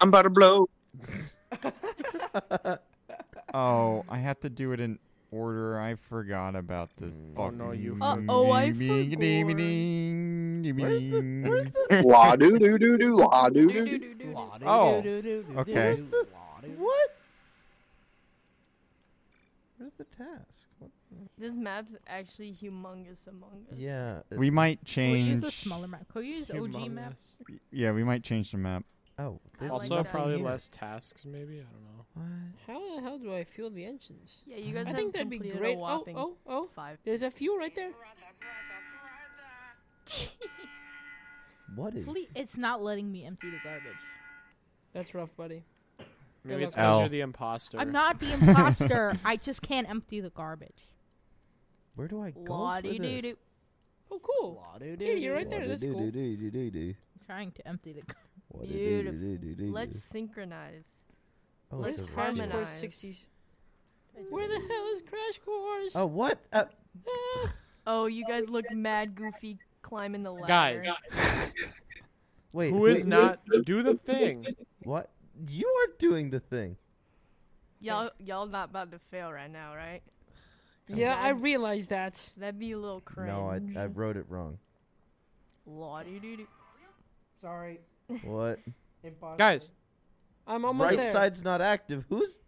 [SPEAKER 11] I'm about to blow.
[SPEAKER 1] Oh, I have to do it in order. I forgot about this.
[SPEAKER 8] Oh, no, you
[SPEAKER 1] fucking-
[SPEAKER 12] Uh-oh, I
[SPEAKER 1] Where's the? Where's the?
[SPEAKER 11] La do do do do la do do. do.
[SPEAKER 1] Oh, okay. Where's
[SPEAKER 2] the- What? Where's the task? What?
[SPEAKER 5] This map's actually humongous among us.
[SPEAKER 2] Yeah. it-
[SPEAKER 1] We might
[SPEAKER 12] Can we
[SPEAKER 1] change.
[SPEAKER 12] use a smaller map? Can we use OG map?
[SPEAKER 8] Humongous.
[SPEAKER 1] yeah, we might change the map.
[SPEAKER 2] Oh, there's
[SPEAKER 8] Also,
[SPEAKER 5] like that.
[SPEAKER 8] probably
[SPEAKER 2] here.
[SPEAKER 8] less tasks. Maybe I don't know.
[SPEAKER 2] What?
[SPEAKER 10] How the hell do I fuel the engines?
[SPEAKER 5] Yeah, you guys
[SPEAKER 10] I
[SPEAKER 5] have
[SPEAKER 10] think that'd be
[SPEAKER 5] completed
[SPEAKER 10] great.
[SPEAKER 5] a
[SPEAKER 10] Oh,
[SPEAKER 5] whopping
[SPEAKER 10] oh, oh.
[SPEAKER 5] five.
[SPEAKER 10] There's a few right there.
[SPEAKER 2] What is?
[SPEAKER 12] Please, it's not letting me empty the garbage.
[SPEAKER 10] That's rough, buddy.
[SPEAKER 8] Maybe
[SPEAKER 10] luck.
[SPEAKER 8] it's because
[SPEAKER 1] L.
[SPEAKER 8] you're the imposter.
[SPEAKER 12] I'm not the imposter. I just can't empty the garbage.
[SPEAKER 2] Where do I go for
[SPEAKER 12] La-dee-dee-doo.
[SPEAKER 2] this?
[SPEAKER 10] Oh, cool. Yeah, you're right there. That's cool.
[SPEAKER 2] Wa-da-doo-doo-doo-doo-doo.
[SPEAKER 12] I'm trying to empty the garbage.
[SPEAKER 2] Wa-da-doo-doo-doo-doo-doo.
[SPEAKER 5] Let's synchronize.
[SPEAKER 2] Oh,
[SPEAKER 5] let's
[SPEAKER 2] it's a
[SPEAKER 5] harmonize.
[SPEAKER 2] radio.
[SPEAKER 5] harmonize.
[SPEAKER 10] sixties. Where the hell is Crash Course?
[SPEAKER 2] Oh, what? Uh,
[SPEAKER 10] Ah.
[SPEAKER 5] Oh, you guys look mad goofy climbing the ladder.
[SPEAKER 8] Guys,
[SPEAKER 2] wait.
[SPEAKER 8] who
[SPEAKER 2] wait,
[SPEAKER 8] is not? Do the thing.
[SPEAKER 2] What? You are doing the thing.
[SPEAKER 5] y'all y'all not about to fail right now, right?
[SPEAKER 10] yeah, I
[SPEAKER 5] Guys.
[SPEAKER 10] realized that.
[SPEAKER 5] That'd be a little cringe.
[SPEAKER 2] No, I, I wrote it wrong.
[SPEAKER 5] Lottie-doo-doo.
[SPEAKER 3] Sorry.
[SPEAKER 2] What?
[SPEAKER 3] Imposter.
[SPEAKER 8] Guys,
[SPEAKER 10] I'm almost
[SPEAKER 2] right
[SPEAKER 10] there.
[SPEAKER 2] side's not active. Who's?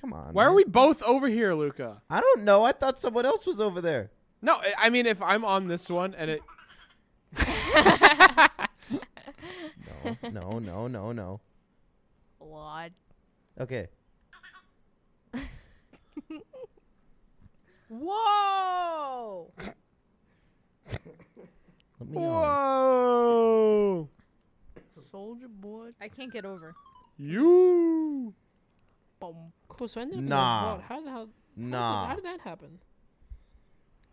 [SPEAKER 2] Come on.
[SPEAKER 8] why are
[SPEAKER 2] man.
[SPEAKER 8] we both over here, Luca?
[SPEAKER 2] I don't know. I thought someone else was over there.
[SPEAKER 8] No, I- I mean if I'm on this one and it
[SPEAKER 2] Oh, No, no, no, no, no.
[SPEAKER 5] Lot.
[SPEAKER 2] Okay.
[SPEAKER 12] Whoa!
[SPEAKER 2] Let me on.
[SPEAKER 8] Whoa!
[SPEAKER 5] Soldier boy.
[SPEAKER 12] I can't get over.
[SPEAKER 8] You
[SPEAKER 5] Boom.
[SPEAKER 10] Cool. So I ended up
[SPEAKER 2] Nah.
[SPEAKER 10] in
[SPEAKER 8] Ah.
[SPEAKER 10] the vault. How the hell?
[SPEAKER 2] Nah.
[SPEAKER 10] How did that happen?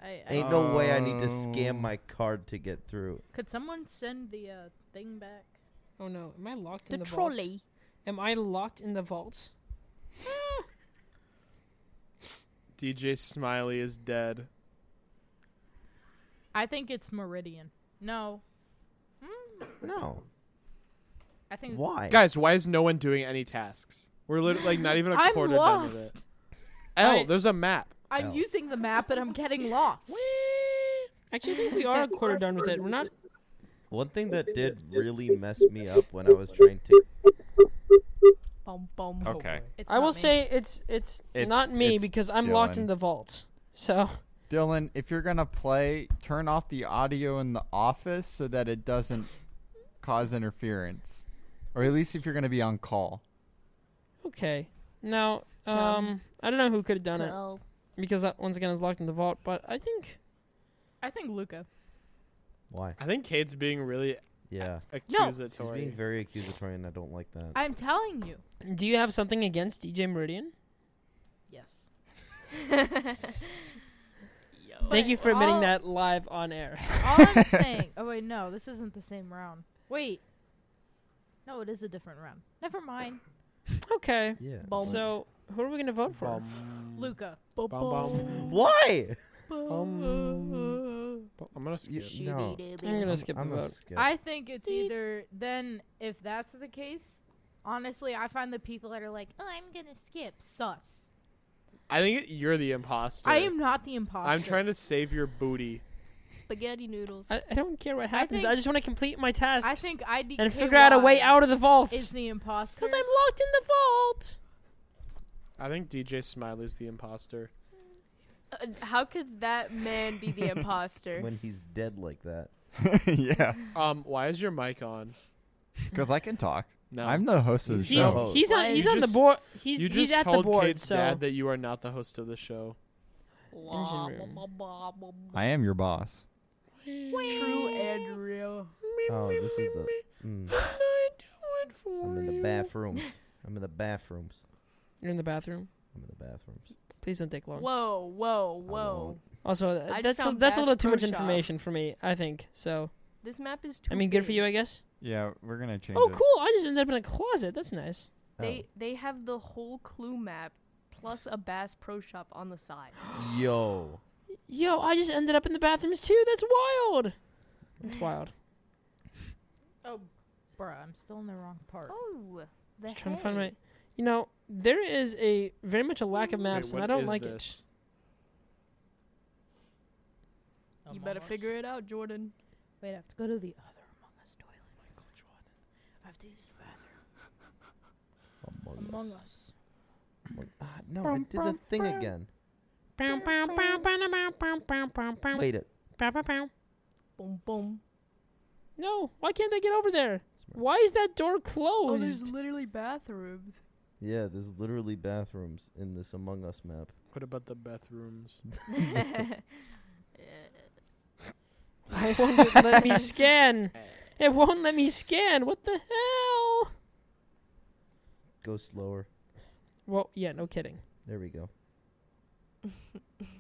[SPEAKER 12] I, I
[SPEAKER 2] Ain't no way I need to
[SPEAKER 1] Oh.
[SPEAKER 2] scam my card to get through.
[SPEAKER 12] could someone send the uh, thing back.
[SPEAKER 10] Oh no. Am I locked
[SPEAKER 12] The,
[SPEAKER 10] in the
[SPEAKER 12] trolley.
[SPEAKER 10] vault? Am I locked in the vault? Ah.
[SPEAKER 8] DJ Smiley is dead.
[SPEAKER 12] I think it's Meridian. No,
[SPEAKER 2] No.
[SPEAKER 12] I think.
[SPEAKER 2] Why?
[SPEAKER 8] Guys, why is no one doing any tasks? We're literally like not even a
[SPEAKER 12] I'm
[SPEAKER 8] quarter done with it.
[SPEAKER 12] lost.
[SPEAKER 8] L,
[SPEAKER 10] I-
[SPEAKER 8] there's a map.
[SPEAKER 12] I'm
[SPEAKER 2] Ow.
[SPEAKER 12] using the map, but I'm getting lost.
[SPEAKER 10] Actually, I think we are a quarter done with it. We're not.
[SPEAKER 2] One thing that did really mess me up when I was trying to.
[SPEAKER 12] Bum, bum.
[SPEAKER 1] Okay.
[SPEAKER 12] It's
[SPEAKER 10] I will
[SPEAKER 12] not me.
[SPEAKER 10] say it's it's,
[SPEAKER 1] It's-
[SPEAKER 10] not me
[SPEAKER 1] it's
[SPEAKER 10] because I'm locked in
[SPEAKER 1] Dylan.
[SPEAKER 10] the vault. So
[SPEAKER 1] Dylan, if you're gonna play, turn off the audio in the office so that it doesn't cause interference, or at least if you're gonna be on call.
[SPEAKER 10] okay. Now, um,
[SPEAKER 5] Come.
[SPEAKER 10] I don't know who could have done it
[SPEAKER 5] Tell.
[SPEAKER 10] because uh, once again I was locked in the vault. But I think
[SPEAKER 12] I think Luca.
[SPEAKER 2] Why?
[SPEAKER 8] I think Kate's being really
[SPEAKER 2] Yeah. She's
[SPEAKER 8] accusatory.
[SPEAKER 2] being very accusatory, and I don't like that.
[SPEAKER 12] I'm telling you.
[SPEAKER 10] Do you have something against DJ Meridian?
[SPEAKER 12] Yes.
[SPEAKER 10] Thank you for admitting
[SPEAKER 12] all-
[SPEAKER 10] that live on air.
[SPEAKER 12] All I'm saying. Oh wait, no, this isn't the same round. Wait. No, it is a different round. Never mind.
[SPEAKER 10] okay.
[SPEAKER 2] yeah.
[SPEAKER 12] Bum.
[SPEAKER 10] So who are we gonna vote for?
[SPEAKER 8] Mm. Bum,
[SPEAKER 12] Luca.
[SPEAKER 8] bum, bum,
[SPEAKER 2] Why?
[SPEAKER 8] bum, bum, I'm gonna skip.
[SPEAKER 2] You- no.
[SPEAKER 10] I'm gonna skip
[SPEAKER 2] I'm
[SPEAKER 10] the
[SPEAKER 2] a
[SPEAKER 10] vote.
[SPEAKER 2] skip.
[SPEAKER 12] I think it's either then if that's the case, honestly, I find the people that are like, "Oh, I'm gonna skip," sus.
[SPEAKER 8] I think you're the imposter.
[SPEAKER 12] I am not the imposter.
[SPEAKER 8] I'm trying to save your booty.
[SPEAKER 9] Spaghetti noodles.
[SPEAKER 10] I, I don't care what happens. I,
[SPEAKER 12] think-
[SPEAKER 10] just want to complete my tasks.
[SPEAKER 12] I think IDK
[SPEAKER 10] and figure out a way out of the vault.
[SPEAKER 12] is the imposter
[SPEAKER 10] Because I'm locked in the vault.
[SPEAKER 8] I think DJ Smiley's the imposter.
[SPEAKER 5] Uh, how could that man be the imposter?
[SPEAKER 2] when he's dead like that.
[SPEAKER 1] yeah,
[SPEAKER 8] Um, why is your mic on?
[SPEAKER 1] because I can talk.
[SPEAKER 8] No.
[SPEAKER 1] I'm the host of the
[SPEAKER 10] He's
[SPEAKER 1] show.
[SPEAKER 10] he's on
[SPEAKER 9] Why
[SPEAKER 10] he's
[SPEAKER 9] is-
[SPEAKER 10] on
[SPEAKER 8] You
[SPEAKER 10] the
[SPEAKER 8] just-
[SPEAKER 10] board. He's
[SPEAKER 8] you
[SPEAKER 10] he's
[SPEAKER 8] just
[SPEAKER 10] at the
[SPEAKER 8] told
[SPEAKER 10] board.
[SPEAKER 8] Kate's
[SPEAKER 10] so
[SPEAKER 8] dad that you are not the host of the show.
[SPEAKER 10] Engine room.
[SPEAKER 1] I am your boss.
[SPEAKER 9] True and real.
[SPEAKER 2] Oh, this is the. Mm. I'm in the bathrooms. I'm in the bathrooms.
[SPEAKER 10] You're in the bathroom.
[SPEAKER 2] I'm in the bathrooms.
[SPEAKER 10] Please don't take long.
[SPEAKER 9] Whoa, whoa,
[SPEAKER 2] I
[SPEAKER 9] whoa.
[SPEAKER 2] won't.
[SPEAKER 10] Also,
[SPEAKER 9] I just
[SPEAKER 10] that's a,
[SPEAKER 9] found
[SPEAKER 10] that's a little
[SPEAKER 9] Bass
[SPEAKER 10] too much
[SPEAKER 9] Pro Shop.
[SPEAKER 10] information for me. I think so.
[SPEAKER 9] This map is too
[SPEAKER 10] I mean, good for
[SPEAKER 9] big.
[SPEAKER 10] you, I guess.
[SPEAKER 1] Yeah, we're gonna change.
[SPEAKER 10] Oh,
[SPEAKER 1] it.
[SPEAKER 10] cool! I just ended up in a closet. That's nice.
[SPEAKER 2] Oh.
[SPEAKER 9] They they have the whole clue map plus a Bass Pro Shop on the side.
[SPEAKER 2] Oh. Yo.
[SPEAKER 10] Yo, I just ended up in the bathrooms too. That's wild. That's wild.
[SPEAKER 12] Oh, bruh, I'm still in the wrong part.
[SPEAKER 9] Oh, the
[SPEAKER 10] Just trying to find my. You know, there is a very much a lack of maps, and
[SPEAKER 8] Wait,
[SPEAKER 10] I
[SPEAKER 8] what
[SPEAKER 10] don't
[SPEAKER 8] is
[SPEAKER 10] like it.
[SPEAKER 8] this?
[SPEAKER 9] You better figure it out, Jordan.
[SPEAKER 12] Wait, I have to go to the other Among Us toilet. I have to use the
[SPEAKER 2] Among,
[SPEAKER 12] bathroom. Among
[SPEAKER 2] Us.
[SPEAKER 12] Us.
[SPEAKER 2] Among- Ah, no, I did the thing again.
[SPEAKER 10] Wait.
[SPEAKER 2] Wait, it.
[SPEAKER 9] Boom, boom.
[SPEAKER 10] No, why can't they get over there? Why is that door
[SPEAKER 9] Oh, there's
[SPEAKER 10] closed?
[SPEAKER 9] literally bathrooms.
[SPEAKER 2] Yeah, there's literally bathrooms in this Among Us map.
[SPEAKER 8] What about the bathrooms?
[SPEAKER 10] I won't let me scan. It won't let me scan. What the hell?
[SPEAKER 2] Go slower.
[SPEAKER 10] Well, yeah, no kidding.
[SPEAKER 2] There we go.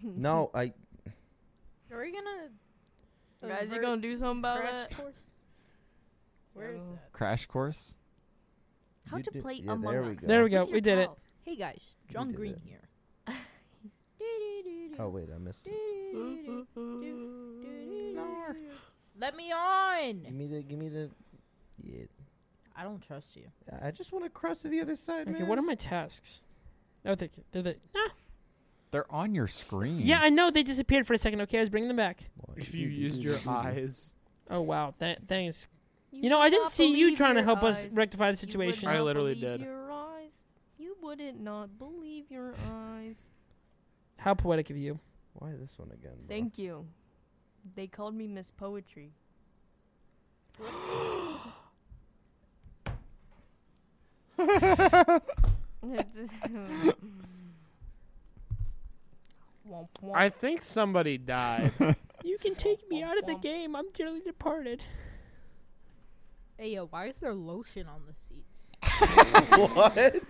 [SPEAKER 2] no, I.
[SPEAKER 12] Are we gonna?
[SPEAKER 5] You guys are
[SPEAKER 12] avert
[SPEAKER 5] gonna do something about
[SPEAKER 12] crash
[SPEAKER 5] that?
[SPEAKER 12] course? Where is that?
[SPEAKER 1] Crash course.
[SPEAKER 9] How
[SPEAKER 2] You
[SPEAKER 9] to
[SPEAKER 2] did-
[SPEAKER 9] play
[SPEAKER 2] yeah,
[SPEAKER 9] Among
[SPEAKER 2] there
[SPEAKER 9] Us.
[SPEAKER 2] we go.
[SPEAKER 10] There we go.
[SPEAKER 9] With your
[SPEAKER 10] We did it.
[SPEAKER 9] pals. Hey guys, John
[SPEAKER 2] did
[SPEAKER 9] Green
[SPEAKER 2] it.
[SPEAKER 9] here.
[SPEAKER 2] Oh wait, I missed. It.
[SPEAKER 12] Let me on.
[SPEAKER 2] Give me the. Give me the. Yeah.
[SPEAKER 12] I don't trust you.
[SPEAKER 2] I just want to cross to the other side,
[SPEAKER 10] Okay,
[SPEAKER 2] man.
[SPEAKER 10] what are my tasks? Oh, they, they're the, ah.
[SPEAKER 1] They're on your
[SPEAKER 2] Hmm.
[SPEAKER 1] screen.
[SPEAKER 10] Yeah, I know they disappeared for a second. Okay, I was bringing them back.
[SPEAKER 8] If you used your eyes,
[SPEAKER 10] Oh wow, Th- thanks. You know, I didn't see you trying to help us rectify the situation.
[SPEAKER 8] I literally did.
[SPEAKER 9] Your eyes. You wouldn't not believe your eyes.
[SPEAKER 10] How poetic of you.
[SPEAKER 2] Why this one again? bro?
[SPEAKER 9] Thank you. They called me Miss Poetry. Womp womp.
[SPEAKER 8] I think somebody died.
[SPEAKER 10] You can take me out of the
[SPEAKER 9] Womp.
[SPEAKER 10] game. I'm dearly departed.
[SPEAKER 12] Hey yo, why is there lotion on the seats?
[SPEAKER 2] what?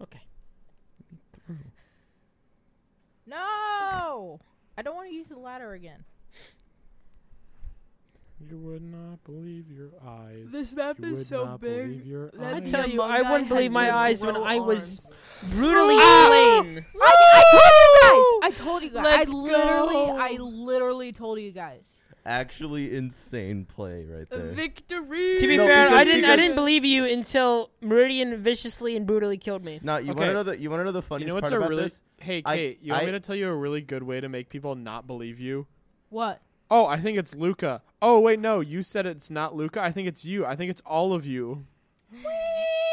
[SPEAKER 10] Okay.
[SPEAKER 12] No, I don't want to use the ladder again.
[SPEAKER 8] you would not believe your eyes.
[SPEAKER 9] This map
[SPEAKER 8] You
[SPEAKER 9] is
[SPEAKER 8] would
[SPEAKER 9] so
[SPEAKER 8] not
[SPEAKER 9] big.
[SPEAKER 8] believe your
[SPEAKER 9] Let
[SPEAKER 10] I
[SPEAKER 9] me
[SPEAKER 8] eyes.
[SPEAKER 10] tell
[SPEAKER 9] tell
[SPEAKER 10] you,
[SPEAKER 9] you,
[SPEAKER 10] I
[SPEAKER 9] I
[SPEAKER 10] wouldn't
[SPEAKER 9] had
[SPEAKER 10] believe my
[SPEAKER 9] to
[SPEAKER 10] eyes when
[SPEAKER 9] grow
[SPEAKER 10] I was
[SPEAKER 9] arms.
[SPEAKER 10] brutally slain.
[SPEAKER 12] I, I told you guys. I told you guys.
[SPEAKER 9] Let's
[SPEAKER 12] I literally,
[SPEAKER 9] go.
[SPEAKER 12] I literally told you guys.
[SPEAKER 2] Actually, insane play right there.
[SPEAKER 9] Victory.
[SPEAKER 10] To be
[SPEAKER 2] No,
[SPEAKER 10] fair, I
[SPEAKER 2] because-
[SPEAKER 10] didn't. I
[SPEAKER 2] because-
[SPEAKER 10] didn't believe you until Meridian viciously and brutally killed me.
[SPEAKER 2] no, you want
[SPEAKER 8] Okay.
[SPEAKER 2] to know the you want to know the funniest
[SPEAKER 8] You know what's
[SPEAKER 2] part
[SPEAKER 8] a
[SPEAKER 2] about
[SPEAKER 8] really
[SPEAKER 2] this?
[SPEAKER 8] hey
[SPEAKER 2] I-
[SPEAKER 8] Kate? you want me
[SPEAKER 2] I-
[SPEAKER 8] to tell you a really good way to make people not believe you?
[SPEAKER 12] What?
[SPEAKER 8] Oh, I think it's Luca. Oh wait, no, you said it's not Luca. I think it's you. I think it's all of you.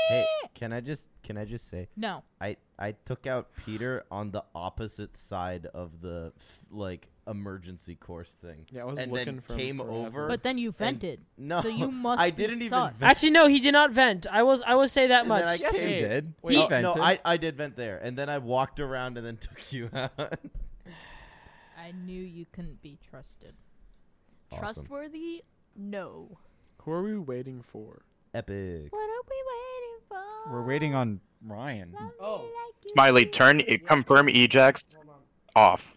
[SPEAKER 2] Hey, can I just can I just say
[SPEAKER 12] No.
[SPEAKER 2] I I took out Peter on the opposite side of the f- like emergency course thing.
[SPEAKER 8] Yeah, I was
[SPEAKER 2] and
[SPEAKER 8] looking
[SPEAKER 2] then
[SPEAKER 8] for him
[SPEAKER 2] came
[SPEAKER 8] forever.
[SPEAKER 2] over.
[SPEAKER 12] But then you vented.
[SPEAKER 2] no,
[SPEAKER 12] So you must.
[SPEAKER 2] I
[SPEAKER 12] be
[SPEAKER 2] didn't even
[SPEAKER 12] sus.
[SPEAKER 2] vent
[SPEAKER 10] Actually, no, he did not vent. I was. I will say that
[SPEAKER 2] and
[SPEAKER 10] much.
[SPEAKER 2] Then I
[SPEAKER 8] Yes,
[SPEAKER 2] came-
[SPEAKER 8] you did.
[SPEAKER 2] Wait,
[SPEAKER 1] He
[SPEAKER 2] oh, no,
[SPEAKER 1] vented.
[SPEAKER 2] I, I did vent there, and then I walked around and then took you out.
[SPEAKER 12] I knew you couldn't be trusted.
[SPEAKER 2] Awesome.
[SPEAKER 9] Trustworthy? No.
[SPEAKER 8] Who are we waiting for?
[SPEAKER 2] Epic.
[SPEAKER 12] What are we waiting for?
[SPEAKER 1] We're waiting on Ryan.
[SPEAKER 6] Oh,
[SPEAKER 11] Smiley, turn confirm Ejax off.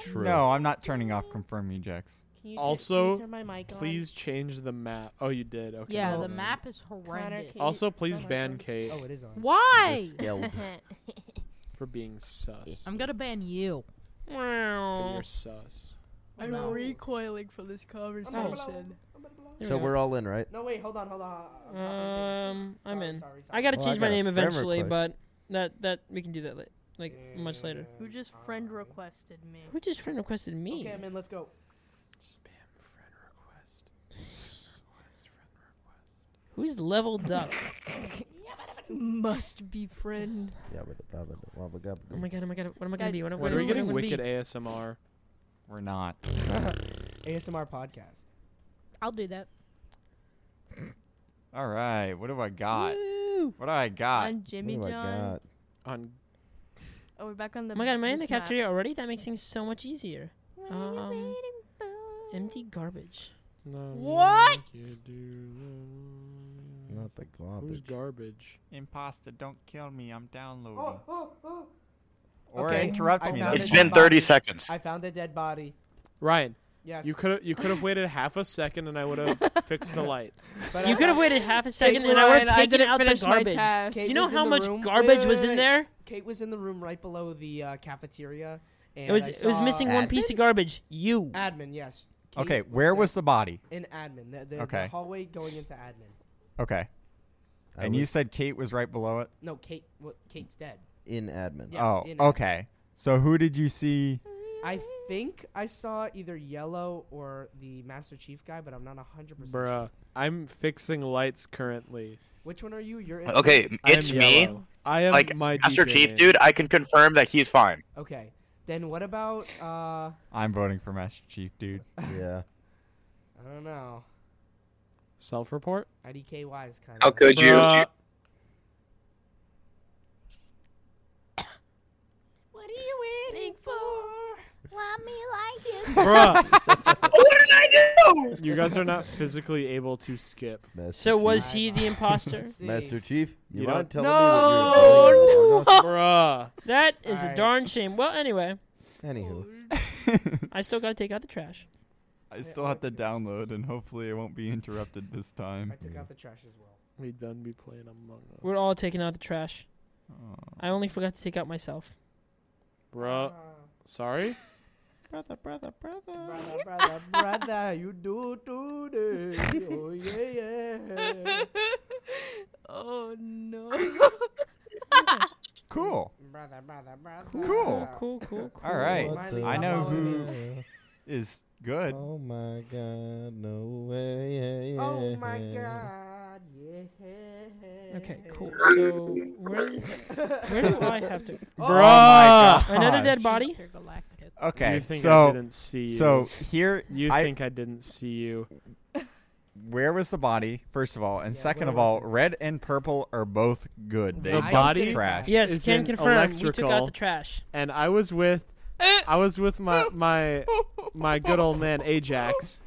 [SPEAKER 2] True.
[SPEAKER 1] No, I'm not turning off confirm ejects.
[SPEAKER 9] Can you
[SPEAKER 8] Also,
[SPEAKER 9] turn my mic on?
[SPEAKER 8] Please change the map. Oh, you did. Okay.
[SPEAKER 12] Yeah,
[SPEAKER 8] never
[SPEAKER 12] the
[SPEAKER 8] mind.
[SPEAKER 12] map is
[SPEAKER 9] Connor,
[SPEAKER 12] horrendous.
[SPEAKER 9] can you-
[SPEAKER 3] Oh,
[SPEAKER 8] Also, please
[SPEAKER 9] Turn my
[SPEAKER 8] ban
[SPEAKER 9] mic
[SPEAKER 8] Kate.
[SPEAKER 6] oh, it is on.
[SPEAKER 12] Why?
[SPEAKER 2] Scalp.
[SPEAKER 8] for being sus.
[SPEAKER 9] I'm gonna ban you.
[SPEAKER 8] But you're sus.
[SPEAKER 5] I'm
[SPEAKER 9] No.
[SPEAKER 5] recoiling from this conversation.
[SPEAKER 2] So we're all in, right?
[SPEAKER 3] No, wait, hold on, hold on.
[SPEAKER 10] Um, I'm in.
[SPEAKER 3] sorry,
[SPEAKER 10] I gotta
[SPEAKER 2] Oh, I
[SPEAKER 10] change my
[SPEAKER 2] got a
[SPEAKER 10] name
[SPEAKER 2] grammar
[SPEAKER 10] eventually,
[SPEAKER 2] question.
[SPEAKER 10] but that that we can do that la- like much later.
[SPEAKER 9] Who just friend requested me?
[SPEAKER 10] Who just friend requested me?
[SPEAKER 3] Okay, I'm in. Let's go.
[SPEAKER 10] Who's leveled up?
[SPEAKER 9] Must be friend.
[SPEAKER 2] Yeah, but but- but- but- but-
[SPEAKER 10] Oh my god! Oh my god! What am I
[SPEAKER 9] Guys,
[SPEAKER 10] gonna be? What am
[SPEAKER 8] When are
[SPEAKER 10] I
[SPEAKER 8] we
[SPEAKER 10] gonna
[SPEAKER 8] getting
[SPEAKER 10] be?
[SPEAKER 8] wicked ASMR?
[SPEAKER 1] We're not.
[SPEAKER 3] ASMR podcast.
[SPEAKER 9] I'll do that.
[SPEAKER 1] All right. What do I got? What do I got?
[SPEAKER 9] On Jimmy
[SPEAKER 2] What do I
[SPEAKER 9] John.
[SPEAKER 2] got?
[SPEAKER 8] On
[SPEAKER 9] Oh, we're back on the.
[SPEAKER 10] Oh my god! Am I in the
[SPEAKER 9] this map.
[SPEAKER 10] cafeteria already? That makes things so much easier. Um, empty garbage.
[SPEAKER 9] What?
[SPEAKER 2] Not the
[SPEAKER 8] Who's
[SPEAKER 2] garbage.
[SPEAKER 8] garbage?
[SPEAKER 1] Imposter, don't kill me. I'm downloading.
[SPEAKER 2] Oh,
[SPEAKER 1] Or
[SPEAKER 3] Okay,
[SPEAKER 1] interrupt
[SPEAKER 3] I
[SPEAKER 1] me.
[SPEAKER 3] found
[SPEAKER 1] that's
[SPEAKER 11] It's
[SPEAKER 3] a dead
[SPEAKER 11] been 30
[SPEAKER 3] body.
[SPEAKER 11] seconds.
[SPEAKER 3] I found a dead body.
[SPEAKER 8] Ryan,
[SPEAKER 3] Yes.
[SPEAKER 8] you could you could have waited half a second and I would have fixed the lights.
[SPEAKER 3] But
[SPEAKER 10] You
[SPEAKER 3] I-
[SPEAKER 10] could have waited half a second, and
[SPEAKER 9] Ryan,
[SPEAKER 10] I would have
[SPEAKER 9] I
[SPEAKER 10] taken
[SPEAKER 9] didn't
[SPEAKER 10] out the
[SPEAKER 9] finish my
[SPEAKER 10] garbage.
[SPEAKER 9] task.
[SPEAKER 10] Do
[SPEAKER 3] Kate
[SPEAKER 10] you know
[SPEAKER 3] was in
[SPEAKER 10] how
[SPEAKER 3] the
[SPEAKER 10] much
[SPEAKER 3] room-
[SPEAKER 10] garbage
[SPEAKER 3] Wait,
[SPEAKER 10] was
[SPEAKER 3] wait,
[SPEAKER 10] in
[SPEAKER 3] wait.
[SPEAKER 10] there?
[SPEAKER 3] Kate was in the room right below the uh, cafeteria. And
[SPEAKER 10] It was
[SPEAKER 3] I
[SPEAKER 10] it was
[SPEAKER 3] saw-
[SPEAKER 10] missing one piece of garbage. You.
[SPEAKER 3] Admin, yes. Kate
[SPEAKER 1] Okay, where
[SPEAKER 3] there.
[SPEAKER 1] was the body?
[SPEAKER 3] in admin? The, the,
[SPEAKER 1] Okay.
[SPEAKER 3] the hallway going into admin.
[SPEAKER 1] Okay.
[SPEAKER 2] I
[SPEAKER 1] and you
[SPEAKER 2] was
[SPEAKER 1] said Kate was right below it?
[SPEAKER 3] No, Kate. What? Kate's dead.
[SPEAKER 2] in admin.
[SPEAKER 3] Yeah,
[SPEAKER 1] oh,
[SPEAKER 3] in admin.
[SPEAKER 1] okay. So who did you see?
[SPEAKER 3] I think I saw either Yellow or the Master Chief guy, but I'm not 100% sure.
[SPEAKER 8] Bruh, I'm fixing lights currently.
[SPEAKER 3] Which one are you? You're in-
[SPEAKER 11] Okay, it's
[SPEAKER 8] I'm
[SPEAKER 11] me.
[SPEAKER 8] Yellow. I am
[SPEAKER 11] Like,
[SPEAKER 8] my
[SPEAKER 11] Master
[SPEAKER 8] DJ
[SPEAKER 11] Chief,
[SPEAKER 8] name.
[SPEAKER 11] dude, I can confirm that he's fine.
[SPEAKER 3] Okay. Then what about uh
[SPEAKER 1] I'm voting for Master Chief, dude.
[SPEAKER 2] Yeah.
[SPEAKER 3] I don't know.
[SPEAKER 8] Self report?
[SPEAKER 3] IDKY is kind
[SPEAKER 11] How
[SPEAKER 3] of
[SPEAKER 11] could you?
[SPEAKER 8] Bruh,
[SPEAKER 3] What are you waiting for?
[SPEAKER 12] Love me like you.
[SPEAKER 8] bruh,
[SPEAKER 9] Oh,
[SPEAKER 11] what did I
[SPEAKER 8] you guys are not physically able to skip.
[SPEAKER 2] Master
[SPEAKER 10] So was
[SPEAKER 3] Chief.
[SPEAKER 10] he the imposter?
[SPEAKER 3] Let's see.
[SPEAKER 2] Master Chief? You,
[SPEAKER 8] You
[SPEAKER 2] mind
[SPEAKER 8] don't-
[SPEAKER 2] telling me what you were doing?
[SPEAKER 8] Bruh.
[SPEAKER 10] That is a
[SPEAKER 3] Alright.
[SPEAKER 10] darn shame. Well, anyway,
[SPEAKER 2] Anywho,
[SPEAKER 10] I still gotta take out the trash.
[SPEAKER 1] I still have to download, and hopefully it won't be interrupted this
[SPEAKER 3] I
[SPEAKER 1] time.
[SPEAKER 3] took out the trash as well.
[SPEAKER 8] We done be playing Among Us.
[SPEAKER 10] We're all taking out the trash.
[SPEAKER 1] Oh.
[SPEAKER 10] I only forgot to take out myself.
[SPEAKER 8] Bruh,
[SPEAKER 3] Uh-huh.
[SPEAKER 8] sorry?
[SPEAKER 1] Brother, brother, brother.
[SPEAKER 3] brother, brother, brother, you do today. Oh yeah, yeah.
[SPEAKER 5] oh no.
[SPEAKER 1] Cool.
[SPEAKER 3] Brother, brother, brother.
[SPEAKER 1] Cool.
[SPEAKER 10] Cool, cool, cool.
[SPEAKER 1] All right.
[SPEAKER 3] What the-
[SPEAKER 1] I know
[SPEAKER 3] Stop
[SPEAKER 1] who
[SPEAKER 2] who.
[SPEAKER 1] is good.
[SPEAKER 2] Oh my god, no way. Yeah, yeah,
[SPEAKER 3] Oh my
[SPEAKER 2] yeah.
[SPEAKER 3] god, yeah.
[SPEAKER 10] Okay, cool. So where, where do I have to?
[SPEAKER 1] Bruh.
[SPEAKER 8] Oh
[SPEAKER 10] Another dead body.
[SPEAKER 9] Dr. Galactic.
[SPEAKER 1] Okay,
[SPEAKER 8] You think I
[SPEAKER 1] so
[SPEAKER 8] didn't see you.
[SPEAKER 1] so here
[SPEAKER 8] you
[SPEAKER 1] I-
[SPEAKER 8] think I didn't see you.
[SPEAKER 1] where was the body? First of all, and
[SPEAKER 3] Yeah, where
[SPEAKER 1] second of
[SPEAKER 3] was
[SPEAKER 1] all,
[SPEAKER 3] it?
[SPEAKER 1] red and purple are both good. They
[SPEAKER 8] The
[SPEAKER 1] dumped
[SPEAKER 8] body?
[SPEAKER 1] trash.
[SPEAKER 10] Yes,
[SPEAKER 8] Is
[SPEAKER 10] can
[SPEAKER 8] in
[SPEAKER 10] confirm. We took out
[SPEAKER 8] electrical.
[SPEAKER 10] the trash. Eh.
[SPEAKER 8] And I was with I was with my my my good old man Ajax.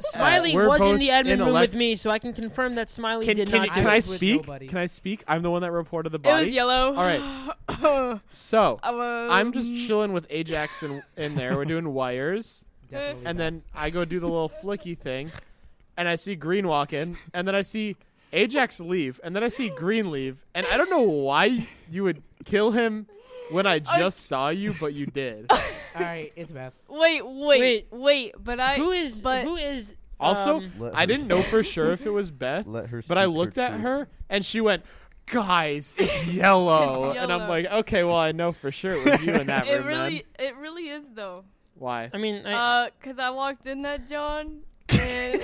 [SPEAKER 10] Smiley
[SPEAKER 8] we're
[SPEAKER 10] was in
[SPEAKER 8] both
[SPEAKER 10] the admin
[SPEAKER 8] in
[SPEAKER 10] room
[SPEAKER 8] elect-
[SPEAKER 10] with me, so I can confirm that Smiley
[SPEAKER 8] Can,
[SPEAKER 10] did
[SPEAKER 8] can,
[SPEAKER 10] not.
[SPEAKER 8] can
[SPEAKER 10] do
[SPEAKER 8] I
[SPEAKER 10] it.
[SPEAKER 3] with
[SPEAKER 8] speak?
[SPEAKER 3] nobody.
[SPEAKER 8] Can I speak? I'm the one that reported the
[SPEAKER 5] It
[SPEAKER 8] body.
[SPEAKER 5] was
[SPEAKER 8] All
[SPEAKER 5] yellow. right.
[SPEAKER 8] So
[SPEAKER 5] I'm,
[SPEAKER 8] I'm just chilling with Ajax in, in there. We're doing wires,
[SPEAKER 3] Definitely
[SPEAKER 8] and then I go do the little flicky thing, and I see Green walk in, and then I see Ajax leave, and then I see Green leave, and I don't know why you would kill him when I just saw you, but you did.
[SPEAKER 3] not. All right, it's Beth.
[SPEAKER 5] Wait, wait, wait, But I.
[SPEAKER 10] Who is?
[SPEAKER 5] But
[SPEAKER 10] who is?
[SPEAKER 8] Also,
[SPEAKER 10] um,
[SPEAKER 2] Let
[SPEAKER 8] I
[SPEAKER 2] her
[SPEAKER 8] didn't know for sure if it was Beth,
[SPEAKER 2] Let her
[SPEAKER 8] but I
[SPEAKER 2] speak her
[SPEAKER 8] looked at
[SPEAKER 2] truth.
[SPEAKER 8] her, and she went. Guys, it's yellow.
[SPEAKER 5] It's
[SPEAKER 8] and
[SPEAKER 5] yellow.
[SPEAKER 8] I'm like, okay, well, I know for sure it was you in that
[SPEAKER 5] it
[SPEAKER 8] room, man.
[SPEAKER 5] really, it really is though.
[SPEAKER 8] Why?
[SPEAKER 10] I mean, I,
[SPEAKER 5] Uh, cause I walked in that John. And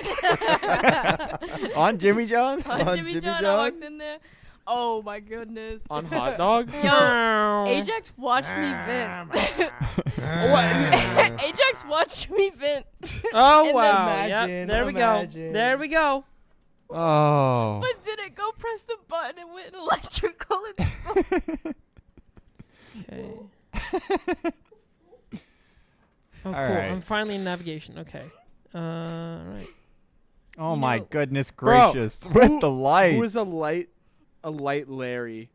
[SPEAKER 1] on Jimmy John.
[SPEAKER 5] on
[SPEAKER 2] on
[SPEAKER 5] Jimmy,
[SPEAKER 2] Jimmy
[SPEAKER 5] John, I walked in there. Oh my goodness.
[SPEAKER 8] on hot dog?
[SPEAKER 5] Yo, Ajax watched me vent. Ajax watched me vent.
[SPEAKER 10] oh
[SPEAKER 5] and
[SPEAKER 10] wow! Yep,
[SPEAKER 3] imagine,
[SPEAKER 10] there we
[SPEAKER 3] imagine.
[SPEAKER 10] go. There we go.
[SPEAKER 1] Oh.
[SPEAKER 5] But didn't go press the button and went electrical. And
[SPEAKER 10] Okay. Oh, cool.
[SPEAKER 1] All right.
[SPEAKER 10] I'm finally in navigation. Okay. Uh, all right.
[SPEAKER 1] Oh
[SPEAKER 9] You
[SPEAKER 1] my
[SPEAKER 9] know-
[SPEAKER 1] goodness
[SPEAKER 8] Bro,
[SPEAKER 1] gracious!
[SPEAKER 8] who-
[SPEAKER 1] With the lights.
[SPEAKER 8] Who is a light, a light Larry?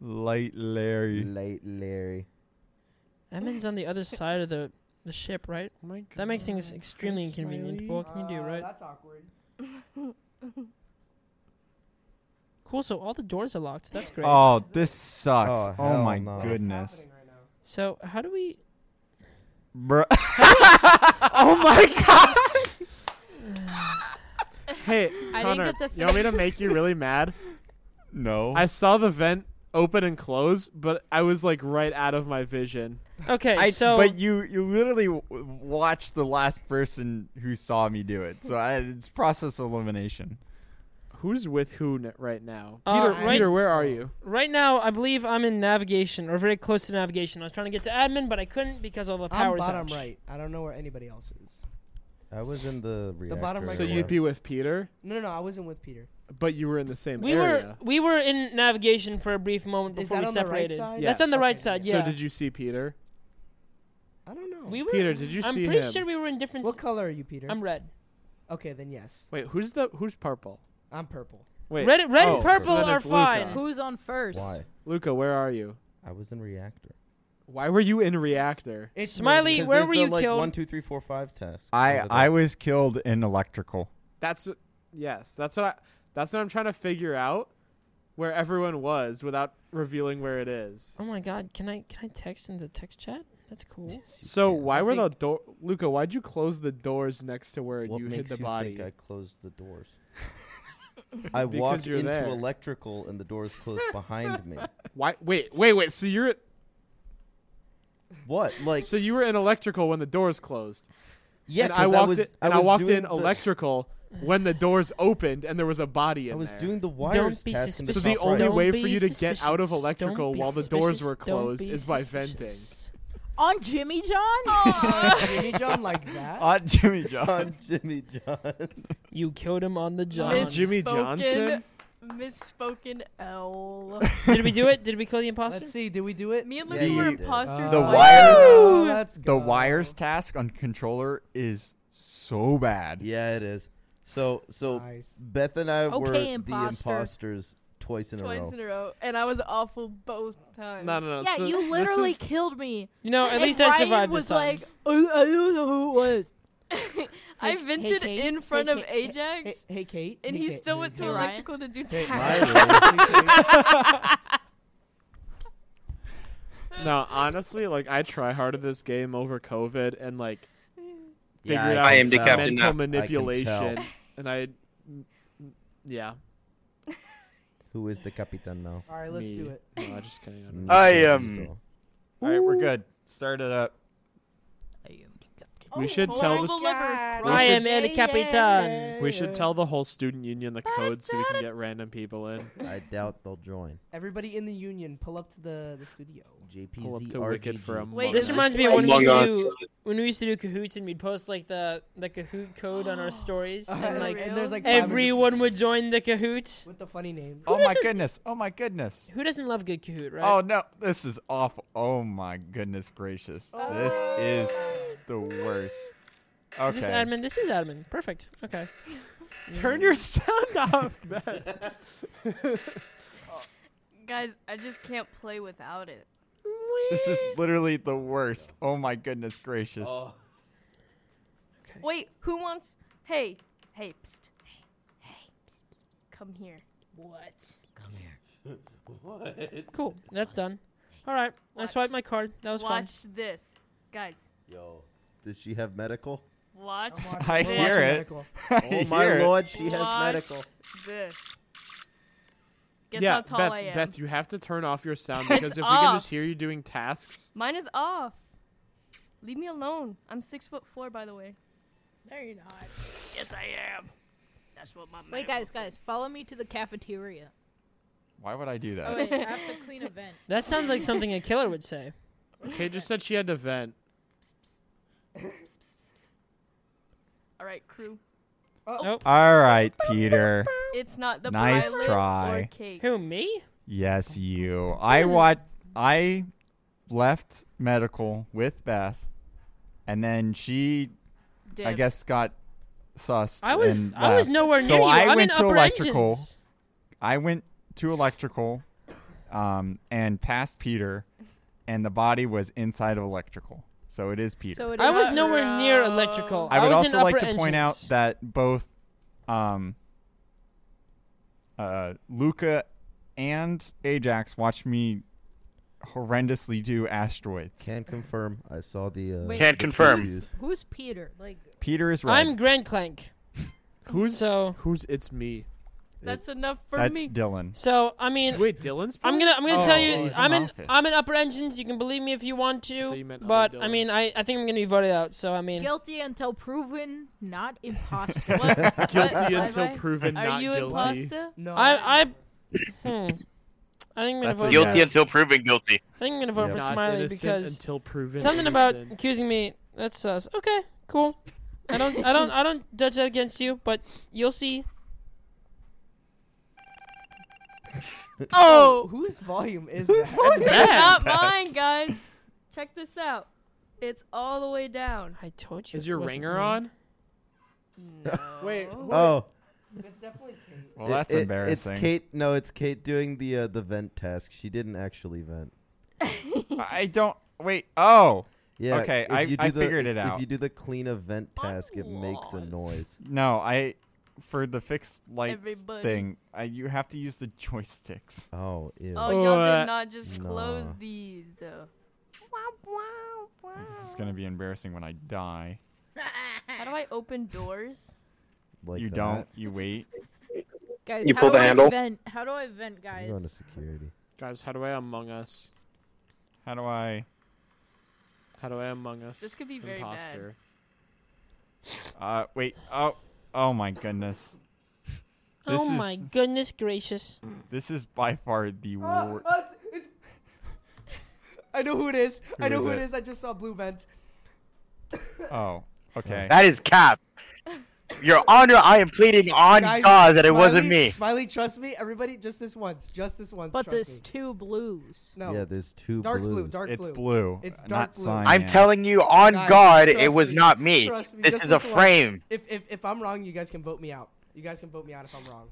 [SPEAKER 1] light Larry?
[SPEAKER 2] Late Larry.
[SPEAKER 10] Edmund's on the other side of the the ship, right?
[SPEAKER 3] Oh
[SPEAKER 8] my God.
[SPEAKER 10] That makes things extremely inconvenient. But what can you do,
[SPEAKER 3] Uh,
[SPEAKER 10] right?
[SPEAKER 3] That's awkward.
[SPEAKER 10] Cool. So all the doors are locked. That's great.
[SPEAKER 1] Oh, this sucks.
[SPEAKER 2] Oh,
[SPEAKER 1] Oh,
[SPEAKER 2] hell
[SPEAKER 1] my
[SPEAKER 2] no.
[SPEAKER 1] goodness.
[SPEAKER 10] So how do we?
[SPEAKER 1] Bruh. oh my god.
[SPEAKER 8] Hey,
[SPEAKER 12] I didn't
[SPEAKER 8] Connor,
[SPEAKER 12] get the
[SPEAKER 8] you want me to
[SPEAKER 12] fin-
[SPEAKER 8] make you really mad?
[SPEAKER 1] No.
[SPEAKER 8] I saw the vent open and close, but I was like right out of my vision.
[SPEAKER 10] Okay.
[SPEAKER 1] I,
[SPEAKER 10] so
[SPEAKER 1] but you you literally w- watched the last person who saw me do it. So I, it's process elimination.
[SPEAKER 8] Who's with who n- right now?
[SPEAKER 10] Uh,
[SPEAKER 8] Peter,
[SPEAKER 10] right-
[SPEAKER 8] Peter, where are you?
[SPEAKER 10] right now, I believe I'm in navigation or very close to navigation. I was trying to get to admin, but I couldn't because all the
[SPEAKER 3] I'm
[SPEAKER 10] power's
[SPEAKER 3] bottom
[SPEAKER 10] out.
[SPEAKER 3] right. I don't know where anybody else is.
[SPEAKER 2] I was in the reactor.
[SPEAKER 3] bottom right
[SPEAKER 8] So
[SPEAKER 3] corner.
[SPEAKER 8] you'd be with Peter,
[SPEAKER 3] No, no, no. I wasn't with Peter.
[SPEAKER 8] but you were in the same
[SPEAKER 10] We were
[SPEAKER 8] area.
[SPEAKER 10] we were in navigation for a brief moment
[SPEAKER 3] Is
[SPEAKER 10] before
[SPEAKER 3] that
[SPEAKER 10] we
[SPEAKER 3] on the right
[SPEAKER 10] separated.
[SPEAKER 3] side?
[SPEAKER 10] That's on the
[SPEAKER 8] Yes.
[SPEAKER 10] right
[SPEAKER 3] Okay.
[SPEAKER 10] side.
[SPEAKER 8] So
[SPEAKER 10] Yeah.
[SPEAKER 8] did you see Peter?
[SPEAKER 3] I don't know.
[SPEAKER 10] we were,
[SPEAKER 8] Peter, did you
[SPEAKER 10] I'm
[SPEAKER 8] see
[SPEAKER 10] pretty
[SPEAKER 8] him?
[SPEAKER 10] sure we were in different.
[SPEAKER 3] What color are you, Peter?
[SPEAKER 10] I'm red.
[SPEAKER 3] okay, then yes.
[SPEAKER 8] Wait, who's the who's purple?
[SPEAKER 3] I'm purple.
[SPEAKER 8] Wait,
[SPEAKER 10] Red- red and
[SPEAKER 8] oh, so
[SPEAKER 10] purple
[SPEAKER 8] then
[SPEAKER 10] are
[SPEAKER 8] it's
[SPEAKER 10] fine.
[SPEAKER 8] Luca.
[SPEAKER 12] Who's on first?
[SPEAKER 2] Why?
[SPEAKER 8] Luca, where are you?
[SPEAKER 2] I was in reactor.
[SPEAKER 8] Why were you in reactor?
[SPEAKER 3] It's
[SPEAKER 10] Smiley,
[SPEAKER 2] Because
[SPEAKER 10] where
[SPEAKER 2] there's
[SPEAKER 10] were
[SPEAKER 2] the,
[SPEAKER 10] you
[SPEAKER 2] like,
[SPEAKER 10] killed?
[SPEAKER 2] One, two, three, four, five test.
[SPEAKER 1] I
[SPEAKER 2] Remember that?
[SPEAKER 1] I was killed in electrical.
[SPEAKER 8] That's wh- yes. That's what I. That's what I'm trying to figure out. Where everyone was without revealing where it is.
[SPEAKER 10] Oh my god, can I can I text in the text chat? That's cool.
[SPEAKER 8] So why
[SPEAKER 10] I
[SPEAKER 8] were the
[SPEAKER 10] think-
[SPEAKER 8] door, Luca? Why'd you close the doors next to where
[SPEAKER 2] What
[SPEAKER 8] you hid
[SPEAKER 2] makes
[SPEAKER 8] the
[SPEAKER 2] you
[SPEAKER 8] body?
[SPEAKER 2] think I closed the doors? I
[SPEAKER 8] Because
[SPEAKER 2] walked
[SPEAKER 8] you're
[SPEAKER 2] into
[SPEAKER 8] there.
[SPEAKER 2] electrical and the doors closed behind me.
[SPEAKER 8] Why? Wait, wait, wait. So you're
[SPEAKER 2] What? Like
[SPEAKER 8] so you were in electrical when the doors closed.
[SPEAKER 2] yeah,
[SPEAKER 8] and I
[SPEAKER 2] 'cause
[SPEAKER 8] walked
[SPEAKER 2] was,
[SPEAKER 8] in, and I,
[SPEAKER 2] was
[SPEAKER 8] walked
[SPEAKER 2] doing
[SPEAKER 8] in
[SPEAKER 2] the-
[SPEAKER 8] electrical when the doors opened and there was a body in
[SPEAKER 2] I was
[SPEAKER 8] there.
[SPEAKER 2] doing the wires
[SPEAKER 10] be
[SPEAKER 2] test in
[SPEAKER 8] so
[SPEAKER 10] suspicious.
[SPEAKER 8] the
[SPEAKER 2] top
[SPEAKER 8] only
[SPEAKER 2] right.
[SPEAKER 10] Don't
[SPEAKER 8] way
[SPEAKER 10] be
[SPEAKER 8] for you to get out of
[SPEAKER 10] suspicious. Don't
[SPEAKER 8] electrical
[SPEAKER 10] be
[SPEAKER 8] while the doors were
[SPEAKER 10] suspicious. Don't
[SPEAKER 8] closed
[SPEAKER 10] be
[SPEAKER 8] is by
[SPEAKER 10] suspicious.
[SPEAKER 12] On Jimmy John? Aw.
[SPEAKER 3] Jimmy John like that?
[SPEAKER 1] Aunt Jimmy John.
[SPEAKER 2] John, Jimmy John.
[SPEAKER 10] You killed him on the job.
[SPEAKER 8] Miss- Jimmy Johnson?
[SPEAKER 9] Misspoken L.
[SPEAKER 10] Did we do it? Did we kill the imposter?
[SPEAKER 3] Let's see. Did we do it?
[SPEAKER 9] Me and
[SPEAKER 2] Yeah,
[SPEAKER 9] Luca
[SPEAKER 1] you
[SPEAKER 9] were
[SPEAKER 2] did.
[SPEAKER 9] imposters.
[SPEAKER 1] The
[SPEAKER 9] on-
[SPEAKER 1] wires-
[SPEAKER 3] Oh, let's
[SPEAKER 1] The
[SPEAKER 3] go.
[SPEAKER 1] wires task on controller is so bad.
[SPEAKER 2] Yeah, it is. So so
[SPEAKER 3] Nice.
[SPEAKER 2] Beth and I were
[SPEAKER 12] Okay,
[SPEAKER 2] the
[SPEAKER 12] imposter.
[SPEAKER 2] imposters twice in a
[SPEAKER 9] Twice
[SPEAKER 2] row.
[SPEAKER 9] in a row, and I was awful both times.
[SPEAKER 8] No, no, no.
[SPEAKER 12] yeah,
[SPEAKER 8] so
[SPEAKER 12] you
[SPEAKER 8] this
[SPEAKER 12] literally
[SPEAKER 8] is-
[SPEAKER 12] killed me.
[SPEAKER 10] You know, at
[SPEAKER 12] And
[SPEAKER 10] least I
[SPEAKER 12] Ryan
[SPEAKER 10] survived
[SPEAKER 12] was
[SPEAKER 10] this time.
[SPEAKER 12] like, "Oh, I don't know who it was.
[SPEAKER 9] I
[SPEAKER 12] Hey- hey,
[SPEAKER 9] vented
[SPEAKER 12] Kate?
[SPEAKER 9] in front
[SPEAKER 12] Hey,
[SPEAKER 9] of
[SPEAKER 12] Kate? Hey-
[SPEAKER 9] Ajax,
[SPEAKER 3] Hey, hey, Kate.
[SPEAKER 9] and
[SPEAKER 3] Hey,
[SPEAKER 9] he
[SPEAKER 3] Kate.
[SPEAKER 9] still
[SPEAKER 3] Hey,
[SPEAKER 9] went to
[SPEAKER 3] Kate.
[SPEAKER 12] Ryan.
[SPEAKER 9] electrical to do
[SPEAKER 3] Hey,
[SPEAKER 9] tasks.
[SPEAKER 8] no, honestly, like I try hard at this game over COVID and like figured
[SPEAKER 2] Yeah,
[SPEAKER 8] out
[SPEAKER 11] I am the
[SPEAKER 8] mental
[SPEAKER 11] captain now. I
[SPEAKER 8] manipulation, and I, yeah.
[SPEAKER 2] Who is the capitan now?
[SPEAKER 3] All right, let's
[SPEAKER 8] me.
[SPEAKER 3] do it.
[SPEAKER 8] No, I just kidding. I don't
[SPEAKER 11] I
[SPEAKER 8] know.
[SPEAKER 2] So-
[SPEAKER 1] um,
[SPEAKER 11] am-
[SPEAKER 2] so-
[SPEAKER 1] All right, we're good. Start it up.
[SPEAKER 8] we should tell the st-
[SPEAKER 10] I am
[SPEAKER 8] should-
[SPEAKER 10] El Capitan.
[SPEAKER 8] we should tell the whole student union the code so we can get random people in.
[SPEAKER 2] I doubt they'll join.
[SPEAKER 3] Everybody in the union, pull up to the, the studio.
[SPEAKER 8] Pull up
[SPEAKER 2] JPZ
[SPEAKER 8] to Wicked
[SPEAKER 2] RGG.
[SPEAKER 8] for a
[SPEAKER 9] Wait,
[SPEAKER 10] This
[SPEAKER 9] Among
[SPEAKER 10] reminds
[SPEAKER 9] Us.
[SPEAKER 10] me of when we,
[SPEAKER 9] Among
[SPEAKER 10] used to
[SPEAKER 11] Us.
[SPEAKER 10] do, when we used to do cahoots and we'd post like the the cahoot code on our
[SPEAKER 12] Oh,
[SPEAKER 10] stories, and
[SPEAKER 3] and,
[SPEAKER 10] like
[SPEAKER 3] and there's like five of us
[SPEAKER 10] everyone would join the cahoot.
[SPEAKER 3] with the funny name.
[SPEAKER 1] Oh my
[SPEAKER 10] doesn't-
[SPEAKER 1] goodness. Oh my goodness.
[SPEAKER 10] Who doesn't love good cahoot, right?
[SPEAKER 1] Oh no, this is awful. Oh my goodness gracious. This is the worst.
[SPEAKER 10] Is this
[SPEAKER 1] Okay.
[SPEAKER 10] admin? This is admin. Perfect. Okay.
[SPEAKER 8] Turn your sound off, Matt.
[SPEAKER 9] Guys, I just can't play without it.
[SPEAKER 1] This is literally the worst. Oh my goodness gracious.
[SPEAKER 9] Wait, who wants? Hey, hey, psst, hey, hey, come here.
[SPEAKER 10] What? what? Cool. That's done. All right. I
[SPEAKER 9] Watch.
[SPEAKER 10] swiped my card. That was fun.
[SPEAKER 9] Watch this, guys.
[SPEAKER 2] Yo, does she have medical?
[SPEAKER 9] Watch
[SPEAKER 1] I
[SPEAKER 9] this.
[SPEAKER 1] hear it.
[SPEAKER 2] Oh my lord, she has
[SPEAKER 9] Watch
[SPEAKER 2] medical.
[SPEAKER 9] This. Guess
[SPEAKER 8] yeah,
[SPEAKER 9] how tall
[SPEAKER 8] Beth,
[SPEAKER 9] I am.
[SPEAKER 8] Beth, you have to turn off your sound because if we can
[SPEAKER 9] off.
[SPEAKER 8] just hear you doing tasks,
[SPEAKER 9] Mine is off. Leave me alone. I'm six foot four, by the way.
[SPEAKER 12] No, you're not.
[SPEAKER 9] Yes, I am. That's what my
[SPEAKER 12] Wait, guys, guys, follow me to the cafeteria.
[SPEAKER 1] Why would I do that?
[SPEAKER 12] Oh, wait, I have to clean a vent.
[SPEAKER 10] That sounds like something a killer would say.
[SPEAKER 8] Kate just said she had to vent.
[SPEAKER 9] All right, crew.
[SPEAKER 10] Nope.
[SPEAKER 1] All right, Peter.
[SPEAKER 9] It's not the
[SPEAKER 1] Nice
[SPEAKER 9] pilot
[SPEAKER 1] try.
[SPEAKER 9] or cake.
[SPEAKER 10] Who me?
[SPEAKER 1] Yes, you. I wat I left medical with Beth and then she I
[SPEAKER 9] Dip.
[SPEAKER 1] guess got sussed.
[SPEAKER 10] I was
[SPEAKER 1] and
[SPEAKER 10] I was
[SPEAKER 1] left.
[SPEAKER 10] nowhere near
[SPEAKER 1] So
[SPEAKER 10] you.
[SPEAKER 1] I
[SPEAKER 10] am
[SPEAKER 1] went
[SPEAKER 10] in
[SPEAKER 1] to
[SPEAKER 10] upper
[SPEAKER 1] electrical.
[SPEAKER 10] engines.
[SPEAKER 1] I went to electrical um, and passed Peter, and the body was inside of electrical. So it is Peter.
[SPEAKER 12] So it
[SPEAKER 10] I
[SPEAKER 12] is
[SPEAKER 10] was nowhere near
[SPEAKER 9] Bro.
[SPEAKER 10] electrical.
[SPEAKER 1] I would
[SPEAKER 10] was in
[SPEAKER 1] also like
[SPEAKER 10] upper
[SPEAKER 1] to point out
[SPEAKER 10] engines.
[SPEAKER 1] that both um, uh, Luca and Ajax watched me horrendously do asteroids.
[SPEAKER 2] Can confirm. I saw the. Uh,
[SPEAKER 12] Wait,
[SPEAKER 2] the
[SPEAKER 12] Who's,
[SPEAKER 2] previews.
[SPEAKER 12] who's Peter? Like
[SPEAKER 1] Peter is right.
[SPEAKER 10] I'm Grand Clank.
[SPEAKER 8] Who's
[SPEAKER 10] so?
[SPEAKER 8] Who's it's me?
[SPEAKER 13] That's enough for
[SPEAKER 1] That's
[SPEAKER 13] me.
[SPEAKER 1] Dylan.
[SPEAKER 10] So I mean,
[SPEAKER 8] Wait, Dylan's.
[SPEAKER 10] I'm gonna I'm gonna
[SPEAKER 8] Oh,
[SPEAKER 10] tell you
[SPEAKER 8] he's
[SPEAKER 10] I'm in
[SPEAKER 8] in office.
[SPEAKER 10] I'm in upper engines. You can believe me if you want to,
[SPEAKER 8] you meant other
[SPEAKER 10] but I
[SPEAKER 8] Dylan.
[SPEAKER 10] mean I, I think I'm gonna be voted out. So I mean,
[SPEAKER 12] guilty until proven not imposter.
[SPEAKER 8] Guilty
[SPEAKER 12] Am
[SPEAKER 8] until
[SPEAKER 12] I-
[SPEAKER 8] proven
[SPEAKER 12] Are
[SPEAKER 8] not
[SPEAKER 12] you
[SPEAKER 8] guilty.
[SPEAKER 12] imposter?
[SPEAKER 13] No,
[SPEAKER 10] I I hmm, I think I'm gonna
[SPEAKER 1] That's a
[SPEAKER 10] vote.
[SPEAKER 1] yes.
[SPEAKER 11] Guilty until proven guilty.
[SPEAKER 10] I think I'm gonna vote for
[SPEAKER 8] Not
[SPEAKER 10] Smiley
[SPEAKER 8] innocent
[SPEAKER 10] because
[SPEAKER 8] until proven
[SPEAKER 10] something about
[SPEAKER 8] innocent.
[SPEAKER 10] accusing me that's sus. Okay, cool. I don't I don't I don't judge that against you, but you'll see.
[SPEAKER 9] Oh,
[SPEAKER 3] Whose volume is that?
[SPEAKER 9] it's
[SPEAKER 10] bad.
[SPEAKER 9] not mine, guys. Check this out. It's all the way down.
[SPEAKER 10] I told you.
[SPEAKER 8] Is your
[SPEAKER 10] it wasn't
[SPEAKER 8] ringer
[SPEAKER 10] me.
[SPEAKER 8] on?
[SPEAKER 13] Wait.
[SPEAKER 2] Oh,
[SPEAKER 13] It's definitely
[SPEAKER 1] Well,
[SPEAKER 2] it-
[SPEAKER 1] that's
[SPEAKER 2] it-
[SPEAKER 1] embarrassing.
[SPEAKER 2] It's Kate. No, it's Kate doing the uh, the vent task. She didn't actually vent.
[SPEAKER 1] I don't. Wait. Oh.
[SPEAKER 2] Yeah.
[SPEAKER 1] Okay.
[SPEAKER 2] if
[SPEAKER 1] I,
[SPEAKER 2] you do
[SPEAKER 1] I
[SPEAKER 2] the-
[SPEAKER 1] figured it
[SPEAKER 2] If
[SPEAKER 1] out.
[SPEAKER 2] you do the clean of vent task, it makes a noise.
[SPEAKER 1] No, I for the fixed lights
[SPEAKER 13] Everybody.
[SPEAKER 1] thing, I, you have to use the joysticks.
[SPEAKER 2] Oh, ew.
[SPEAKER 9] Oh, y'all
[SPEAKER 8] Uh,
[SPEAKER 9] did not just close
[SPEAKER 2] nah.
[SPEAKER 9] these. Uh, womp, womp,
[SPEAKER 1] This is
[SPEAKER 9] womp.
[SPEAKER 1] gonna be embarrassing when I die.
[SPEAKER 9] How do I open doors?
[SPEAKER 2] Like
[SPEAKER 1] you
[SPEAKER 2] that.
[SPEAKER 1] don't. You wait.
[SPEAKER 12] Guys,
[SPEAKER 11] You
[SPEAKER 12] how
[SPEAKER 11] pull
[SPEAKER 12] do
[SPEAKER 11] the
[SPEAKER 12] I
[SPEAKER 11] handle?
[SPEAKER 12] Vent? How do I vent,
[SPEAKER 2] I'm
[SPEAKER 12] guys?
[SPEAKER 2] going to security.
[SPEAKER 8] Guys, how do I Among Us?
[SPEAKER 1] How do I?
[SPEAKER 8] How do I Among Us?
[SPEAKER 9] This could be very bad.
[SPEAKER 8] Imposter.
[SPEAKER 1] Uh, wait. Oh. Oh my goodness. This
[SPEAKER 10] oh
[SPEAKER 1] is
[SPEAKER 10] my goodness gracious!
[SPEAKER 1] this is by far the
[SPEAKER 3] Ah,
[SPEAKER 12] Oh.
[SPEAKER 1] worst.
[SPEAKER 3] ah, it's- I know who it is.
[SPEAKER 1] Who
[SPEAKER 3] I know
[SPEAKER 1] is
[SPEAKER 3] who
[SPEAKER 1] it?
[SPEAKER 3] it is. I just saw blue vent.
[SPEAKER 1] Oh. Okay.
[SPEAKER 11] That is cap. Your Honor, I am pleading on
[SPEAKER 3] Guys,
[SPEAKER 11] God that it wasn't
[SPEAKER 3] Smiley-
[SPEAKER 11] me.
[SPEAKER 3] Smiley, trust me. Everybody, just this once. Just this once.
[SPEAKER 12] but
[SPEAKER 3] trust
[SPEAKER 12] there's
[SPEAKER 3] me.
[SPEAKER 12] two blues.
[SPEAKER 3] No.
[SPEAKER 2] Yeah, there's two
[SPEAKER 3] dark
[SPEAKER 2] blues.
[SPEAKER 3] blue. Dark
[SPEAKER 1] It's
[SPEAKER 3] blue.
[SPEAKER 1] blue.
[SPEAKER 3] It's
[SPEAKER 1] uh,
[SPEAKER 3] dark
[SPEAKER 1] not
[SPEAKER 3] blue.
[SPEAKER 1] cyan.
[SPEAKER 11] I'm telling you on
[SPEAKER 3] Guys,
[SPEAKER 11] God, it
[SPEAKER 3] trust
[SPEAKER 11] was
[SPEAKER 3] me.
[SPEAKER 11] not me.
[SPEAKER 3] Trust me,
[SPEAKER 11] This
[SPEAKER 3] just
[SPEAKER 11] is a
[SPEAKER 3] this one.
[SPEAKER 11] frame.
[SPEAKER 3] If, if if I'm wrong, you guys can vote me out. You guys can vote me out if I'm wrong.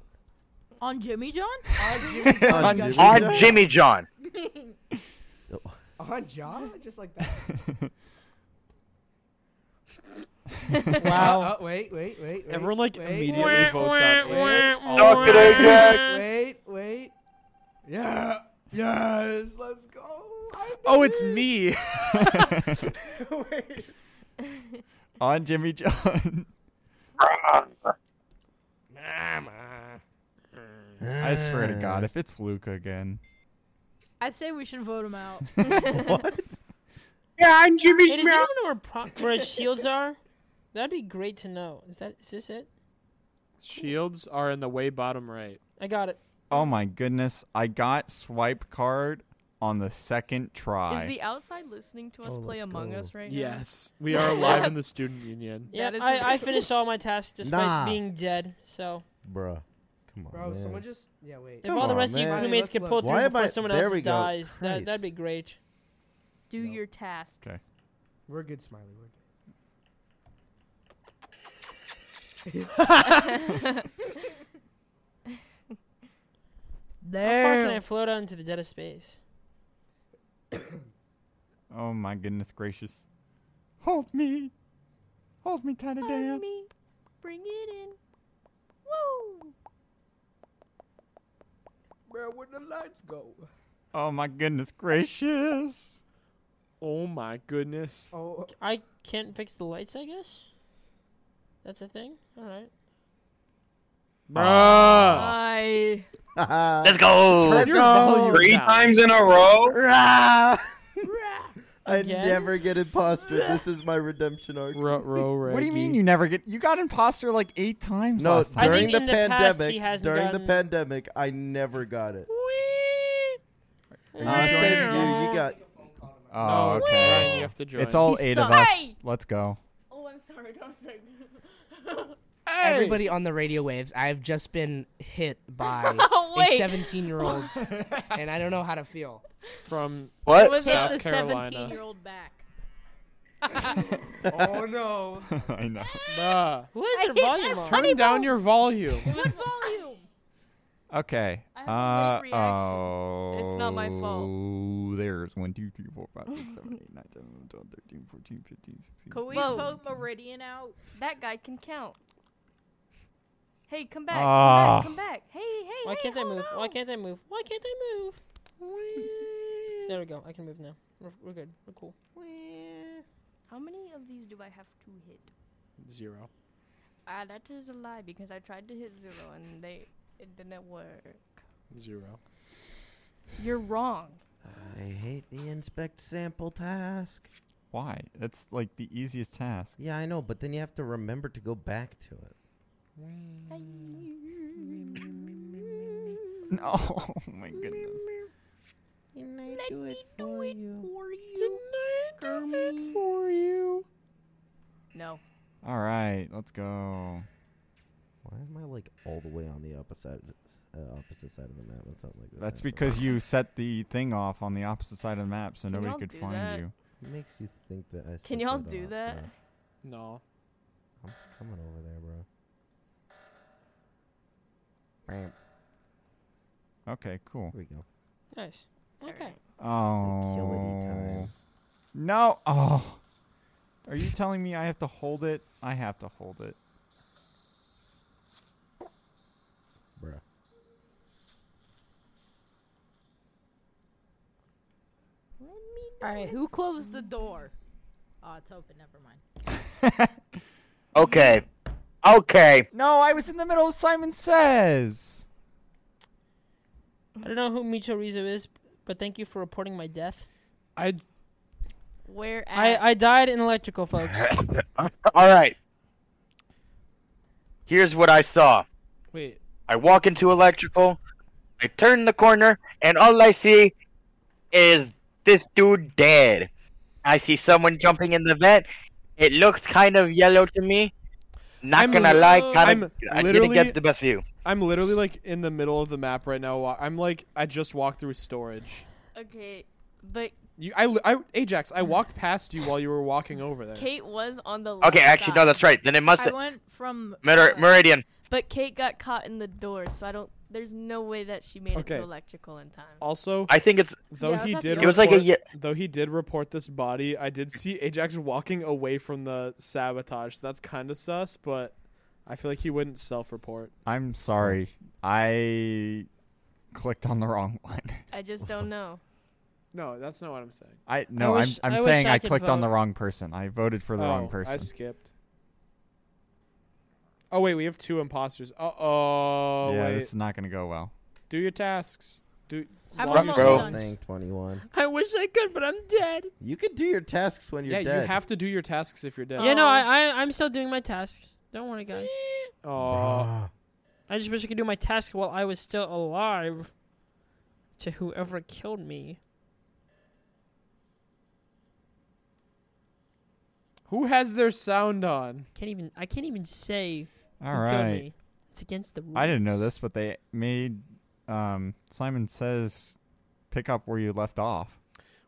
[SPEAKER 12] On Jimmy John?
[SPEAKER 3] On Jimmy John,
[SPEAKER 2] On
[SPEAKER 3] you guys-
[SPEAKER 2] Jimmy
[SPEAKER 11] On Jimmy John.
[SPEAKER 3] On John? Just like that.
[SPEAKER 10] Wow.
[SPEAKER 3] Oh, oh, wait, wait, wait, wait.
[SPEAKER 8] Everyone like
[SPEAKER 3] wait,
[SPEAKER 8] immediately votes out Ajax.
[SPEAKER 11] Not today, Jack.
[SPEAKER 3] Wait, wait. Yeah. Yes. Let's go. I
[SPEAKER 8] Oh, it's me.
[SPEAKER 3] know. wait.
[SPEAKER 1] On Jimmy John. I swear to God, if it's Luca again.
[SPEAKER 12] I say we should vote him out.
[SPEAKER 1] what?
[SPEAKER 10] Hey, does anyone know where, pro- where his shields are? That'd be great to know. Is that is this it?
[SPEAKER 8] Shields are in the way bottom right.
[SPEAKER 10] I got it.
[SPEAKER 1] Oh my goodness! I got swipe card on the second try.
[SPEAKER 9] Is the outside listening to us
[SPEAKER 2] Oh,
[SPEAKER 9] play
[SPEAKER 2] let's
[SPEAKER 9] Among
[SPEAKER 2] go.
[SPEAKER 9] Us right
[SPEAKER 8] Yes, we are alive in the student union.
[SPEAKER 10] Yeah,
[SPEAKER 9] That is
[SPEAKER 10] I, I
[SPEAKER 9] amazing.
[SPEAKER 10] finished all my tasks despite
[SPEAKER 2] Nah.
[SPEAKER 10] being dead. So
[SPEAKER 2] Bruh. Come on.
[SPEAKER 3] Bro,
[SPEAKER 2] man.
[SPEAKER 3] someone just. Yeah, wait.
[SPEAKER 10] if
[SPEAKER 2] Come
[SPEAKER 10] all the
[SPEAKER 2] on,
[SPEAKER 10] rest
[SPEAKER 2] man.
[SPEAKER 10] of you crewmates could pull through
[SPEAKER 2] Why am
[SPEAKER 10] before
[SPEAKER 2] I-
[SPEAKER 10] someone
[SPEAKER 2] there
[SPEAKER 10] else
[SPEAKER 2] we go.
[SPEAKER 10] dies, that,
[SPEAKER 2] Christ.
[SPEAKER 10] that'd be great.
[SPEAKER 9] now? Do
[SPEAKER 3] No.
[SPEAKER 9] your tasks.
[SPEAKER 1] 'Kay.
[SPEAKER 3] We're good, Smiley. We're good.
[SPEAKER 10] How far can
[SPEAKER 12] there.
[SPEAKER 10] I float out into the dead of space?
[SPEAKER 1] oh my goodness gracious! Hold me, hold me tighter, Dan.
[SPEAKER 9] Find me. Bring it in. Woo!
[SPEAKER 3] Where would the lights go?
[SPEAKER 1] Oh my goodness gracious!
[SPEAKER 8] Oh my goodness.
[SPEAKER 3] Oh,
[SPEAKER 10] I can't fix the lights, I guess? That's a thing? Alright.
[SPEAKER 2] Uh.
[SPEAKER 8] Bruh.
[SPEAKER 9] I.
[SPEAKER 11] Let's go.
[SPEAKER 8] Turn your volume
[SPEAKER 2] Three
[SPEAKER 8] down.
[SPEAKER 14] in a row?
[SPEAKER 2] Rah! I
[SPEAKER 10] Again?
[SPEAKER 2] never get imposter. This is my redemption arc.
[SPEAKER 8] Ro- ro-
[SPEAKER 1] What do you mean you never get? You got imposter like eight times
[SPEAKER 2] No,
[SPEAKER 1] last
[SPEAKER 10] I
[SPEAKER 1] time.
[SPEAKER 10] think
[SPEAKER 2] during
[SPEAKER 10] in
[SPEAKER 2] the
[SPEAKER 10] the past, he
[SPEAKER 2] pandemic,
[SPEAKER 10] hasn't
[SPEAKER 2] during the
[SPEAKER 10] gotten-
[SPEAKER 2] pandemic, I never got it. I'm
[SPEAKER 1] joining
[SPEAKER 2] saying
[SPEAKER 1] us?
[SPEAKER 2] you, you got
[SPEAKER 1] Oh,
[SPEAKER 8] no,
[SPEAKER 1] okay.
[SPEAKER 8] Ryan, you have to join.
[SPEAKER 1] It's all
[SPEAKER 12] He
[SPEAKER 1] eight of
[SPEAKER 12] sucks.
[SPEAKER 1] us. Let's go.
[SPEAKER 9] Oh, I'm sorry. That was like.
[SPEAKER 15] Everybody on the radio waves, I've just been hit by a
[SPEAKER 9] Wait.
[SPEAKER 15] 17 year old, and I don't know how to feel.
[SPEAKER 8] from
[SPEAKER 11] What?
[SPEAKER 9] It was
[SPEAKER 8] South
[SPEAKER 12] Take the
[SPEAKER 8] Carolina.
[SPEAKER 12] 17 year old back.
[SPEAKER 3] oh no.
[SPEAKER 1] I know.
[SPEAKER 8] bruh.
[SPEAKER 10] Who is
[SPEAKER 12] I
[SPEAKER 10] their
[SPEAKER 12] hate
[SPEAKER 10] volume on?
[SPEAKER 8] Turn down your volume.
[SPEAKER 12] What volume?
[SPEAKER 1] Okay.
[SPEAKER 9] I have
[SPEAKER 1] Uh,
[SPEAKER 9] a late
[SPEAKER 1] oh,
[SPEAKER 9] reaction. It's not my fault.
[SPEAKER 1] There's 1, 2, 3, 4, 5, 6, 7, 8, 9, 10, 11, 12, 13, 14, 15, 16.
[SPEAKER 12] Can
[SPEAKER 1] 17.
[SPEAKER 12] we
[SPEAKER 9] Whoa.
[SPEAKER 12] vote Meridian out?
[SPEAKER 9] That guy can count. Hey, come back.
[SPEAKER 1] Ah.
[SPEAKER 9] Come back. Come back. Hey,
[SPEAKER 10] Why can't I move? Why can't I move? Why can't I move? There we go. I can move now. We're, we're good. We're cool.
[SPEAKER 16] How many of these do I have to hit?
[SPEAKER 8] Zero.
[SPEAKER 16] Ah, that is a lie because I tried to hit zero and they it didn't work.
[SPEAKER 8] Zero.
[SPEAKER 16] You're wrong.
[SPEAKER 2] I hate the inspect sample task.
[SPEAKER 1] Why? That's like the easiest task.
[SPEAKER 2] Yeah, I know, but then you have to remember to go back to it.
[SPEAKER 1] No, oh my goodness.
[SPEAKER 2] Let me do it for
[SPEAKER 16] you.
[SPEAKER 2] Can I do it for you?
[SPEAKER 16] No.
[SPEAKER 1] All right, let's go.
[SPEAKER 2] Why am I like all the way on the opposite uh, opposite side of the map when something like this?
[SPEAKER 1] That's
[SPEAKER 2] happens?
[SPEAKER 1] because you set the thing off on the opposite side of the map, so
[SPEAKER 16] Can
[SPEAKER 1] nobody
[SPEAKER 16] y'all
[SPEAKER 1] could
[SPEAKER 16] do
[SPEAKER 1] find
[SPEAKER 16] that?
[SPEAKER 1] you.
[SPEAKER 2] It makes you think that I.
[SPEAKER 16] Can
[SPEAKER 2] set
[SPEAKER 16] y'all
[SPEAKER 2] that
[SPEAKER 16] do
[SPEAKER 2] off,
[SPEAKER 16] that?
[SPEAKER 2] bro.
[SPEAKER 8] No.
[SPEAKER 2] I'm coming over there, bro.
[SPEAKER 1] Okay, cool.
[SPEAKER 2] Here we go.
[SPEAKER 10] Nice. Okay.
[SPEAKER 1] Oh. No. Oh. Are you telling me I have to hold it? I have to hold it.
[SPEAKER 2] Bruh.
[SPEAKER 12] All right, who closed the door? Oh, it's open. Never mind.
[SPEAKER 11] Okay. Okay.
[SPEAKER 1] No, I was in the middle of Simon Says.
[SPEAKER 10] I don't know who Micho Rizzo is, but thank you for reporting my death.
[SPEAKER 8] I
[SPEAKER 16] Where
[SPEAKER 10] I, I died in electrical, folks.
[SPEAKER 11] All right. Here's what I saw.
[SPEAKER 8] Wait.
[SPEAKER 11] I walk into electrical. I turn the corner, and all I see is this dude dead. I see someone jumping in the vent. It looks kind of yellow to me. Not
[SPEAKER 8] I'm
[SPEAKER 11] gonna
[SPEAKER 8] li-
[SPEAKER 11] lie, kind of.
[SPEAKER 8] I'm
[SPEAKER 11] I didn't
[SPEAKER 8] literally-
[SPEAKER 11] get the best view.
[SPEAKER 8] I'm literally like in the middle of the map right now. Wa- I'm like I just walked through storage.
[SPEAKER 16] Okay, but
[SPEAKER 8] You, I, li- I, Ajax, I walked past you while you were walking over there.
[SPEAKER 16] Kate was on the.
[SPEAKER 11] Okay,
[SPEAKER 16] left
[SPEAKER 11] actually, no,
[SPEAKER 16] side.
[SPEAKER 11] that's right. Then it must.
[SPEAKER 16] I went from
[SPEAKER 11] Mer- Meridian.
[SPEAKER 16] But Kate got caught in the door, so I don't. There's no way that she made it
[SPEAKER 8] Okay.
[SPEAKER 16] to electrical in time.
[SPEAKER 8] Also,
[SPEAKER 11] I think it's
[SPEAKER 8] though
[SPEAKER 16] Yeah, I was
[SPEAKER 8] he
[SPEAKER 16] at the
[SPEAKER 8] did.
[SPEAKER 16] It was
[SPEAKER 11] like a
[SPEAKER 8] report-
[SPEAKER 11] ye-
[SPEAKER 8] though he did report this body. I did see Ajax walking away from the sabotage. So that's kind of sus, but I feel like he wouldn't self-report.
[SPEAKER 1] I'm sorry. I clicked on the wrong one.
[SPEAKER 16] I just don't know.
[SPEAKER 8] No, that's not what I'm saying.
[SPEAKER 1] I no,
[SPEAKER 10] wish-
[SPEAKER 1] I'm
[SPEAKER 10] I wish
[SPEAKER 1] I'm saying
[SPEAKER 10] I
[SPEAKER 1] I,
[SPEAKER 10] could
[SPEAKER 1] clicked on the
[SPEAKER 10] vote.
[SPEAKER 1] wrong person. I voted for the
[SPEAKER 8] Oh,
[SPEAKER 1] wrong person.
[SPEAKER 8] I skipped. Oh wait, we have two imposters. Uh oh.
[SPEAKER 1] yeah,
[SPEAKER 8] wait.
[SPEAKER 1] this is not gonna go well.
[SPEAKER 8] Do your tasks. Do.
[SPEAKER 16] I'm
[SPEAKER 8] log your
[SPEAKER 16] almost Bro.
[SPEAKER 8] tasks.
[SPEAKER 2] Thing 21.
[SPEAKER 16] I wish I could, but I'm dead.
[SPEAKER 2] You could do your tasks when you're
[SPEAKER 8] Yeah,
[SPEAKER 2] dead.
[SPEAKER 8] you have to do your tasks if you're dead.
[SPEAKER 10] Yeah, no,
[SPEAKER 16] Um,
[SPEAKER 10] I, I I'm still doing my tasks. Don't worry, guys.
[SPEAKER 8] Oh.
[SPEAKER 10] I just wish I could do my task while I was still alive. To whoever killed me.
[SPEAKER 8] Who has their sound on?
[SPEAKER 10] Can't even I can't even say
[SPEAKER 1] All
[SPEAKER 10] who killed
[SPEAKER 1] right.
[SPEAKER 10] me. It's against the rules.
[SPEAKER 1] I didn't know this, but they made um, Simon Says pick up where you left off.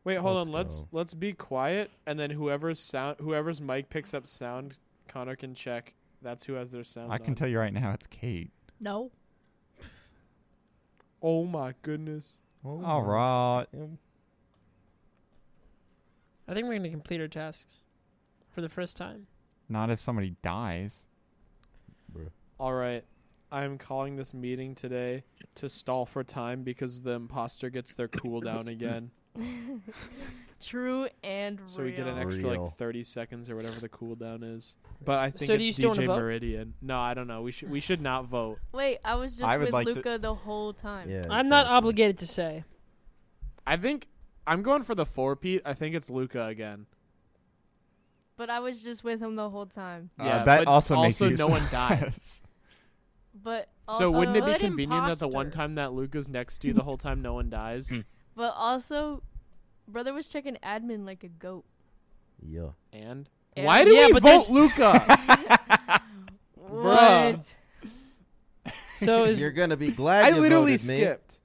[SPEAKER 8] Wait, hold
[SPEAKER 1] Let's
[SPEAKER 8] on. Let's
[SPEAKER 1] go.
[SPEAKER 8] let's be quiet, and then whoever's sound, whoever's mic picks up sound, Connor can check. That's who has their sound.
[SPEAKER 1] I can
[SPEAKER 8] on.
[SPEAKER 1] tell you right now, it's Kate.
[SPEAKER 12] No.
[SPEAKER 8] Oh my goodness.
[SPEAKER 1] All right.
[SPEAKER 10] I think we're gonna complete our tasks for the first time.
[SPEAKER 1] Not if somebody dies.
[SPEAKER 8] All right. I'm calling this meeting today to stall for time because the imposter gets their cooldown again.
[SPEAKER 16] True and real.
[SPEAKER 8] So we get an extra
[SPEAKER 2] Real.
[SPEAKER 8] like 30 seconds or whatever the cooldown is. But I think
[SPEAKER 10] So do you
[SPEAKER 8] it's
[SPEAKER 10] still wanna
[SPEAKER 8] DJ
[SPEAKER 10] vote?
[SPEAKER 8] Meridian. No, I don't know. We should we should not vote.
[SPEAKER 16] Wait, I was just
[SPEAKER 1] I would
[SPEAKER 16] with
[SPEAKER 1] like to-
[SPEAKER 16] Luca the whole time.
[SPEAKER 2] Yeah.
[SPEAKER 10] I'm not obligated to say.
[SPEAKER 8] I think I'm going for the four Pete. I think it's Luca again.
[SPEAKER 16] But I was just with him the whole time.
[SPEAKER 1] Uh,
[SPEAKER 8] Yeah,
[SPEAKER 1] that
[SPEAKER 8] but
[SPEAKER 1] also makes
[SPEAKER 8] also
[SPEAKER 1] you
[SPEAKER 8] no one
[SPEAKER 1] sus.
[SPEAKER 8] dies.
[SPEAKER 16] But also,
[SPEAKER 8] So wouldn't it be
[SPEAKER 16] Good
[SPEAKER 8] convenient that the one
[SPEAKER 16] imposter.
[SPEAKER 8] time that Luca's next to you, the whole time no one dies?
[SPEAKER 16] But also, brother was checking admin like a goat.
[SPEAKER 2] Yeah.
[SPEAKER 8] and
[SPEAKER 16] And-
[SPEAKER 8] why do
[SPEAKER 10] Yeah,
[SPEAKER 8] we
[SPEAKER 10] but
[SPEAKER 8] vote
[SPEAKER 10] there's-
[SPEAKER 8] Luca? Bruh.
[SPEAKER 16] What?
[SPEAKER 10] So is
[SPEAKER 2] You're gonna be glad.
[SPEAKER 8] I
[SPEAKER 2] you
[SPEAKER 8] literally
[SPEAKER 2] voted me.
[SPEAKER 8] skipped.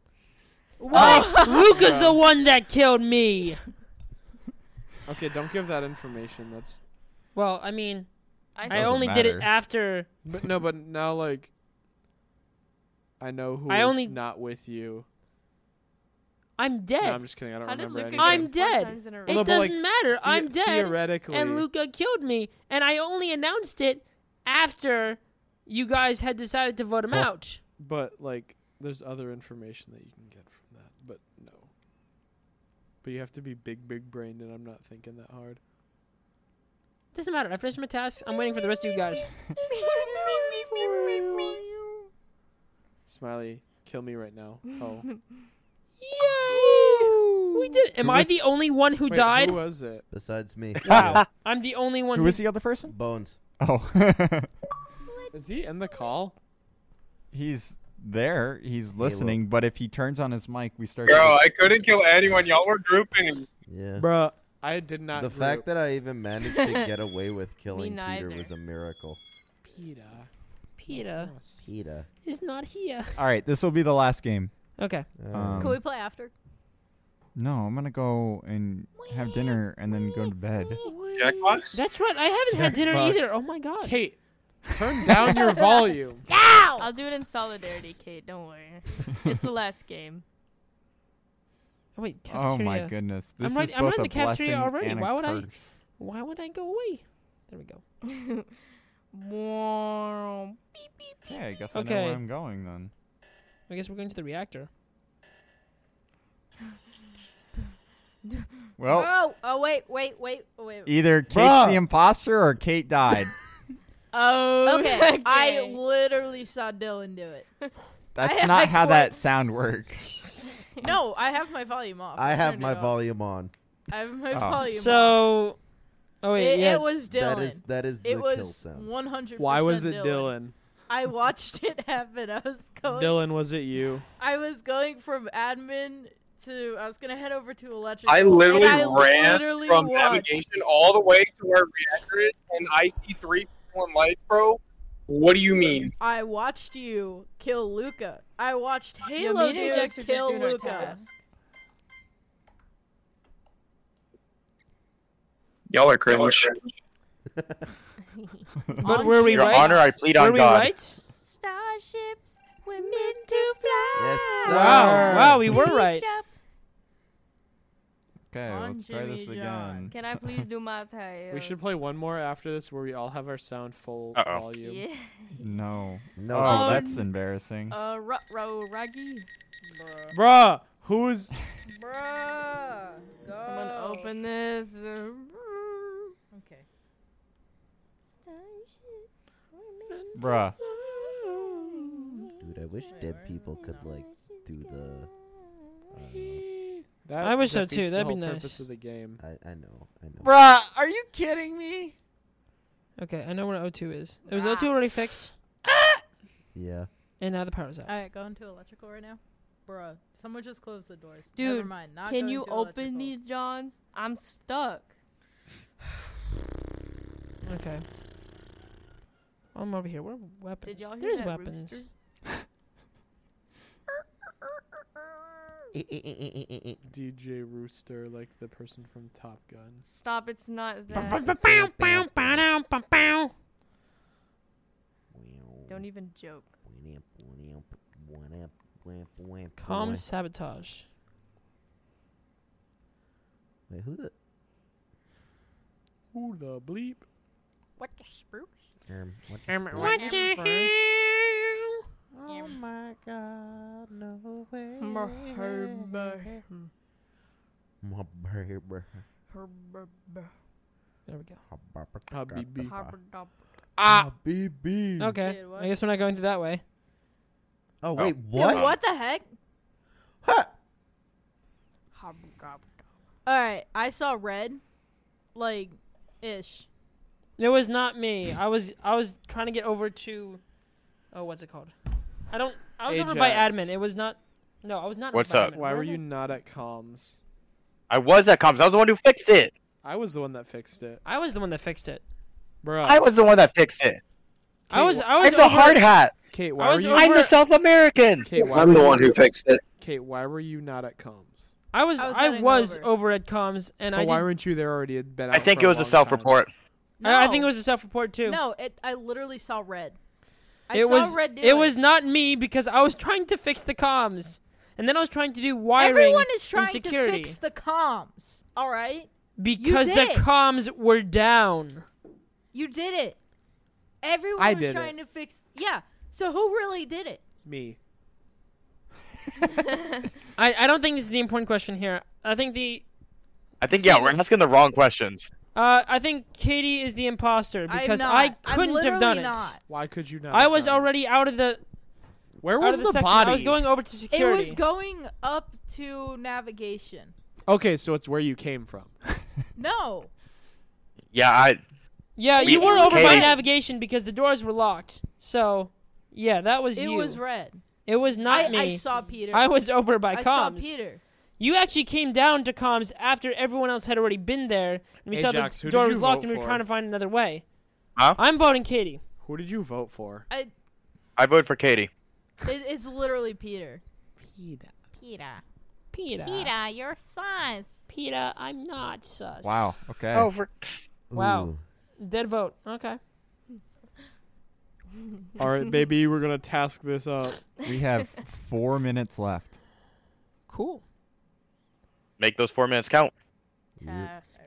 [SPEAKER 10] what? Oh, Luca's the one that killed me.
[SPEAKER 8] Okay, don't give that information. That's
[SPEAKER 10] Well, I mean, I
[SPEAKER 16] I,
[SPEAKER 1] Doesn't
[SPEAKER 10] only did it
[SPEAKER 1] matter.
[SPEAKER 10] after.
[SPEAKER 8] but no, but now like I know who
[SPEAKER 10] I
[SPEAKER 8] is
[SPEAKER 10] only-
[SPEAKER 8] not with you.
[SPEAKER 10] I'm
[SPEAKER 8] No,
[SPEAKER 10] dead.
[SPEAKER 8] I'm just kidding. I don't
[SPEAKER 16] How did
[SPEAKER 8] remember
[SPEAKER 16] Luca
[SPEAKER 8] anything.
[SPEAKER 16] get four
[SPEAKER 10] I'm dead.
[SPEAKER 16] times in a row?
[SPEAKER 10] It
[SPEAKER 8] Although, but, like,
[SPEAKER 10] doesn't matter. I'm
[SPEAKER 8] The-
[SPEAKER 10] dead,
[SPEAKER 8] Theoretically,
[SPEAKER 10] and Luca killed me, and I only announced it after you guys had decided to vote him
[SPEAKER 1] Well-
[SPEAKER 10] out.
[SPEAKER 8] But like, There's other information that you can get from that, but no. But you have to be big, big brained, and I'm not thinking that hard.
[SPEAKER 10] Doesn't matter. I finished my task. I'm waiting for the rest of you guys.
[SPEAKER 8] Smiley, kill me right now. Oh.
[SPEAKER 10] Yay! We did. Am
[SPEAKER 8] Who
[SPEAKER 10] I
[SPEAKER 8] was-
[SPEAKER 10] the only one who
[SPEAKER 8] Wait,
[SPEAKER 10] died?
[SPEAKER 8] Who was it?
[SPEAKER 2] Besides me.
[SPEAKER 10] Wow. I'm the only one.
[SPEAKER 1] Who is the other person?
[SPEAKER 2] Bones.
[SPEAKER 1] Oh.
[SPEAKER 8] Is he in the call?
[SPEAKER 1] He's there. He's listening, but if he turns on his mic, we start.
[SPEAKER 17] Bro, I couldn't kill anyone. Y'all were grouping.
[SPEAKER 2] Yeah.
[SPEAKER 8] Bruh, Uh, I did not.
[SPEAKER 2] the fact that I even managed to get away with killing Peter
[SPEAKER 10] neither.
[SPEAKER 2] was a miracle.
[SPEAKER 8] Peter.
[SPEAKER 10] Peter
[SPEAKER 2] Peter.
[SPEAKER 10] is not here.
[SPEAKER 1] All right, this will be the last game.
[SPEAKER 10] Okay.
[SPEAKER 1] Um,
[SPEAKER 12] Can we play after?
[SPEAKER 1] No, I'm gonna go and have dinner and then go to bed.
[SPEAKER 17] Jackbox?
[SPEAKER 10] That's right. I haven't had dinner
[SPEAKER 1] Jackbox.
[SPEAKER 10] either. Oh my god.
[SPEAKER 8] Kate, turn down your volume.
[SPEAKER 16] I'll do it in solidarity, Kate. Don't worry. It's the last game.
[SPEAKER 10] Oh, wait,
[SPEAKER 1] Oh
[SPEAKER 10] cafeteria.
[SPEAKER 1] my goodness, this
[SPEAKER 10] I'm right,
[SPEAKER 1] is
[SPEAKER 10] I'm right
[SPEAKER 1] both
[SPEAKER 10] in the
[SPEAKER 1] a
[SPEAKER 10] cafeteria
[SPEAKER 1] blessing
[SPEAKER 10] already.
[SPEAKER 1] and a
[SPEAKER 10] why would
[SPEAKER 1] curse.
[SPEAKER 10] I? Why would I go away? There we go.
[SPEAKER 12] Wow.
[SPEAKER 1] Yeah, I guess I know
[SPEAKER 10] Okay.
[SPEAKER 1] where I'm going then.
[SPEAKER 10] I guess we're going to the reactor.
[SPEAKER 1] Well,
[SPEAKER 12] Oh, oh wait, wait, wait, wait.
[SPEAKER 1] either Kate's the imposter or Kate died.
[SPEAKER 12] Oh. Okay. I
[SPEAKER 16] okay.
[SPEAKER 12] literally saw Dylan do it.
[SPEAKER 1] That's
[SPEAKER 12] I-
[SPEAKER 1] not
[SPEAKER 12] I
[SPEAKER 1] how
[SPEAKER 12] quit.
[SPEAKER 1] that sound works.
[SPEAKER 12] No, I have my volume off.
[SPEAKER 2] I have
[SPEAKER 12] turned
[SPEAKER 2] my
[SPEAKER 12] it off.
[SPEAKER 2] volume on.
[SPEAKER 12] I have my
[SPEAKER 1] Oh.
[SPEAKER 12] volume off.
[SPEAKER 10] So, oh wait,
[SPEAKER 12] it,
[SPEAKER 10] yeah.
[SPEAKER 12] it was Dylan.
[SPEAKER 2] That is- that is
[SPEAKER 12] it
[SPEAKER 2] the
[SPEAKER 12] was
[SPEAKER 2] kill sound.
[SPEAKER 12] 100%.
[SPEAKER 8] Why was it Dylan?
[SPEAKER 12] I watched it happen. I was going.
[SPEAKER 8] Dylan, was it you?
[SPEAKER 12] I was going from admin to. I was gonna head over to electrical.
[SPEAKER 17] I literally
[SPEAKER 12] and I
[SPEAKER 17] ran
[SPEAKER 12] literally
[SPEAKER 17] from
[SPEAKER 12] watched.
[SPEAKER 17] navigation all the way to where reactor is, and I see three people in lights, bro. What do you mean?
[SPEAKER 12] I watched you kill Luca. I watched
[SPEAKER 16] Yeah,
[SPEAKER 12] Halo
[SPEAKER 16] me and
[SPEAKER 12] dude
[SPEAKER 16] Ajax are just
[SPEAKER 12] kill
[SPEAKER 16] doing our
[SPEAKER 12] Luca.
[SPEAKER 16] task.
[SPEAKER 17] Y'all are cringe.
[SPEAKER 10] But were we
[SPEAKER 11] Your
[SPEAKER 10] right?
[SPEAKER 11] Honor, I plead on
[SPEAKER 10] were we
[SPEAKER 11] God.
[SPEAKER 10] right?
[SPEAKER 16] Starships, we're meant to fly.
[SPEAKER 10] Wow. Wow, we were right.
[SPEAKER 1] Okay,
[SPEAKER 16] On
[SPEAKER 1] let's try this
[SPEAKER 16] Jimmy
[SPEAKER 1] again.
[SPEAKER 16] Can I please do my tail?
[SPEAKER 8] We should play one more after this where we all have our sound full
[SPEAKER 1] Uh-oh.
[SPEAKER 8] volume.
[SPEAKER 16] Yeah.
[SPEAKER 1] No.
[SPEAKER 2] No.
[SPEAKER 1] Oh,
[SPEAKER 16] Um,
[SPEAKER 1] that's embarrassing.
[SPEAKER 16] Uh, ro ro raggy.
[SPEAKER 8] Bruh, who's
[SPEAKER 12] Bruh.
[SPEAKER 16] Someone
[SPEAKER 12] go.
[SPEAKER 16] open this. uh,
[SPEAKER 12] Okay.
[SPEAKER 1] Bruh.
[SPEAKER 2] Dude, I wish dead people could like do the. I don't know.
[SPEAKER 8] that
[SPEAKER 10] I wish so too,
[SPEAKER 8] defeats the
[SPEAKER 10] that'd be
[SPEAKER 8] whole
[SPEAKER 10] nice.
[SPEAKER 8] Purpose of the game.
[SPEAKER 2] I, I know. I know.
[SPEAKER 8] Bruh, are you kidding me?
[SPEAKER 10] Okay, I know where O2 is. It was O2 already fixed,
[SPEAKER 2] Yeah.
[SPEAKER 10] and now the power's out.
[SPEAKER 9] All right, going to electrical right now. Bruh, someone just closed the doors.
[SPEAKER 16] Dude,
[SPEAKER 9] Never mind. Not
[SPEAKER 16] Can
[SPEAKER 9] going
[SPEAKER 16] you
[SPEAKER 9] to
[SPEAKER 16] open
[SPEAKER 9] electrical.
[SPEAKER 16] these Johns? I'm stuck.
[SPEAKER 10] Okay. I'm over here. Where are weapons?
[SPEAKER 16] Did y'all hear
[SPEAKER 10] There's
[SPEAKER 16] that
[SPEAKER 10] weapons.
[SPEAKER 16] rooster?
[SPEAKER 8] DJ Rooster, like the person from Top Gun.
[SPEAKER 16] Stop! It's not that.
[SPEAKER 10] Don't
[SPEAKER 16] even joke.
[SPEAKER 10] Calm sabotage.
[SPEAKER 2] Wait, who the?
[SPEAKER 8] Who the bleep?
[SPEAKER 16] What the spruce?
[SPEAKER 2] Um, what
[SPEAKER 10] Um,
[SPEAKER 2] the-
[SPEAKER 10] what the hell?
[SPEAKER 16] Oh my god, no way.
[SPEAKER 2] My baby.
[SPEAKER 10] There we go.
[SPEAKER 8] Habibi.
[SPEAKER 10] Ah.
[SPEAKER 8] BB.
[SPEAKER 10] Okay.
[SPEAKER 12] Dude, what?
[SPEAKER 10] I guess we're not going through that way.
[SPEAKER 2] Oh wait,
[SPEAKER 12] Dude,
[SPEAKER 2] what?
[SPEAKER 12] what the heck? All right, I saw red, like, ish.
[SPEAKER 10] It was not me. I was I was trying to get over to, oh, what's it called? I don't. I was over by
[SPEAKER 8] Ajax.
[SPEAKER 10] admin. It was not. No, I was not.
[SPEAKER 11] What's
[SPEAKER 10] by
[SPEAKER 11] up?
[SPEAKER 10] admin.
[SPEAKER 8] Why
[SPEAKER 10] Where
[SPEAKER 8] were
[SPEAKER 10] the-
[SPEAKER 8] you not at comms?
[SPEAKER 11] I was at comms. I was the one who fixed it.
[SPEAKER 8] I was the one that fixed it,
[SPEAKER 10] I was the one that fixed it.
[SPEAKER 8] bro.
[SPEAKER 11] I was the one that fixed it.
[SPEAKER 10] I was. I
[SPEAKER 11] I
[SPEAKER 10] was
[SPEAKER 11] am the
[SPEAKER 10] over-
[SPEAKER 11] hard hat.
[SPEAKER 8] Kate,
[SPEAKER 10] I
[SPEAKER 8] why were
[SPEAKER 10] was
[SPEAKER 8] you?
[SPEAKER 10] over-
[SPEAKER 11] I'm the South American.
[SPEAKER 8] Kate, why
[SPEAKER 17] I'm
[SPEAKER 8] were
[SPEAKER 17] the
[SPEAKER 8] you-
[SPEAKER 17] one who fixed it.
[SPEAKER 8] Kate, why were you not at comms?
[SPEAKER 10] I was.
[SPEAKER 12] I was
[SPEAKER 10] I
[SPEAKER 12] heading
[SPEAKER 10] was
[SPEAKER 12] over.
[SPEAKER 10] over at comms, and
[SPEAKER 8] but
[SPEAKER 10] I.
[SPEAKER 8] why
[SPEAKER 10] did-
[SPEAKER 8] weren't you there already? Had been.
[SPEAKER 11] I
[SPEAKER 8] out
[SPEAKER 11] think
[SPEAKER 8] for
[SPEAKER 11] it was
[SPEAKER 8] a
[SPEAKER 11] a
[SPEAKER 8] long time.
[SPEAKER 11] self-report.
[SPEAKER 10] I, I
[SPEAKER 12] No.
[SPEAKER 10] think it was a self-report too.
[SPEAKER 12] No, it. I literally saw red. I
[SPEAKER 10] it
[SPEAKER 12] saw
[SPEAKER 10] was.
[SPEAKER 12] red. Do
[SPEAKER 10] it was not me because I was trying to fix the comms, and then I was trying to do wiring
[SPEAKER 12] Everyone is trying
[SPEAKER 10] and security
[SPEAKER 12] to fix the comms. All right,
[SPEAKER 10] because the
[SPEAKER 12] did.
[SPEAKER 10] comms were down.
[SPEAKER 12] you did it. Everyone
[SPEAKER 8] I
[SPEAKER 12] was
[SPEAKER 8] did
[SPEAKER 12] trying to fix. Yeah. So who really did it?
[SPEAKER 8] Me.
[SPEAKER 10] I, I don't think this is the important question here. I think the
[SPEAKER 11] I think yeah, we're asking the wrong questions.
[SPEAKER 10] uh, I think Katie is the imposter
[SPEAKER 9] I'm
[SPEAKER 10] because
[SPEAKER 9] not.
[SPEAKER 10] I
[SPEAKER 9] I'm
[SPEAKER 10] couldn't have done
[SPEAKER 9] literally
[SPEAKER 10] it.
[SPEAKER 9] not.
[SPEAKER 8] Why could you not?
[SPEAKER 10] I
[SPEAKER 8] have
[SPEAKER 10] was
[SPEAKER 8] done it?
[SPEAKER 10] already out of the.
[SPEAKER 8] Where
[SPEAKER 10] out
[SPEAKER 8] was
[SPEAKER 10] of the,
[SPEAKER 8] the
[SPEAKER 10] section. I was
[SPEAKER 8] body?
[SPEAKER 10] going over to
[SPEAKER 12] It
[SPEAKER 10] security.
[SPEAKER 12] was going up to navigation.
[SPEAKER 8] Okay, so it's where you came from.
[SPEAKER 12] No.
[SPEAKER 11] Yeah, I
[SPEAKER 10] yeah,
[SPEAKER 11] We-
[SPEAKER 10] you were over by
[SPEAKER 11] Katie-
[SPEAKER 10] navigation because the doors were locked. So, yeah, that was
[SPEAKER 12] It
[SPEAKER 10] you.
[SPEAKER 12] was red.
[SPEAKER 10] It was not
[SPEAKER 12] I-
[SPEAKER 10] me.
[SPEAKER 12] I saw Peter.
[SPEAKER 10] I was over by
[SPEAKER 12] I
[SPEAKER 10] comms.
[SPEAKER 12] saw Peter.
[SPEAKER 10] You actually came down to comms after everyone else had already been there, and we
[SPEAKER 8] Hey,
[SPEAKER 10] saw
[SPEAKER 8] Jax, who
[SPEAKER 10] the
[SPEAKER 8] did
[SPEAKER 10] door
[SPEAKER 8] you
[SPEAKER 10] was locked,
[SPEAKER 8] vote
[SPEAKER 10] and we were
[SPEAKER 8] for?
[SPEAKER 10] trying to find another way.
[SPEAKER 11] Huh?
[SPEAKER 10] I'm voting Katie.
[SPEAKER 8] Who did you vote for?
[SPEAKER 12] I,
[SPEAKER 11] I vote for Katie.
[SPEAKER 12] it, it's literally Peter.
[SPEAKER 10] Peter.
[SPEAKER 12] Peter.
[SPEAKER 10] Peter.
[SPEAKER 12] Peter, you're sus.
[SPEAKER 10] Peter, I'm not sus.
[SPEAKER 1] Wow. Okay.
[SPEAKER 10] Wow. Dead vote. Okay.
[SPEAKER 8] All right, maybe we're gonna task this up.
[SPEAKER 1] We have four minutes left.
[SPEAKER 10] Cool.
[SPEAKER 11] Make those four minutes count.
[SPEAKER 16] Task.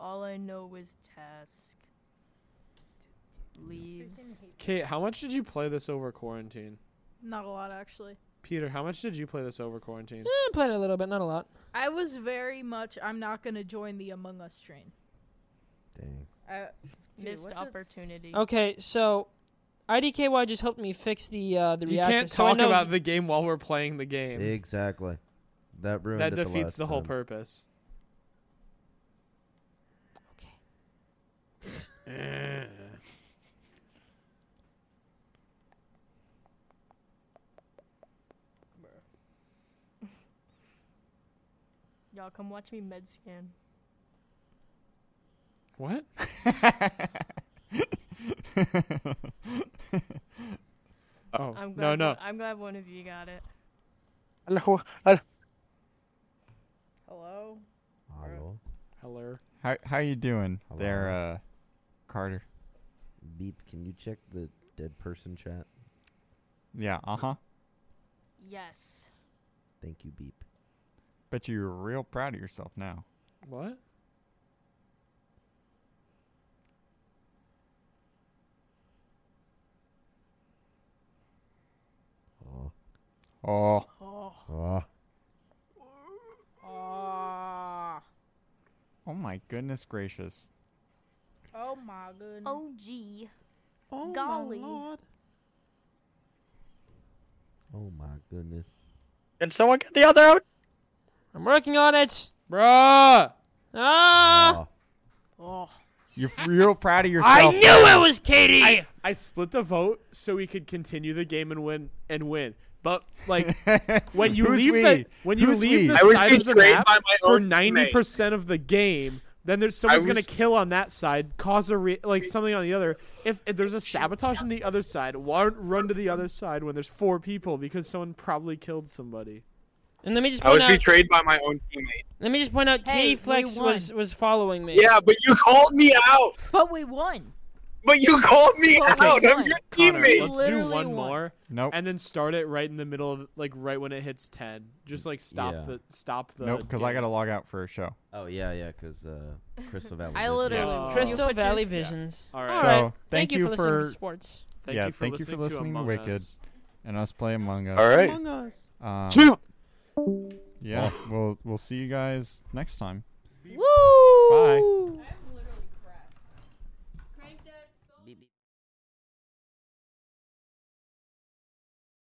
[SPEAKER 16] All I know is task.
[SPEAKER 12] Leaves.
[SPEAKER 8] Kate, how much did you play this over quarantine?
[SPEAKER 12] Not a lot, actually.
[SPEAKER 8] Peter, how much did you play this over quarantine?
[SPEAKER 10] I Eh, played a little bit, not a lot.
[SPEAKER 12] I was very much. I'm not gonna join the Among Us train. Uh, Dang.
[SPEAKER 16] Missed opportunity.
[SPEAKER 10] Okay, so IDKY just helped me fix the uh, the
[SPEAKER 8] You
[SPEAKER 10] reactor.
[SPEAKER 8] can't
[SPEAKER 10] so I
[SPEAKER 8] talk
[SPEAKER 10] know
[SPEAKER 8] about the game while we're playing the game.
[SPEAKER 2] Exactly. That ruined
[SPEAKER 8] that
[SPEAKER 2] it
[SPEAKER 8] defeats
[SPEAKER 2] the, last
[SPEAKER 8] the, whole
[SPEAKER 2] time.
[SPEAKER 8] purpose. Okay.
[SPEAKER 16] Y'all come watch me med scan.
[SPEAKER 8] what? oh
[SPEAKER 16] I'm
[SPEAKER 8] no
[SPEAKER 16] glad
[SPEAKER 8] no!
[SPEAKER 16] one- I'm glad one of you got it.
[SPEAKER 11] Hello.
[SPEAKER 16] Hello.
[SPEAKER 8] Hello.
[SPEAKER 1] How how you doing
[SPEAKER 2] Hello.
[SPEAKER 1] there, uh, Carter?
[SPEAKER 2] Beep, can you check the dead person chat?
[SPEAKER 1] Yeah. Uh huh.
[SPEAKER 16] Yes.
[SPEAKER 2] Thank you, Beep.
[SPEAKER 1] Bet you're real proud of yourself now.
[SPEAKER 8] What?
[SPEAKER 1] Oh.
[SPEAKER 12] Oh.
[SPEAKER 2] Oh.
[SPEAKER 12] Oh.
[SPEAKER 1] Oh my goodness gracious.
[SPEAKER 12] Oh my goodness.
[SPEAKER 16] Oh gee. Golly.
[SPEAKER 2] Oh my goodness.
[SPEAKER 11] Can someone get the other out?
[SPEAKER 10] I'm working on it.
[SPEAKER 8] Bruh.
[SPEAKER 10] Ah.
[SPEAKER 16] Oh.
[SPEAKER 1] You're real proud of yourself.
[SPEAKER 10] I knew it was Katie.
[SPEAKER 8] I, I split the vote so we could continue the game and win and win. But like when you
[SPEAKER 1] Who's
[SPEAKER 8] leave
[SPEAKER 1] we?
[SPEAKER 8] the when you
[SPEAKER 1] Who's we?
[SPEAKER 8] leave the
[SPEAKER 1] I was
[SPEAKER 8] side
[SPEAKER 1] being
[SPEAKER 8] of the
[SPEAKER 1] trained
[SPEAKER 8] map
[SPEAKER 1] by my
[SPEAKER 8] for
[SPEAKER 1] own teammates.
[SPEAKER 8] ninety percent of the game, then there's someone's gonna
[SPEAKER 1] was-
[SPEAKER 8] kill on that side, cause a re- like something on the other. If, if there's a sabotage on the other side, why don't run to the other side when there's four people because someone probably killed somebody.
[SPEAKER 10] And let me just
[SPEAKER 8] I was
[SPEAKER 10] point out.
[SPEAKER 8] betrayed
[SPEAKER 17] by my own teammate.
[SPEAKER 10] Let me just point out.
[SPEAKER 12] Hey,
[SPEAKER 10] Katie
[SPEAKER 12] we
[SPEAKER 10] Flex
[SPEAKER 12] won.
[SPEAKER 10] was was following me.
[SPEAKER 17] Yeah, but you called me out.
[SPEAKER 12] But we won.
[SPEAKER 17] But you called me
[SPEAKER 12] But we
[SPEAKER 17] out. I'm
[SPEAKER 12] won.
[SPEAKER 17] your
[SPEAKER 8] Connor,
[SPEAKER 17] teammate.
[SPEAKER 8] let's do
[SPEAKER 12] Literally
[SPEAKER 8] one
[SPEAKER 12] won.
[SPEAKER 8] more.
[SPEAKER 1] Nope.
[SPEAKER 8] And then start it right in the middle of like right when it hits ten. Just like stop
[SPEAKER 2] Yeah.
[SPEAKER 8] the stop the.
[SPEAKER 1] Nope, because I
[SPEAKER 8] game.
[SPEAKER 1] gotta log out for a show.
[SPEAKER 2] Oh yeah, yeah, because uh, Crystal Valley.
[SPEAKER 12] I
[SPEAKER 2] Vision.
[SPEAKER 12] literally Yeah. won.
[SPEAKER 10] Crystal
[SPEAKER 12] Put your-
[SPEAKER 10] Valley
[SPEAKER 12] Yeah.
[SPEAKER 10] Visions.
[SPEAKER 8] All
[SPEAKER 1] So
[SPEAKER 8] right.
[SPEAKER 10] Alright,
[SPEAKER 1] thank,
[SPEAKER 10] thank you
[SPEAKER 1] you,
[SPEAKER 10] for listening to
[SPEAKER 1] for
[SPEAKER 10] sports.
[SPEAKER 8] Thank
[SPEAKER 1] yeah,
[SPEAKER 8] you for
[SPEAKER 1] thank you for
[SPEAKER 8] listening to
[SPEAKER 1] listening to,
[SPEAKER 8] Among
[SPEAKER 1] Wicked
[SPEAKER 8] Us.
[SPEAKER 1] and us play Among Us.
[SPEAKER 11] All right.
[SPEAKER 10] Among Us.
[SPEAKER 1] Um,
[SPEAKER 11] Two.
[SPEAKER 8] Oh.
[SPEAKER 1] Yeah, we'll we'll see you guys next time.
[SPEAKER 10] Woo!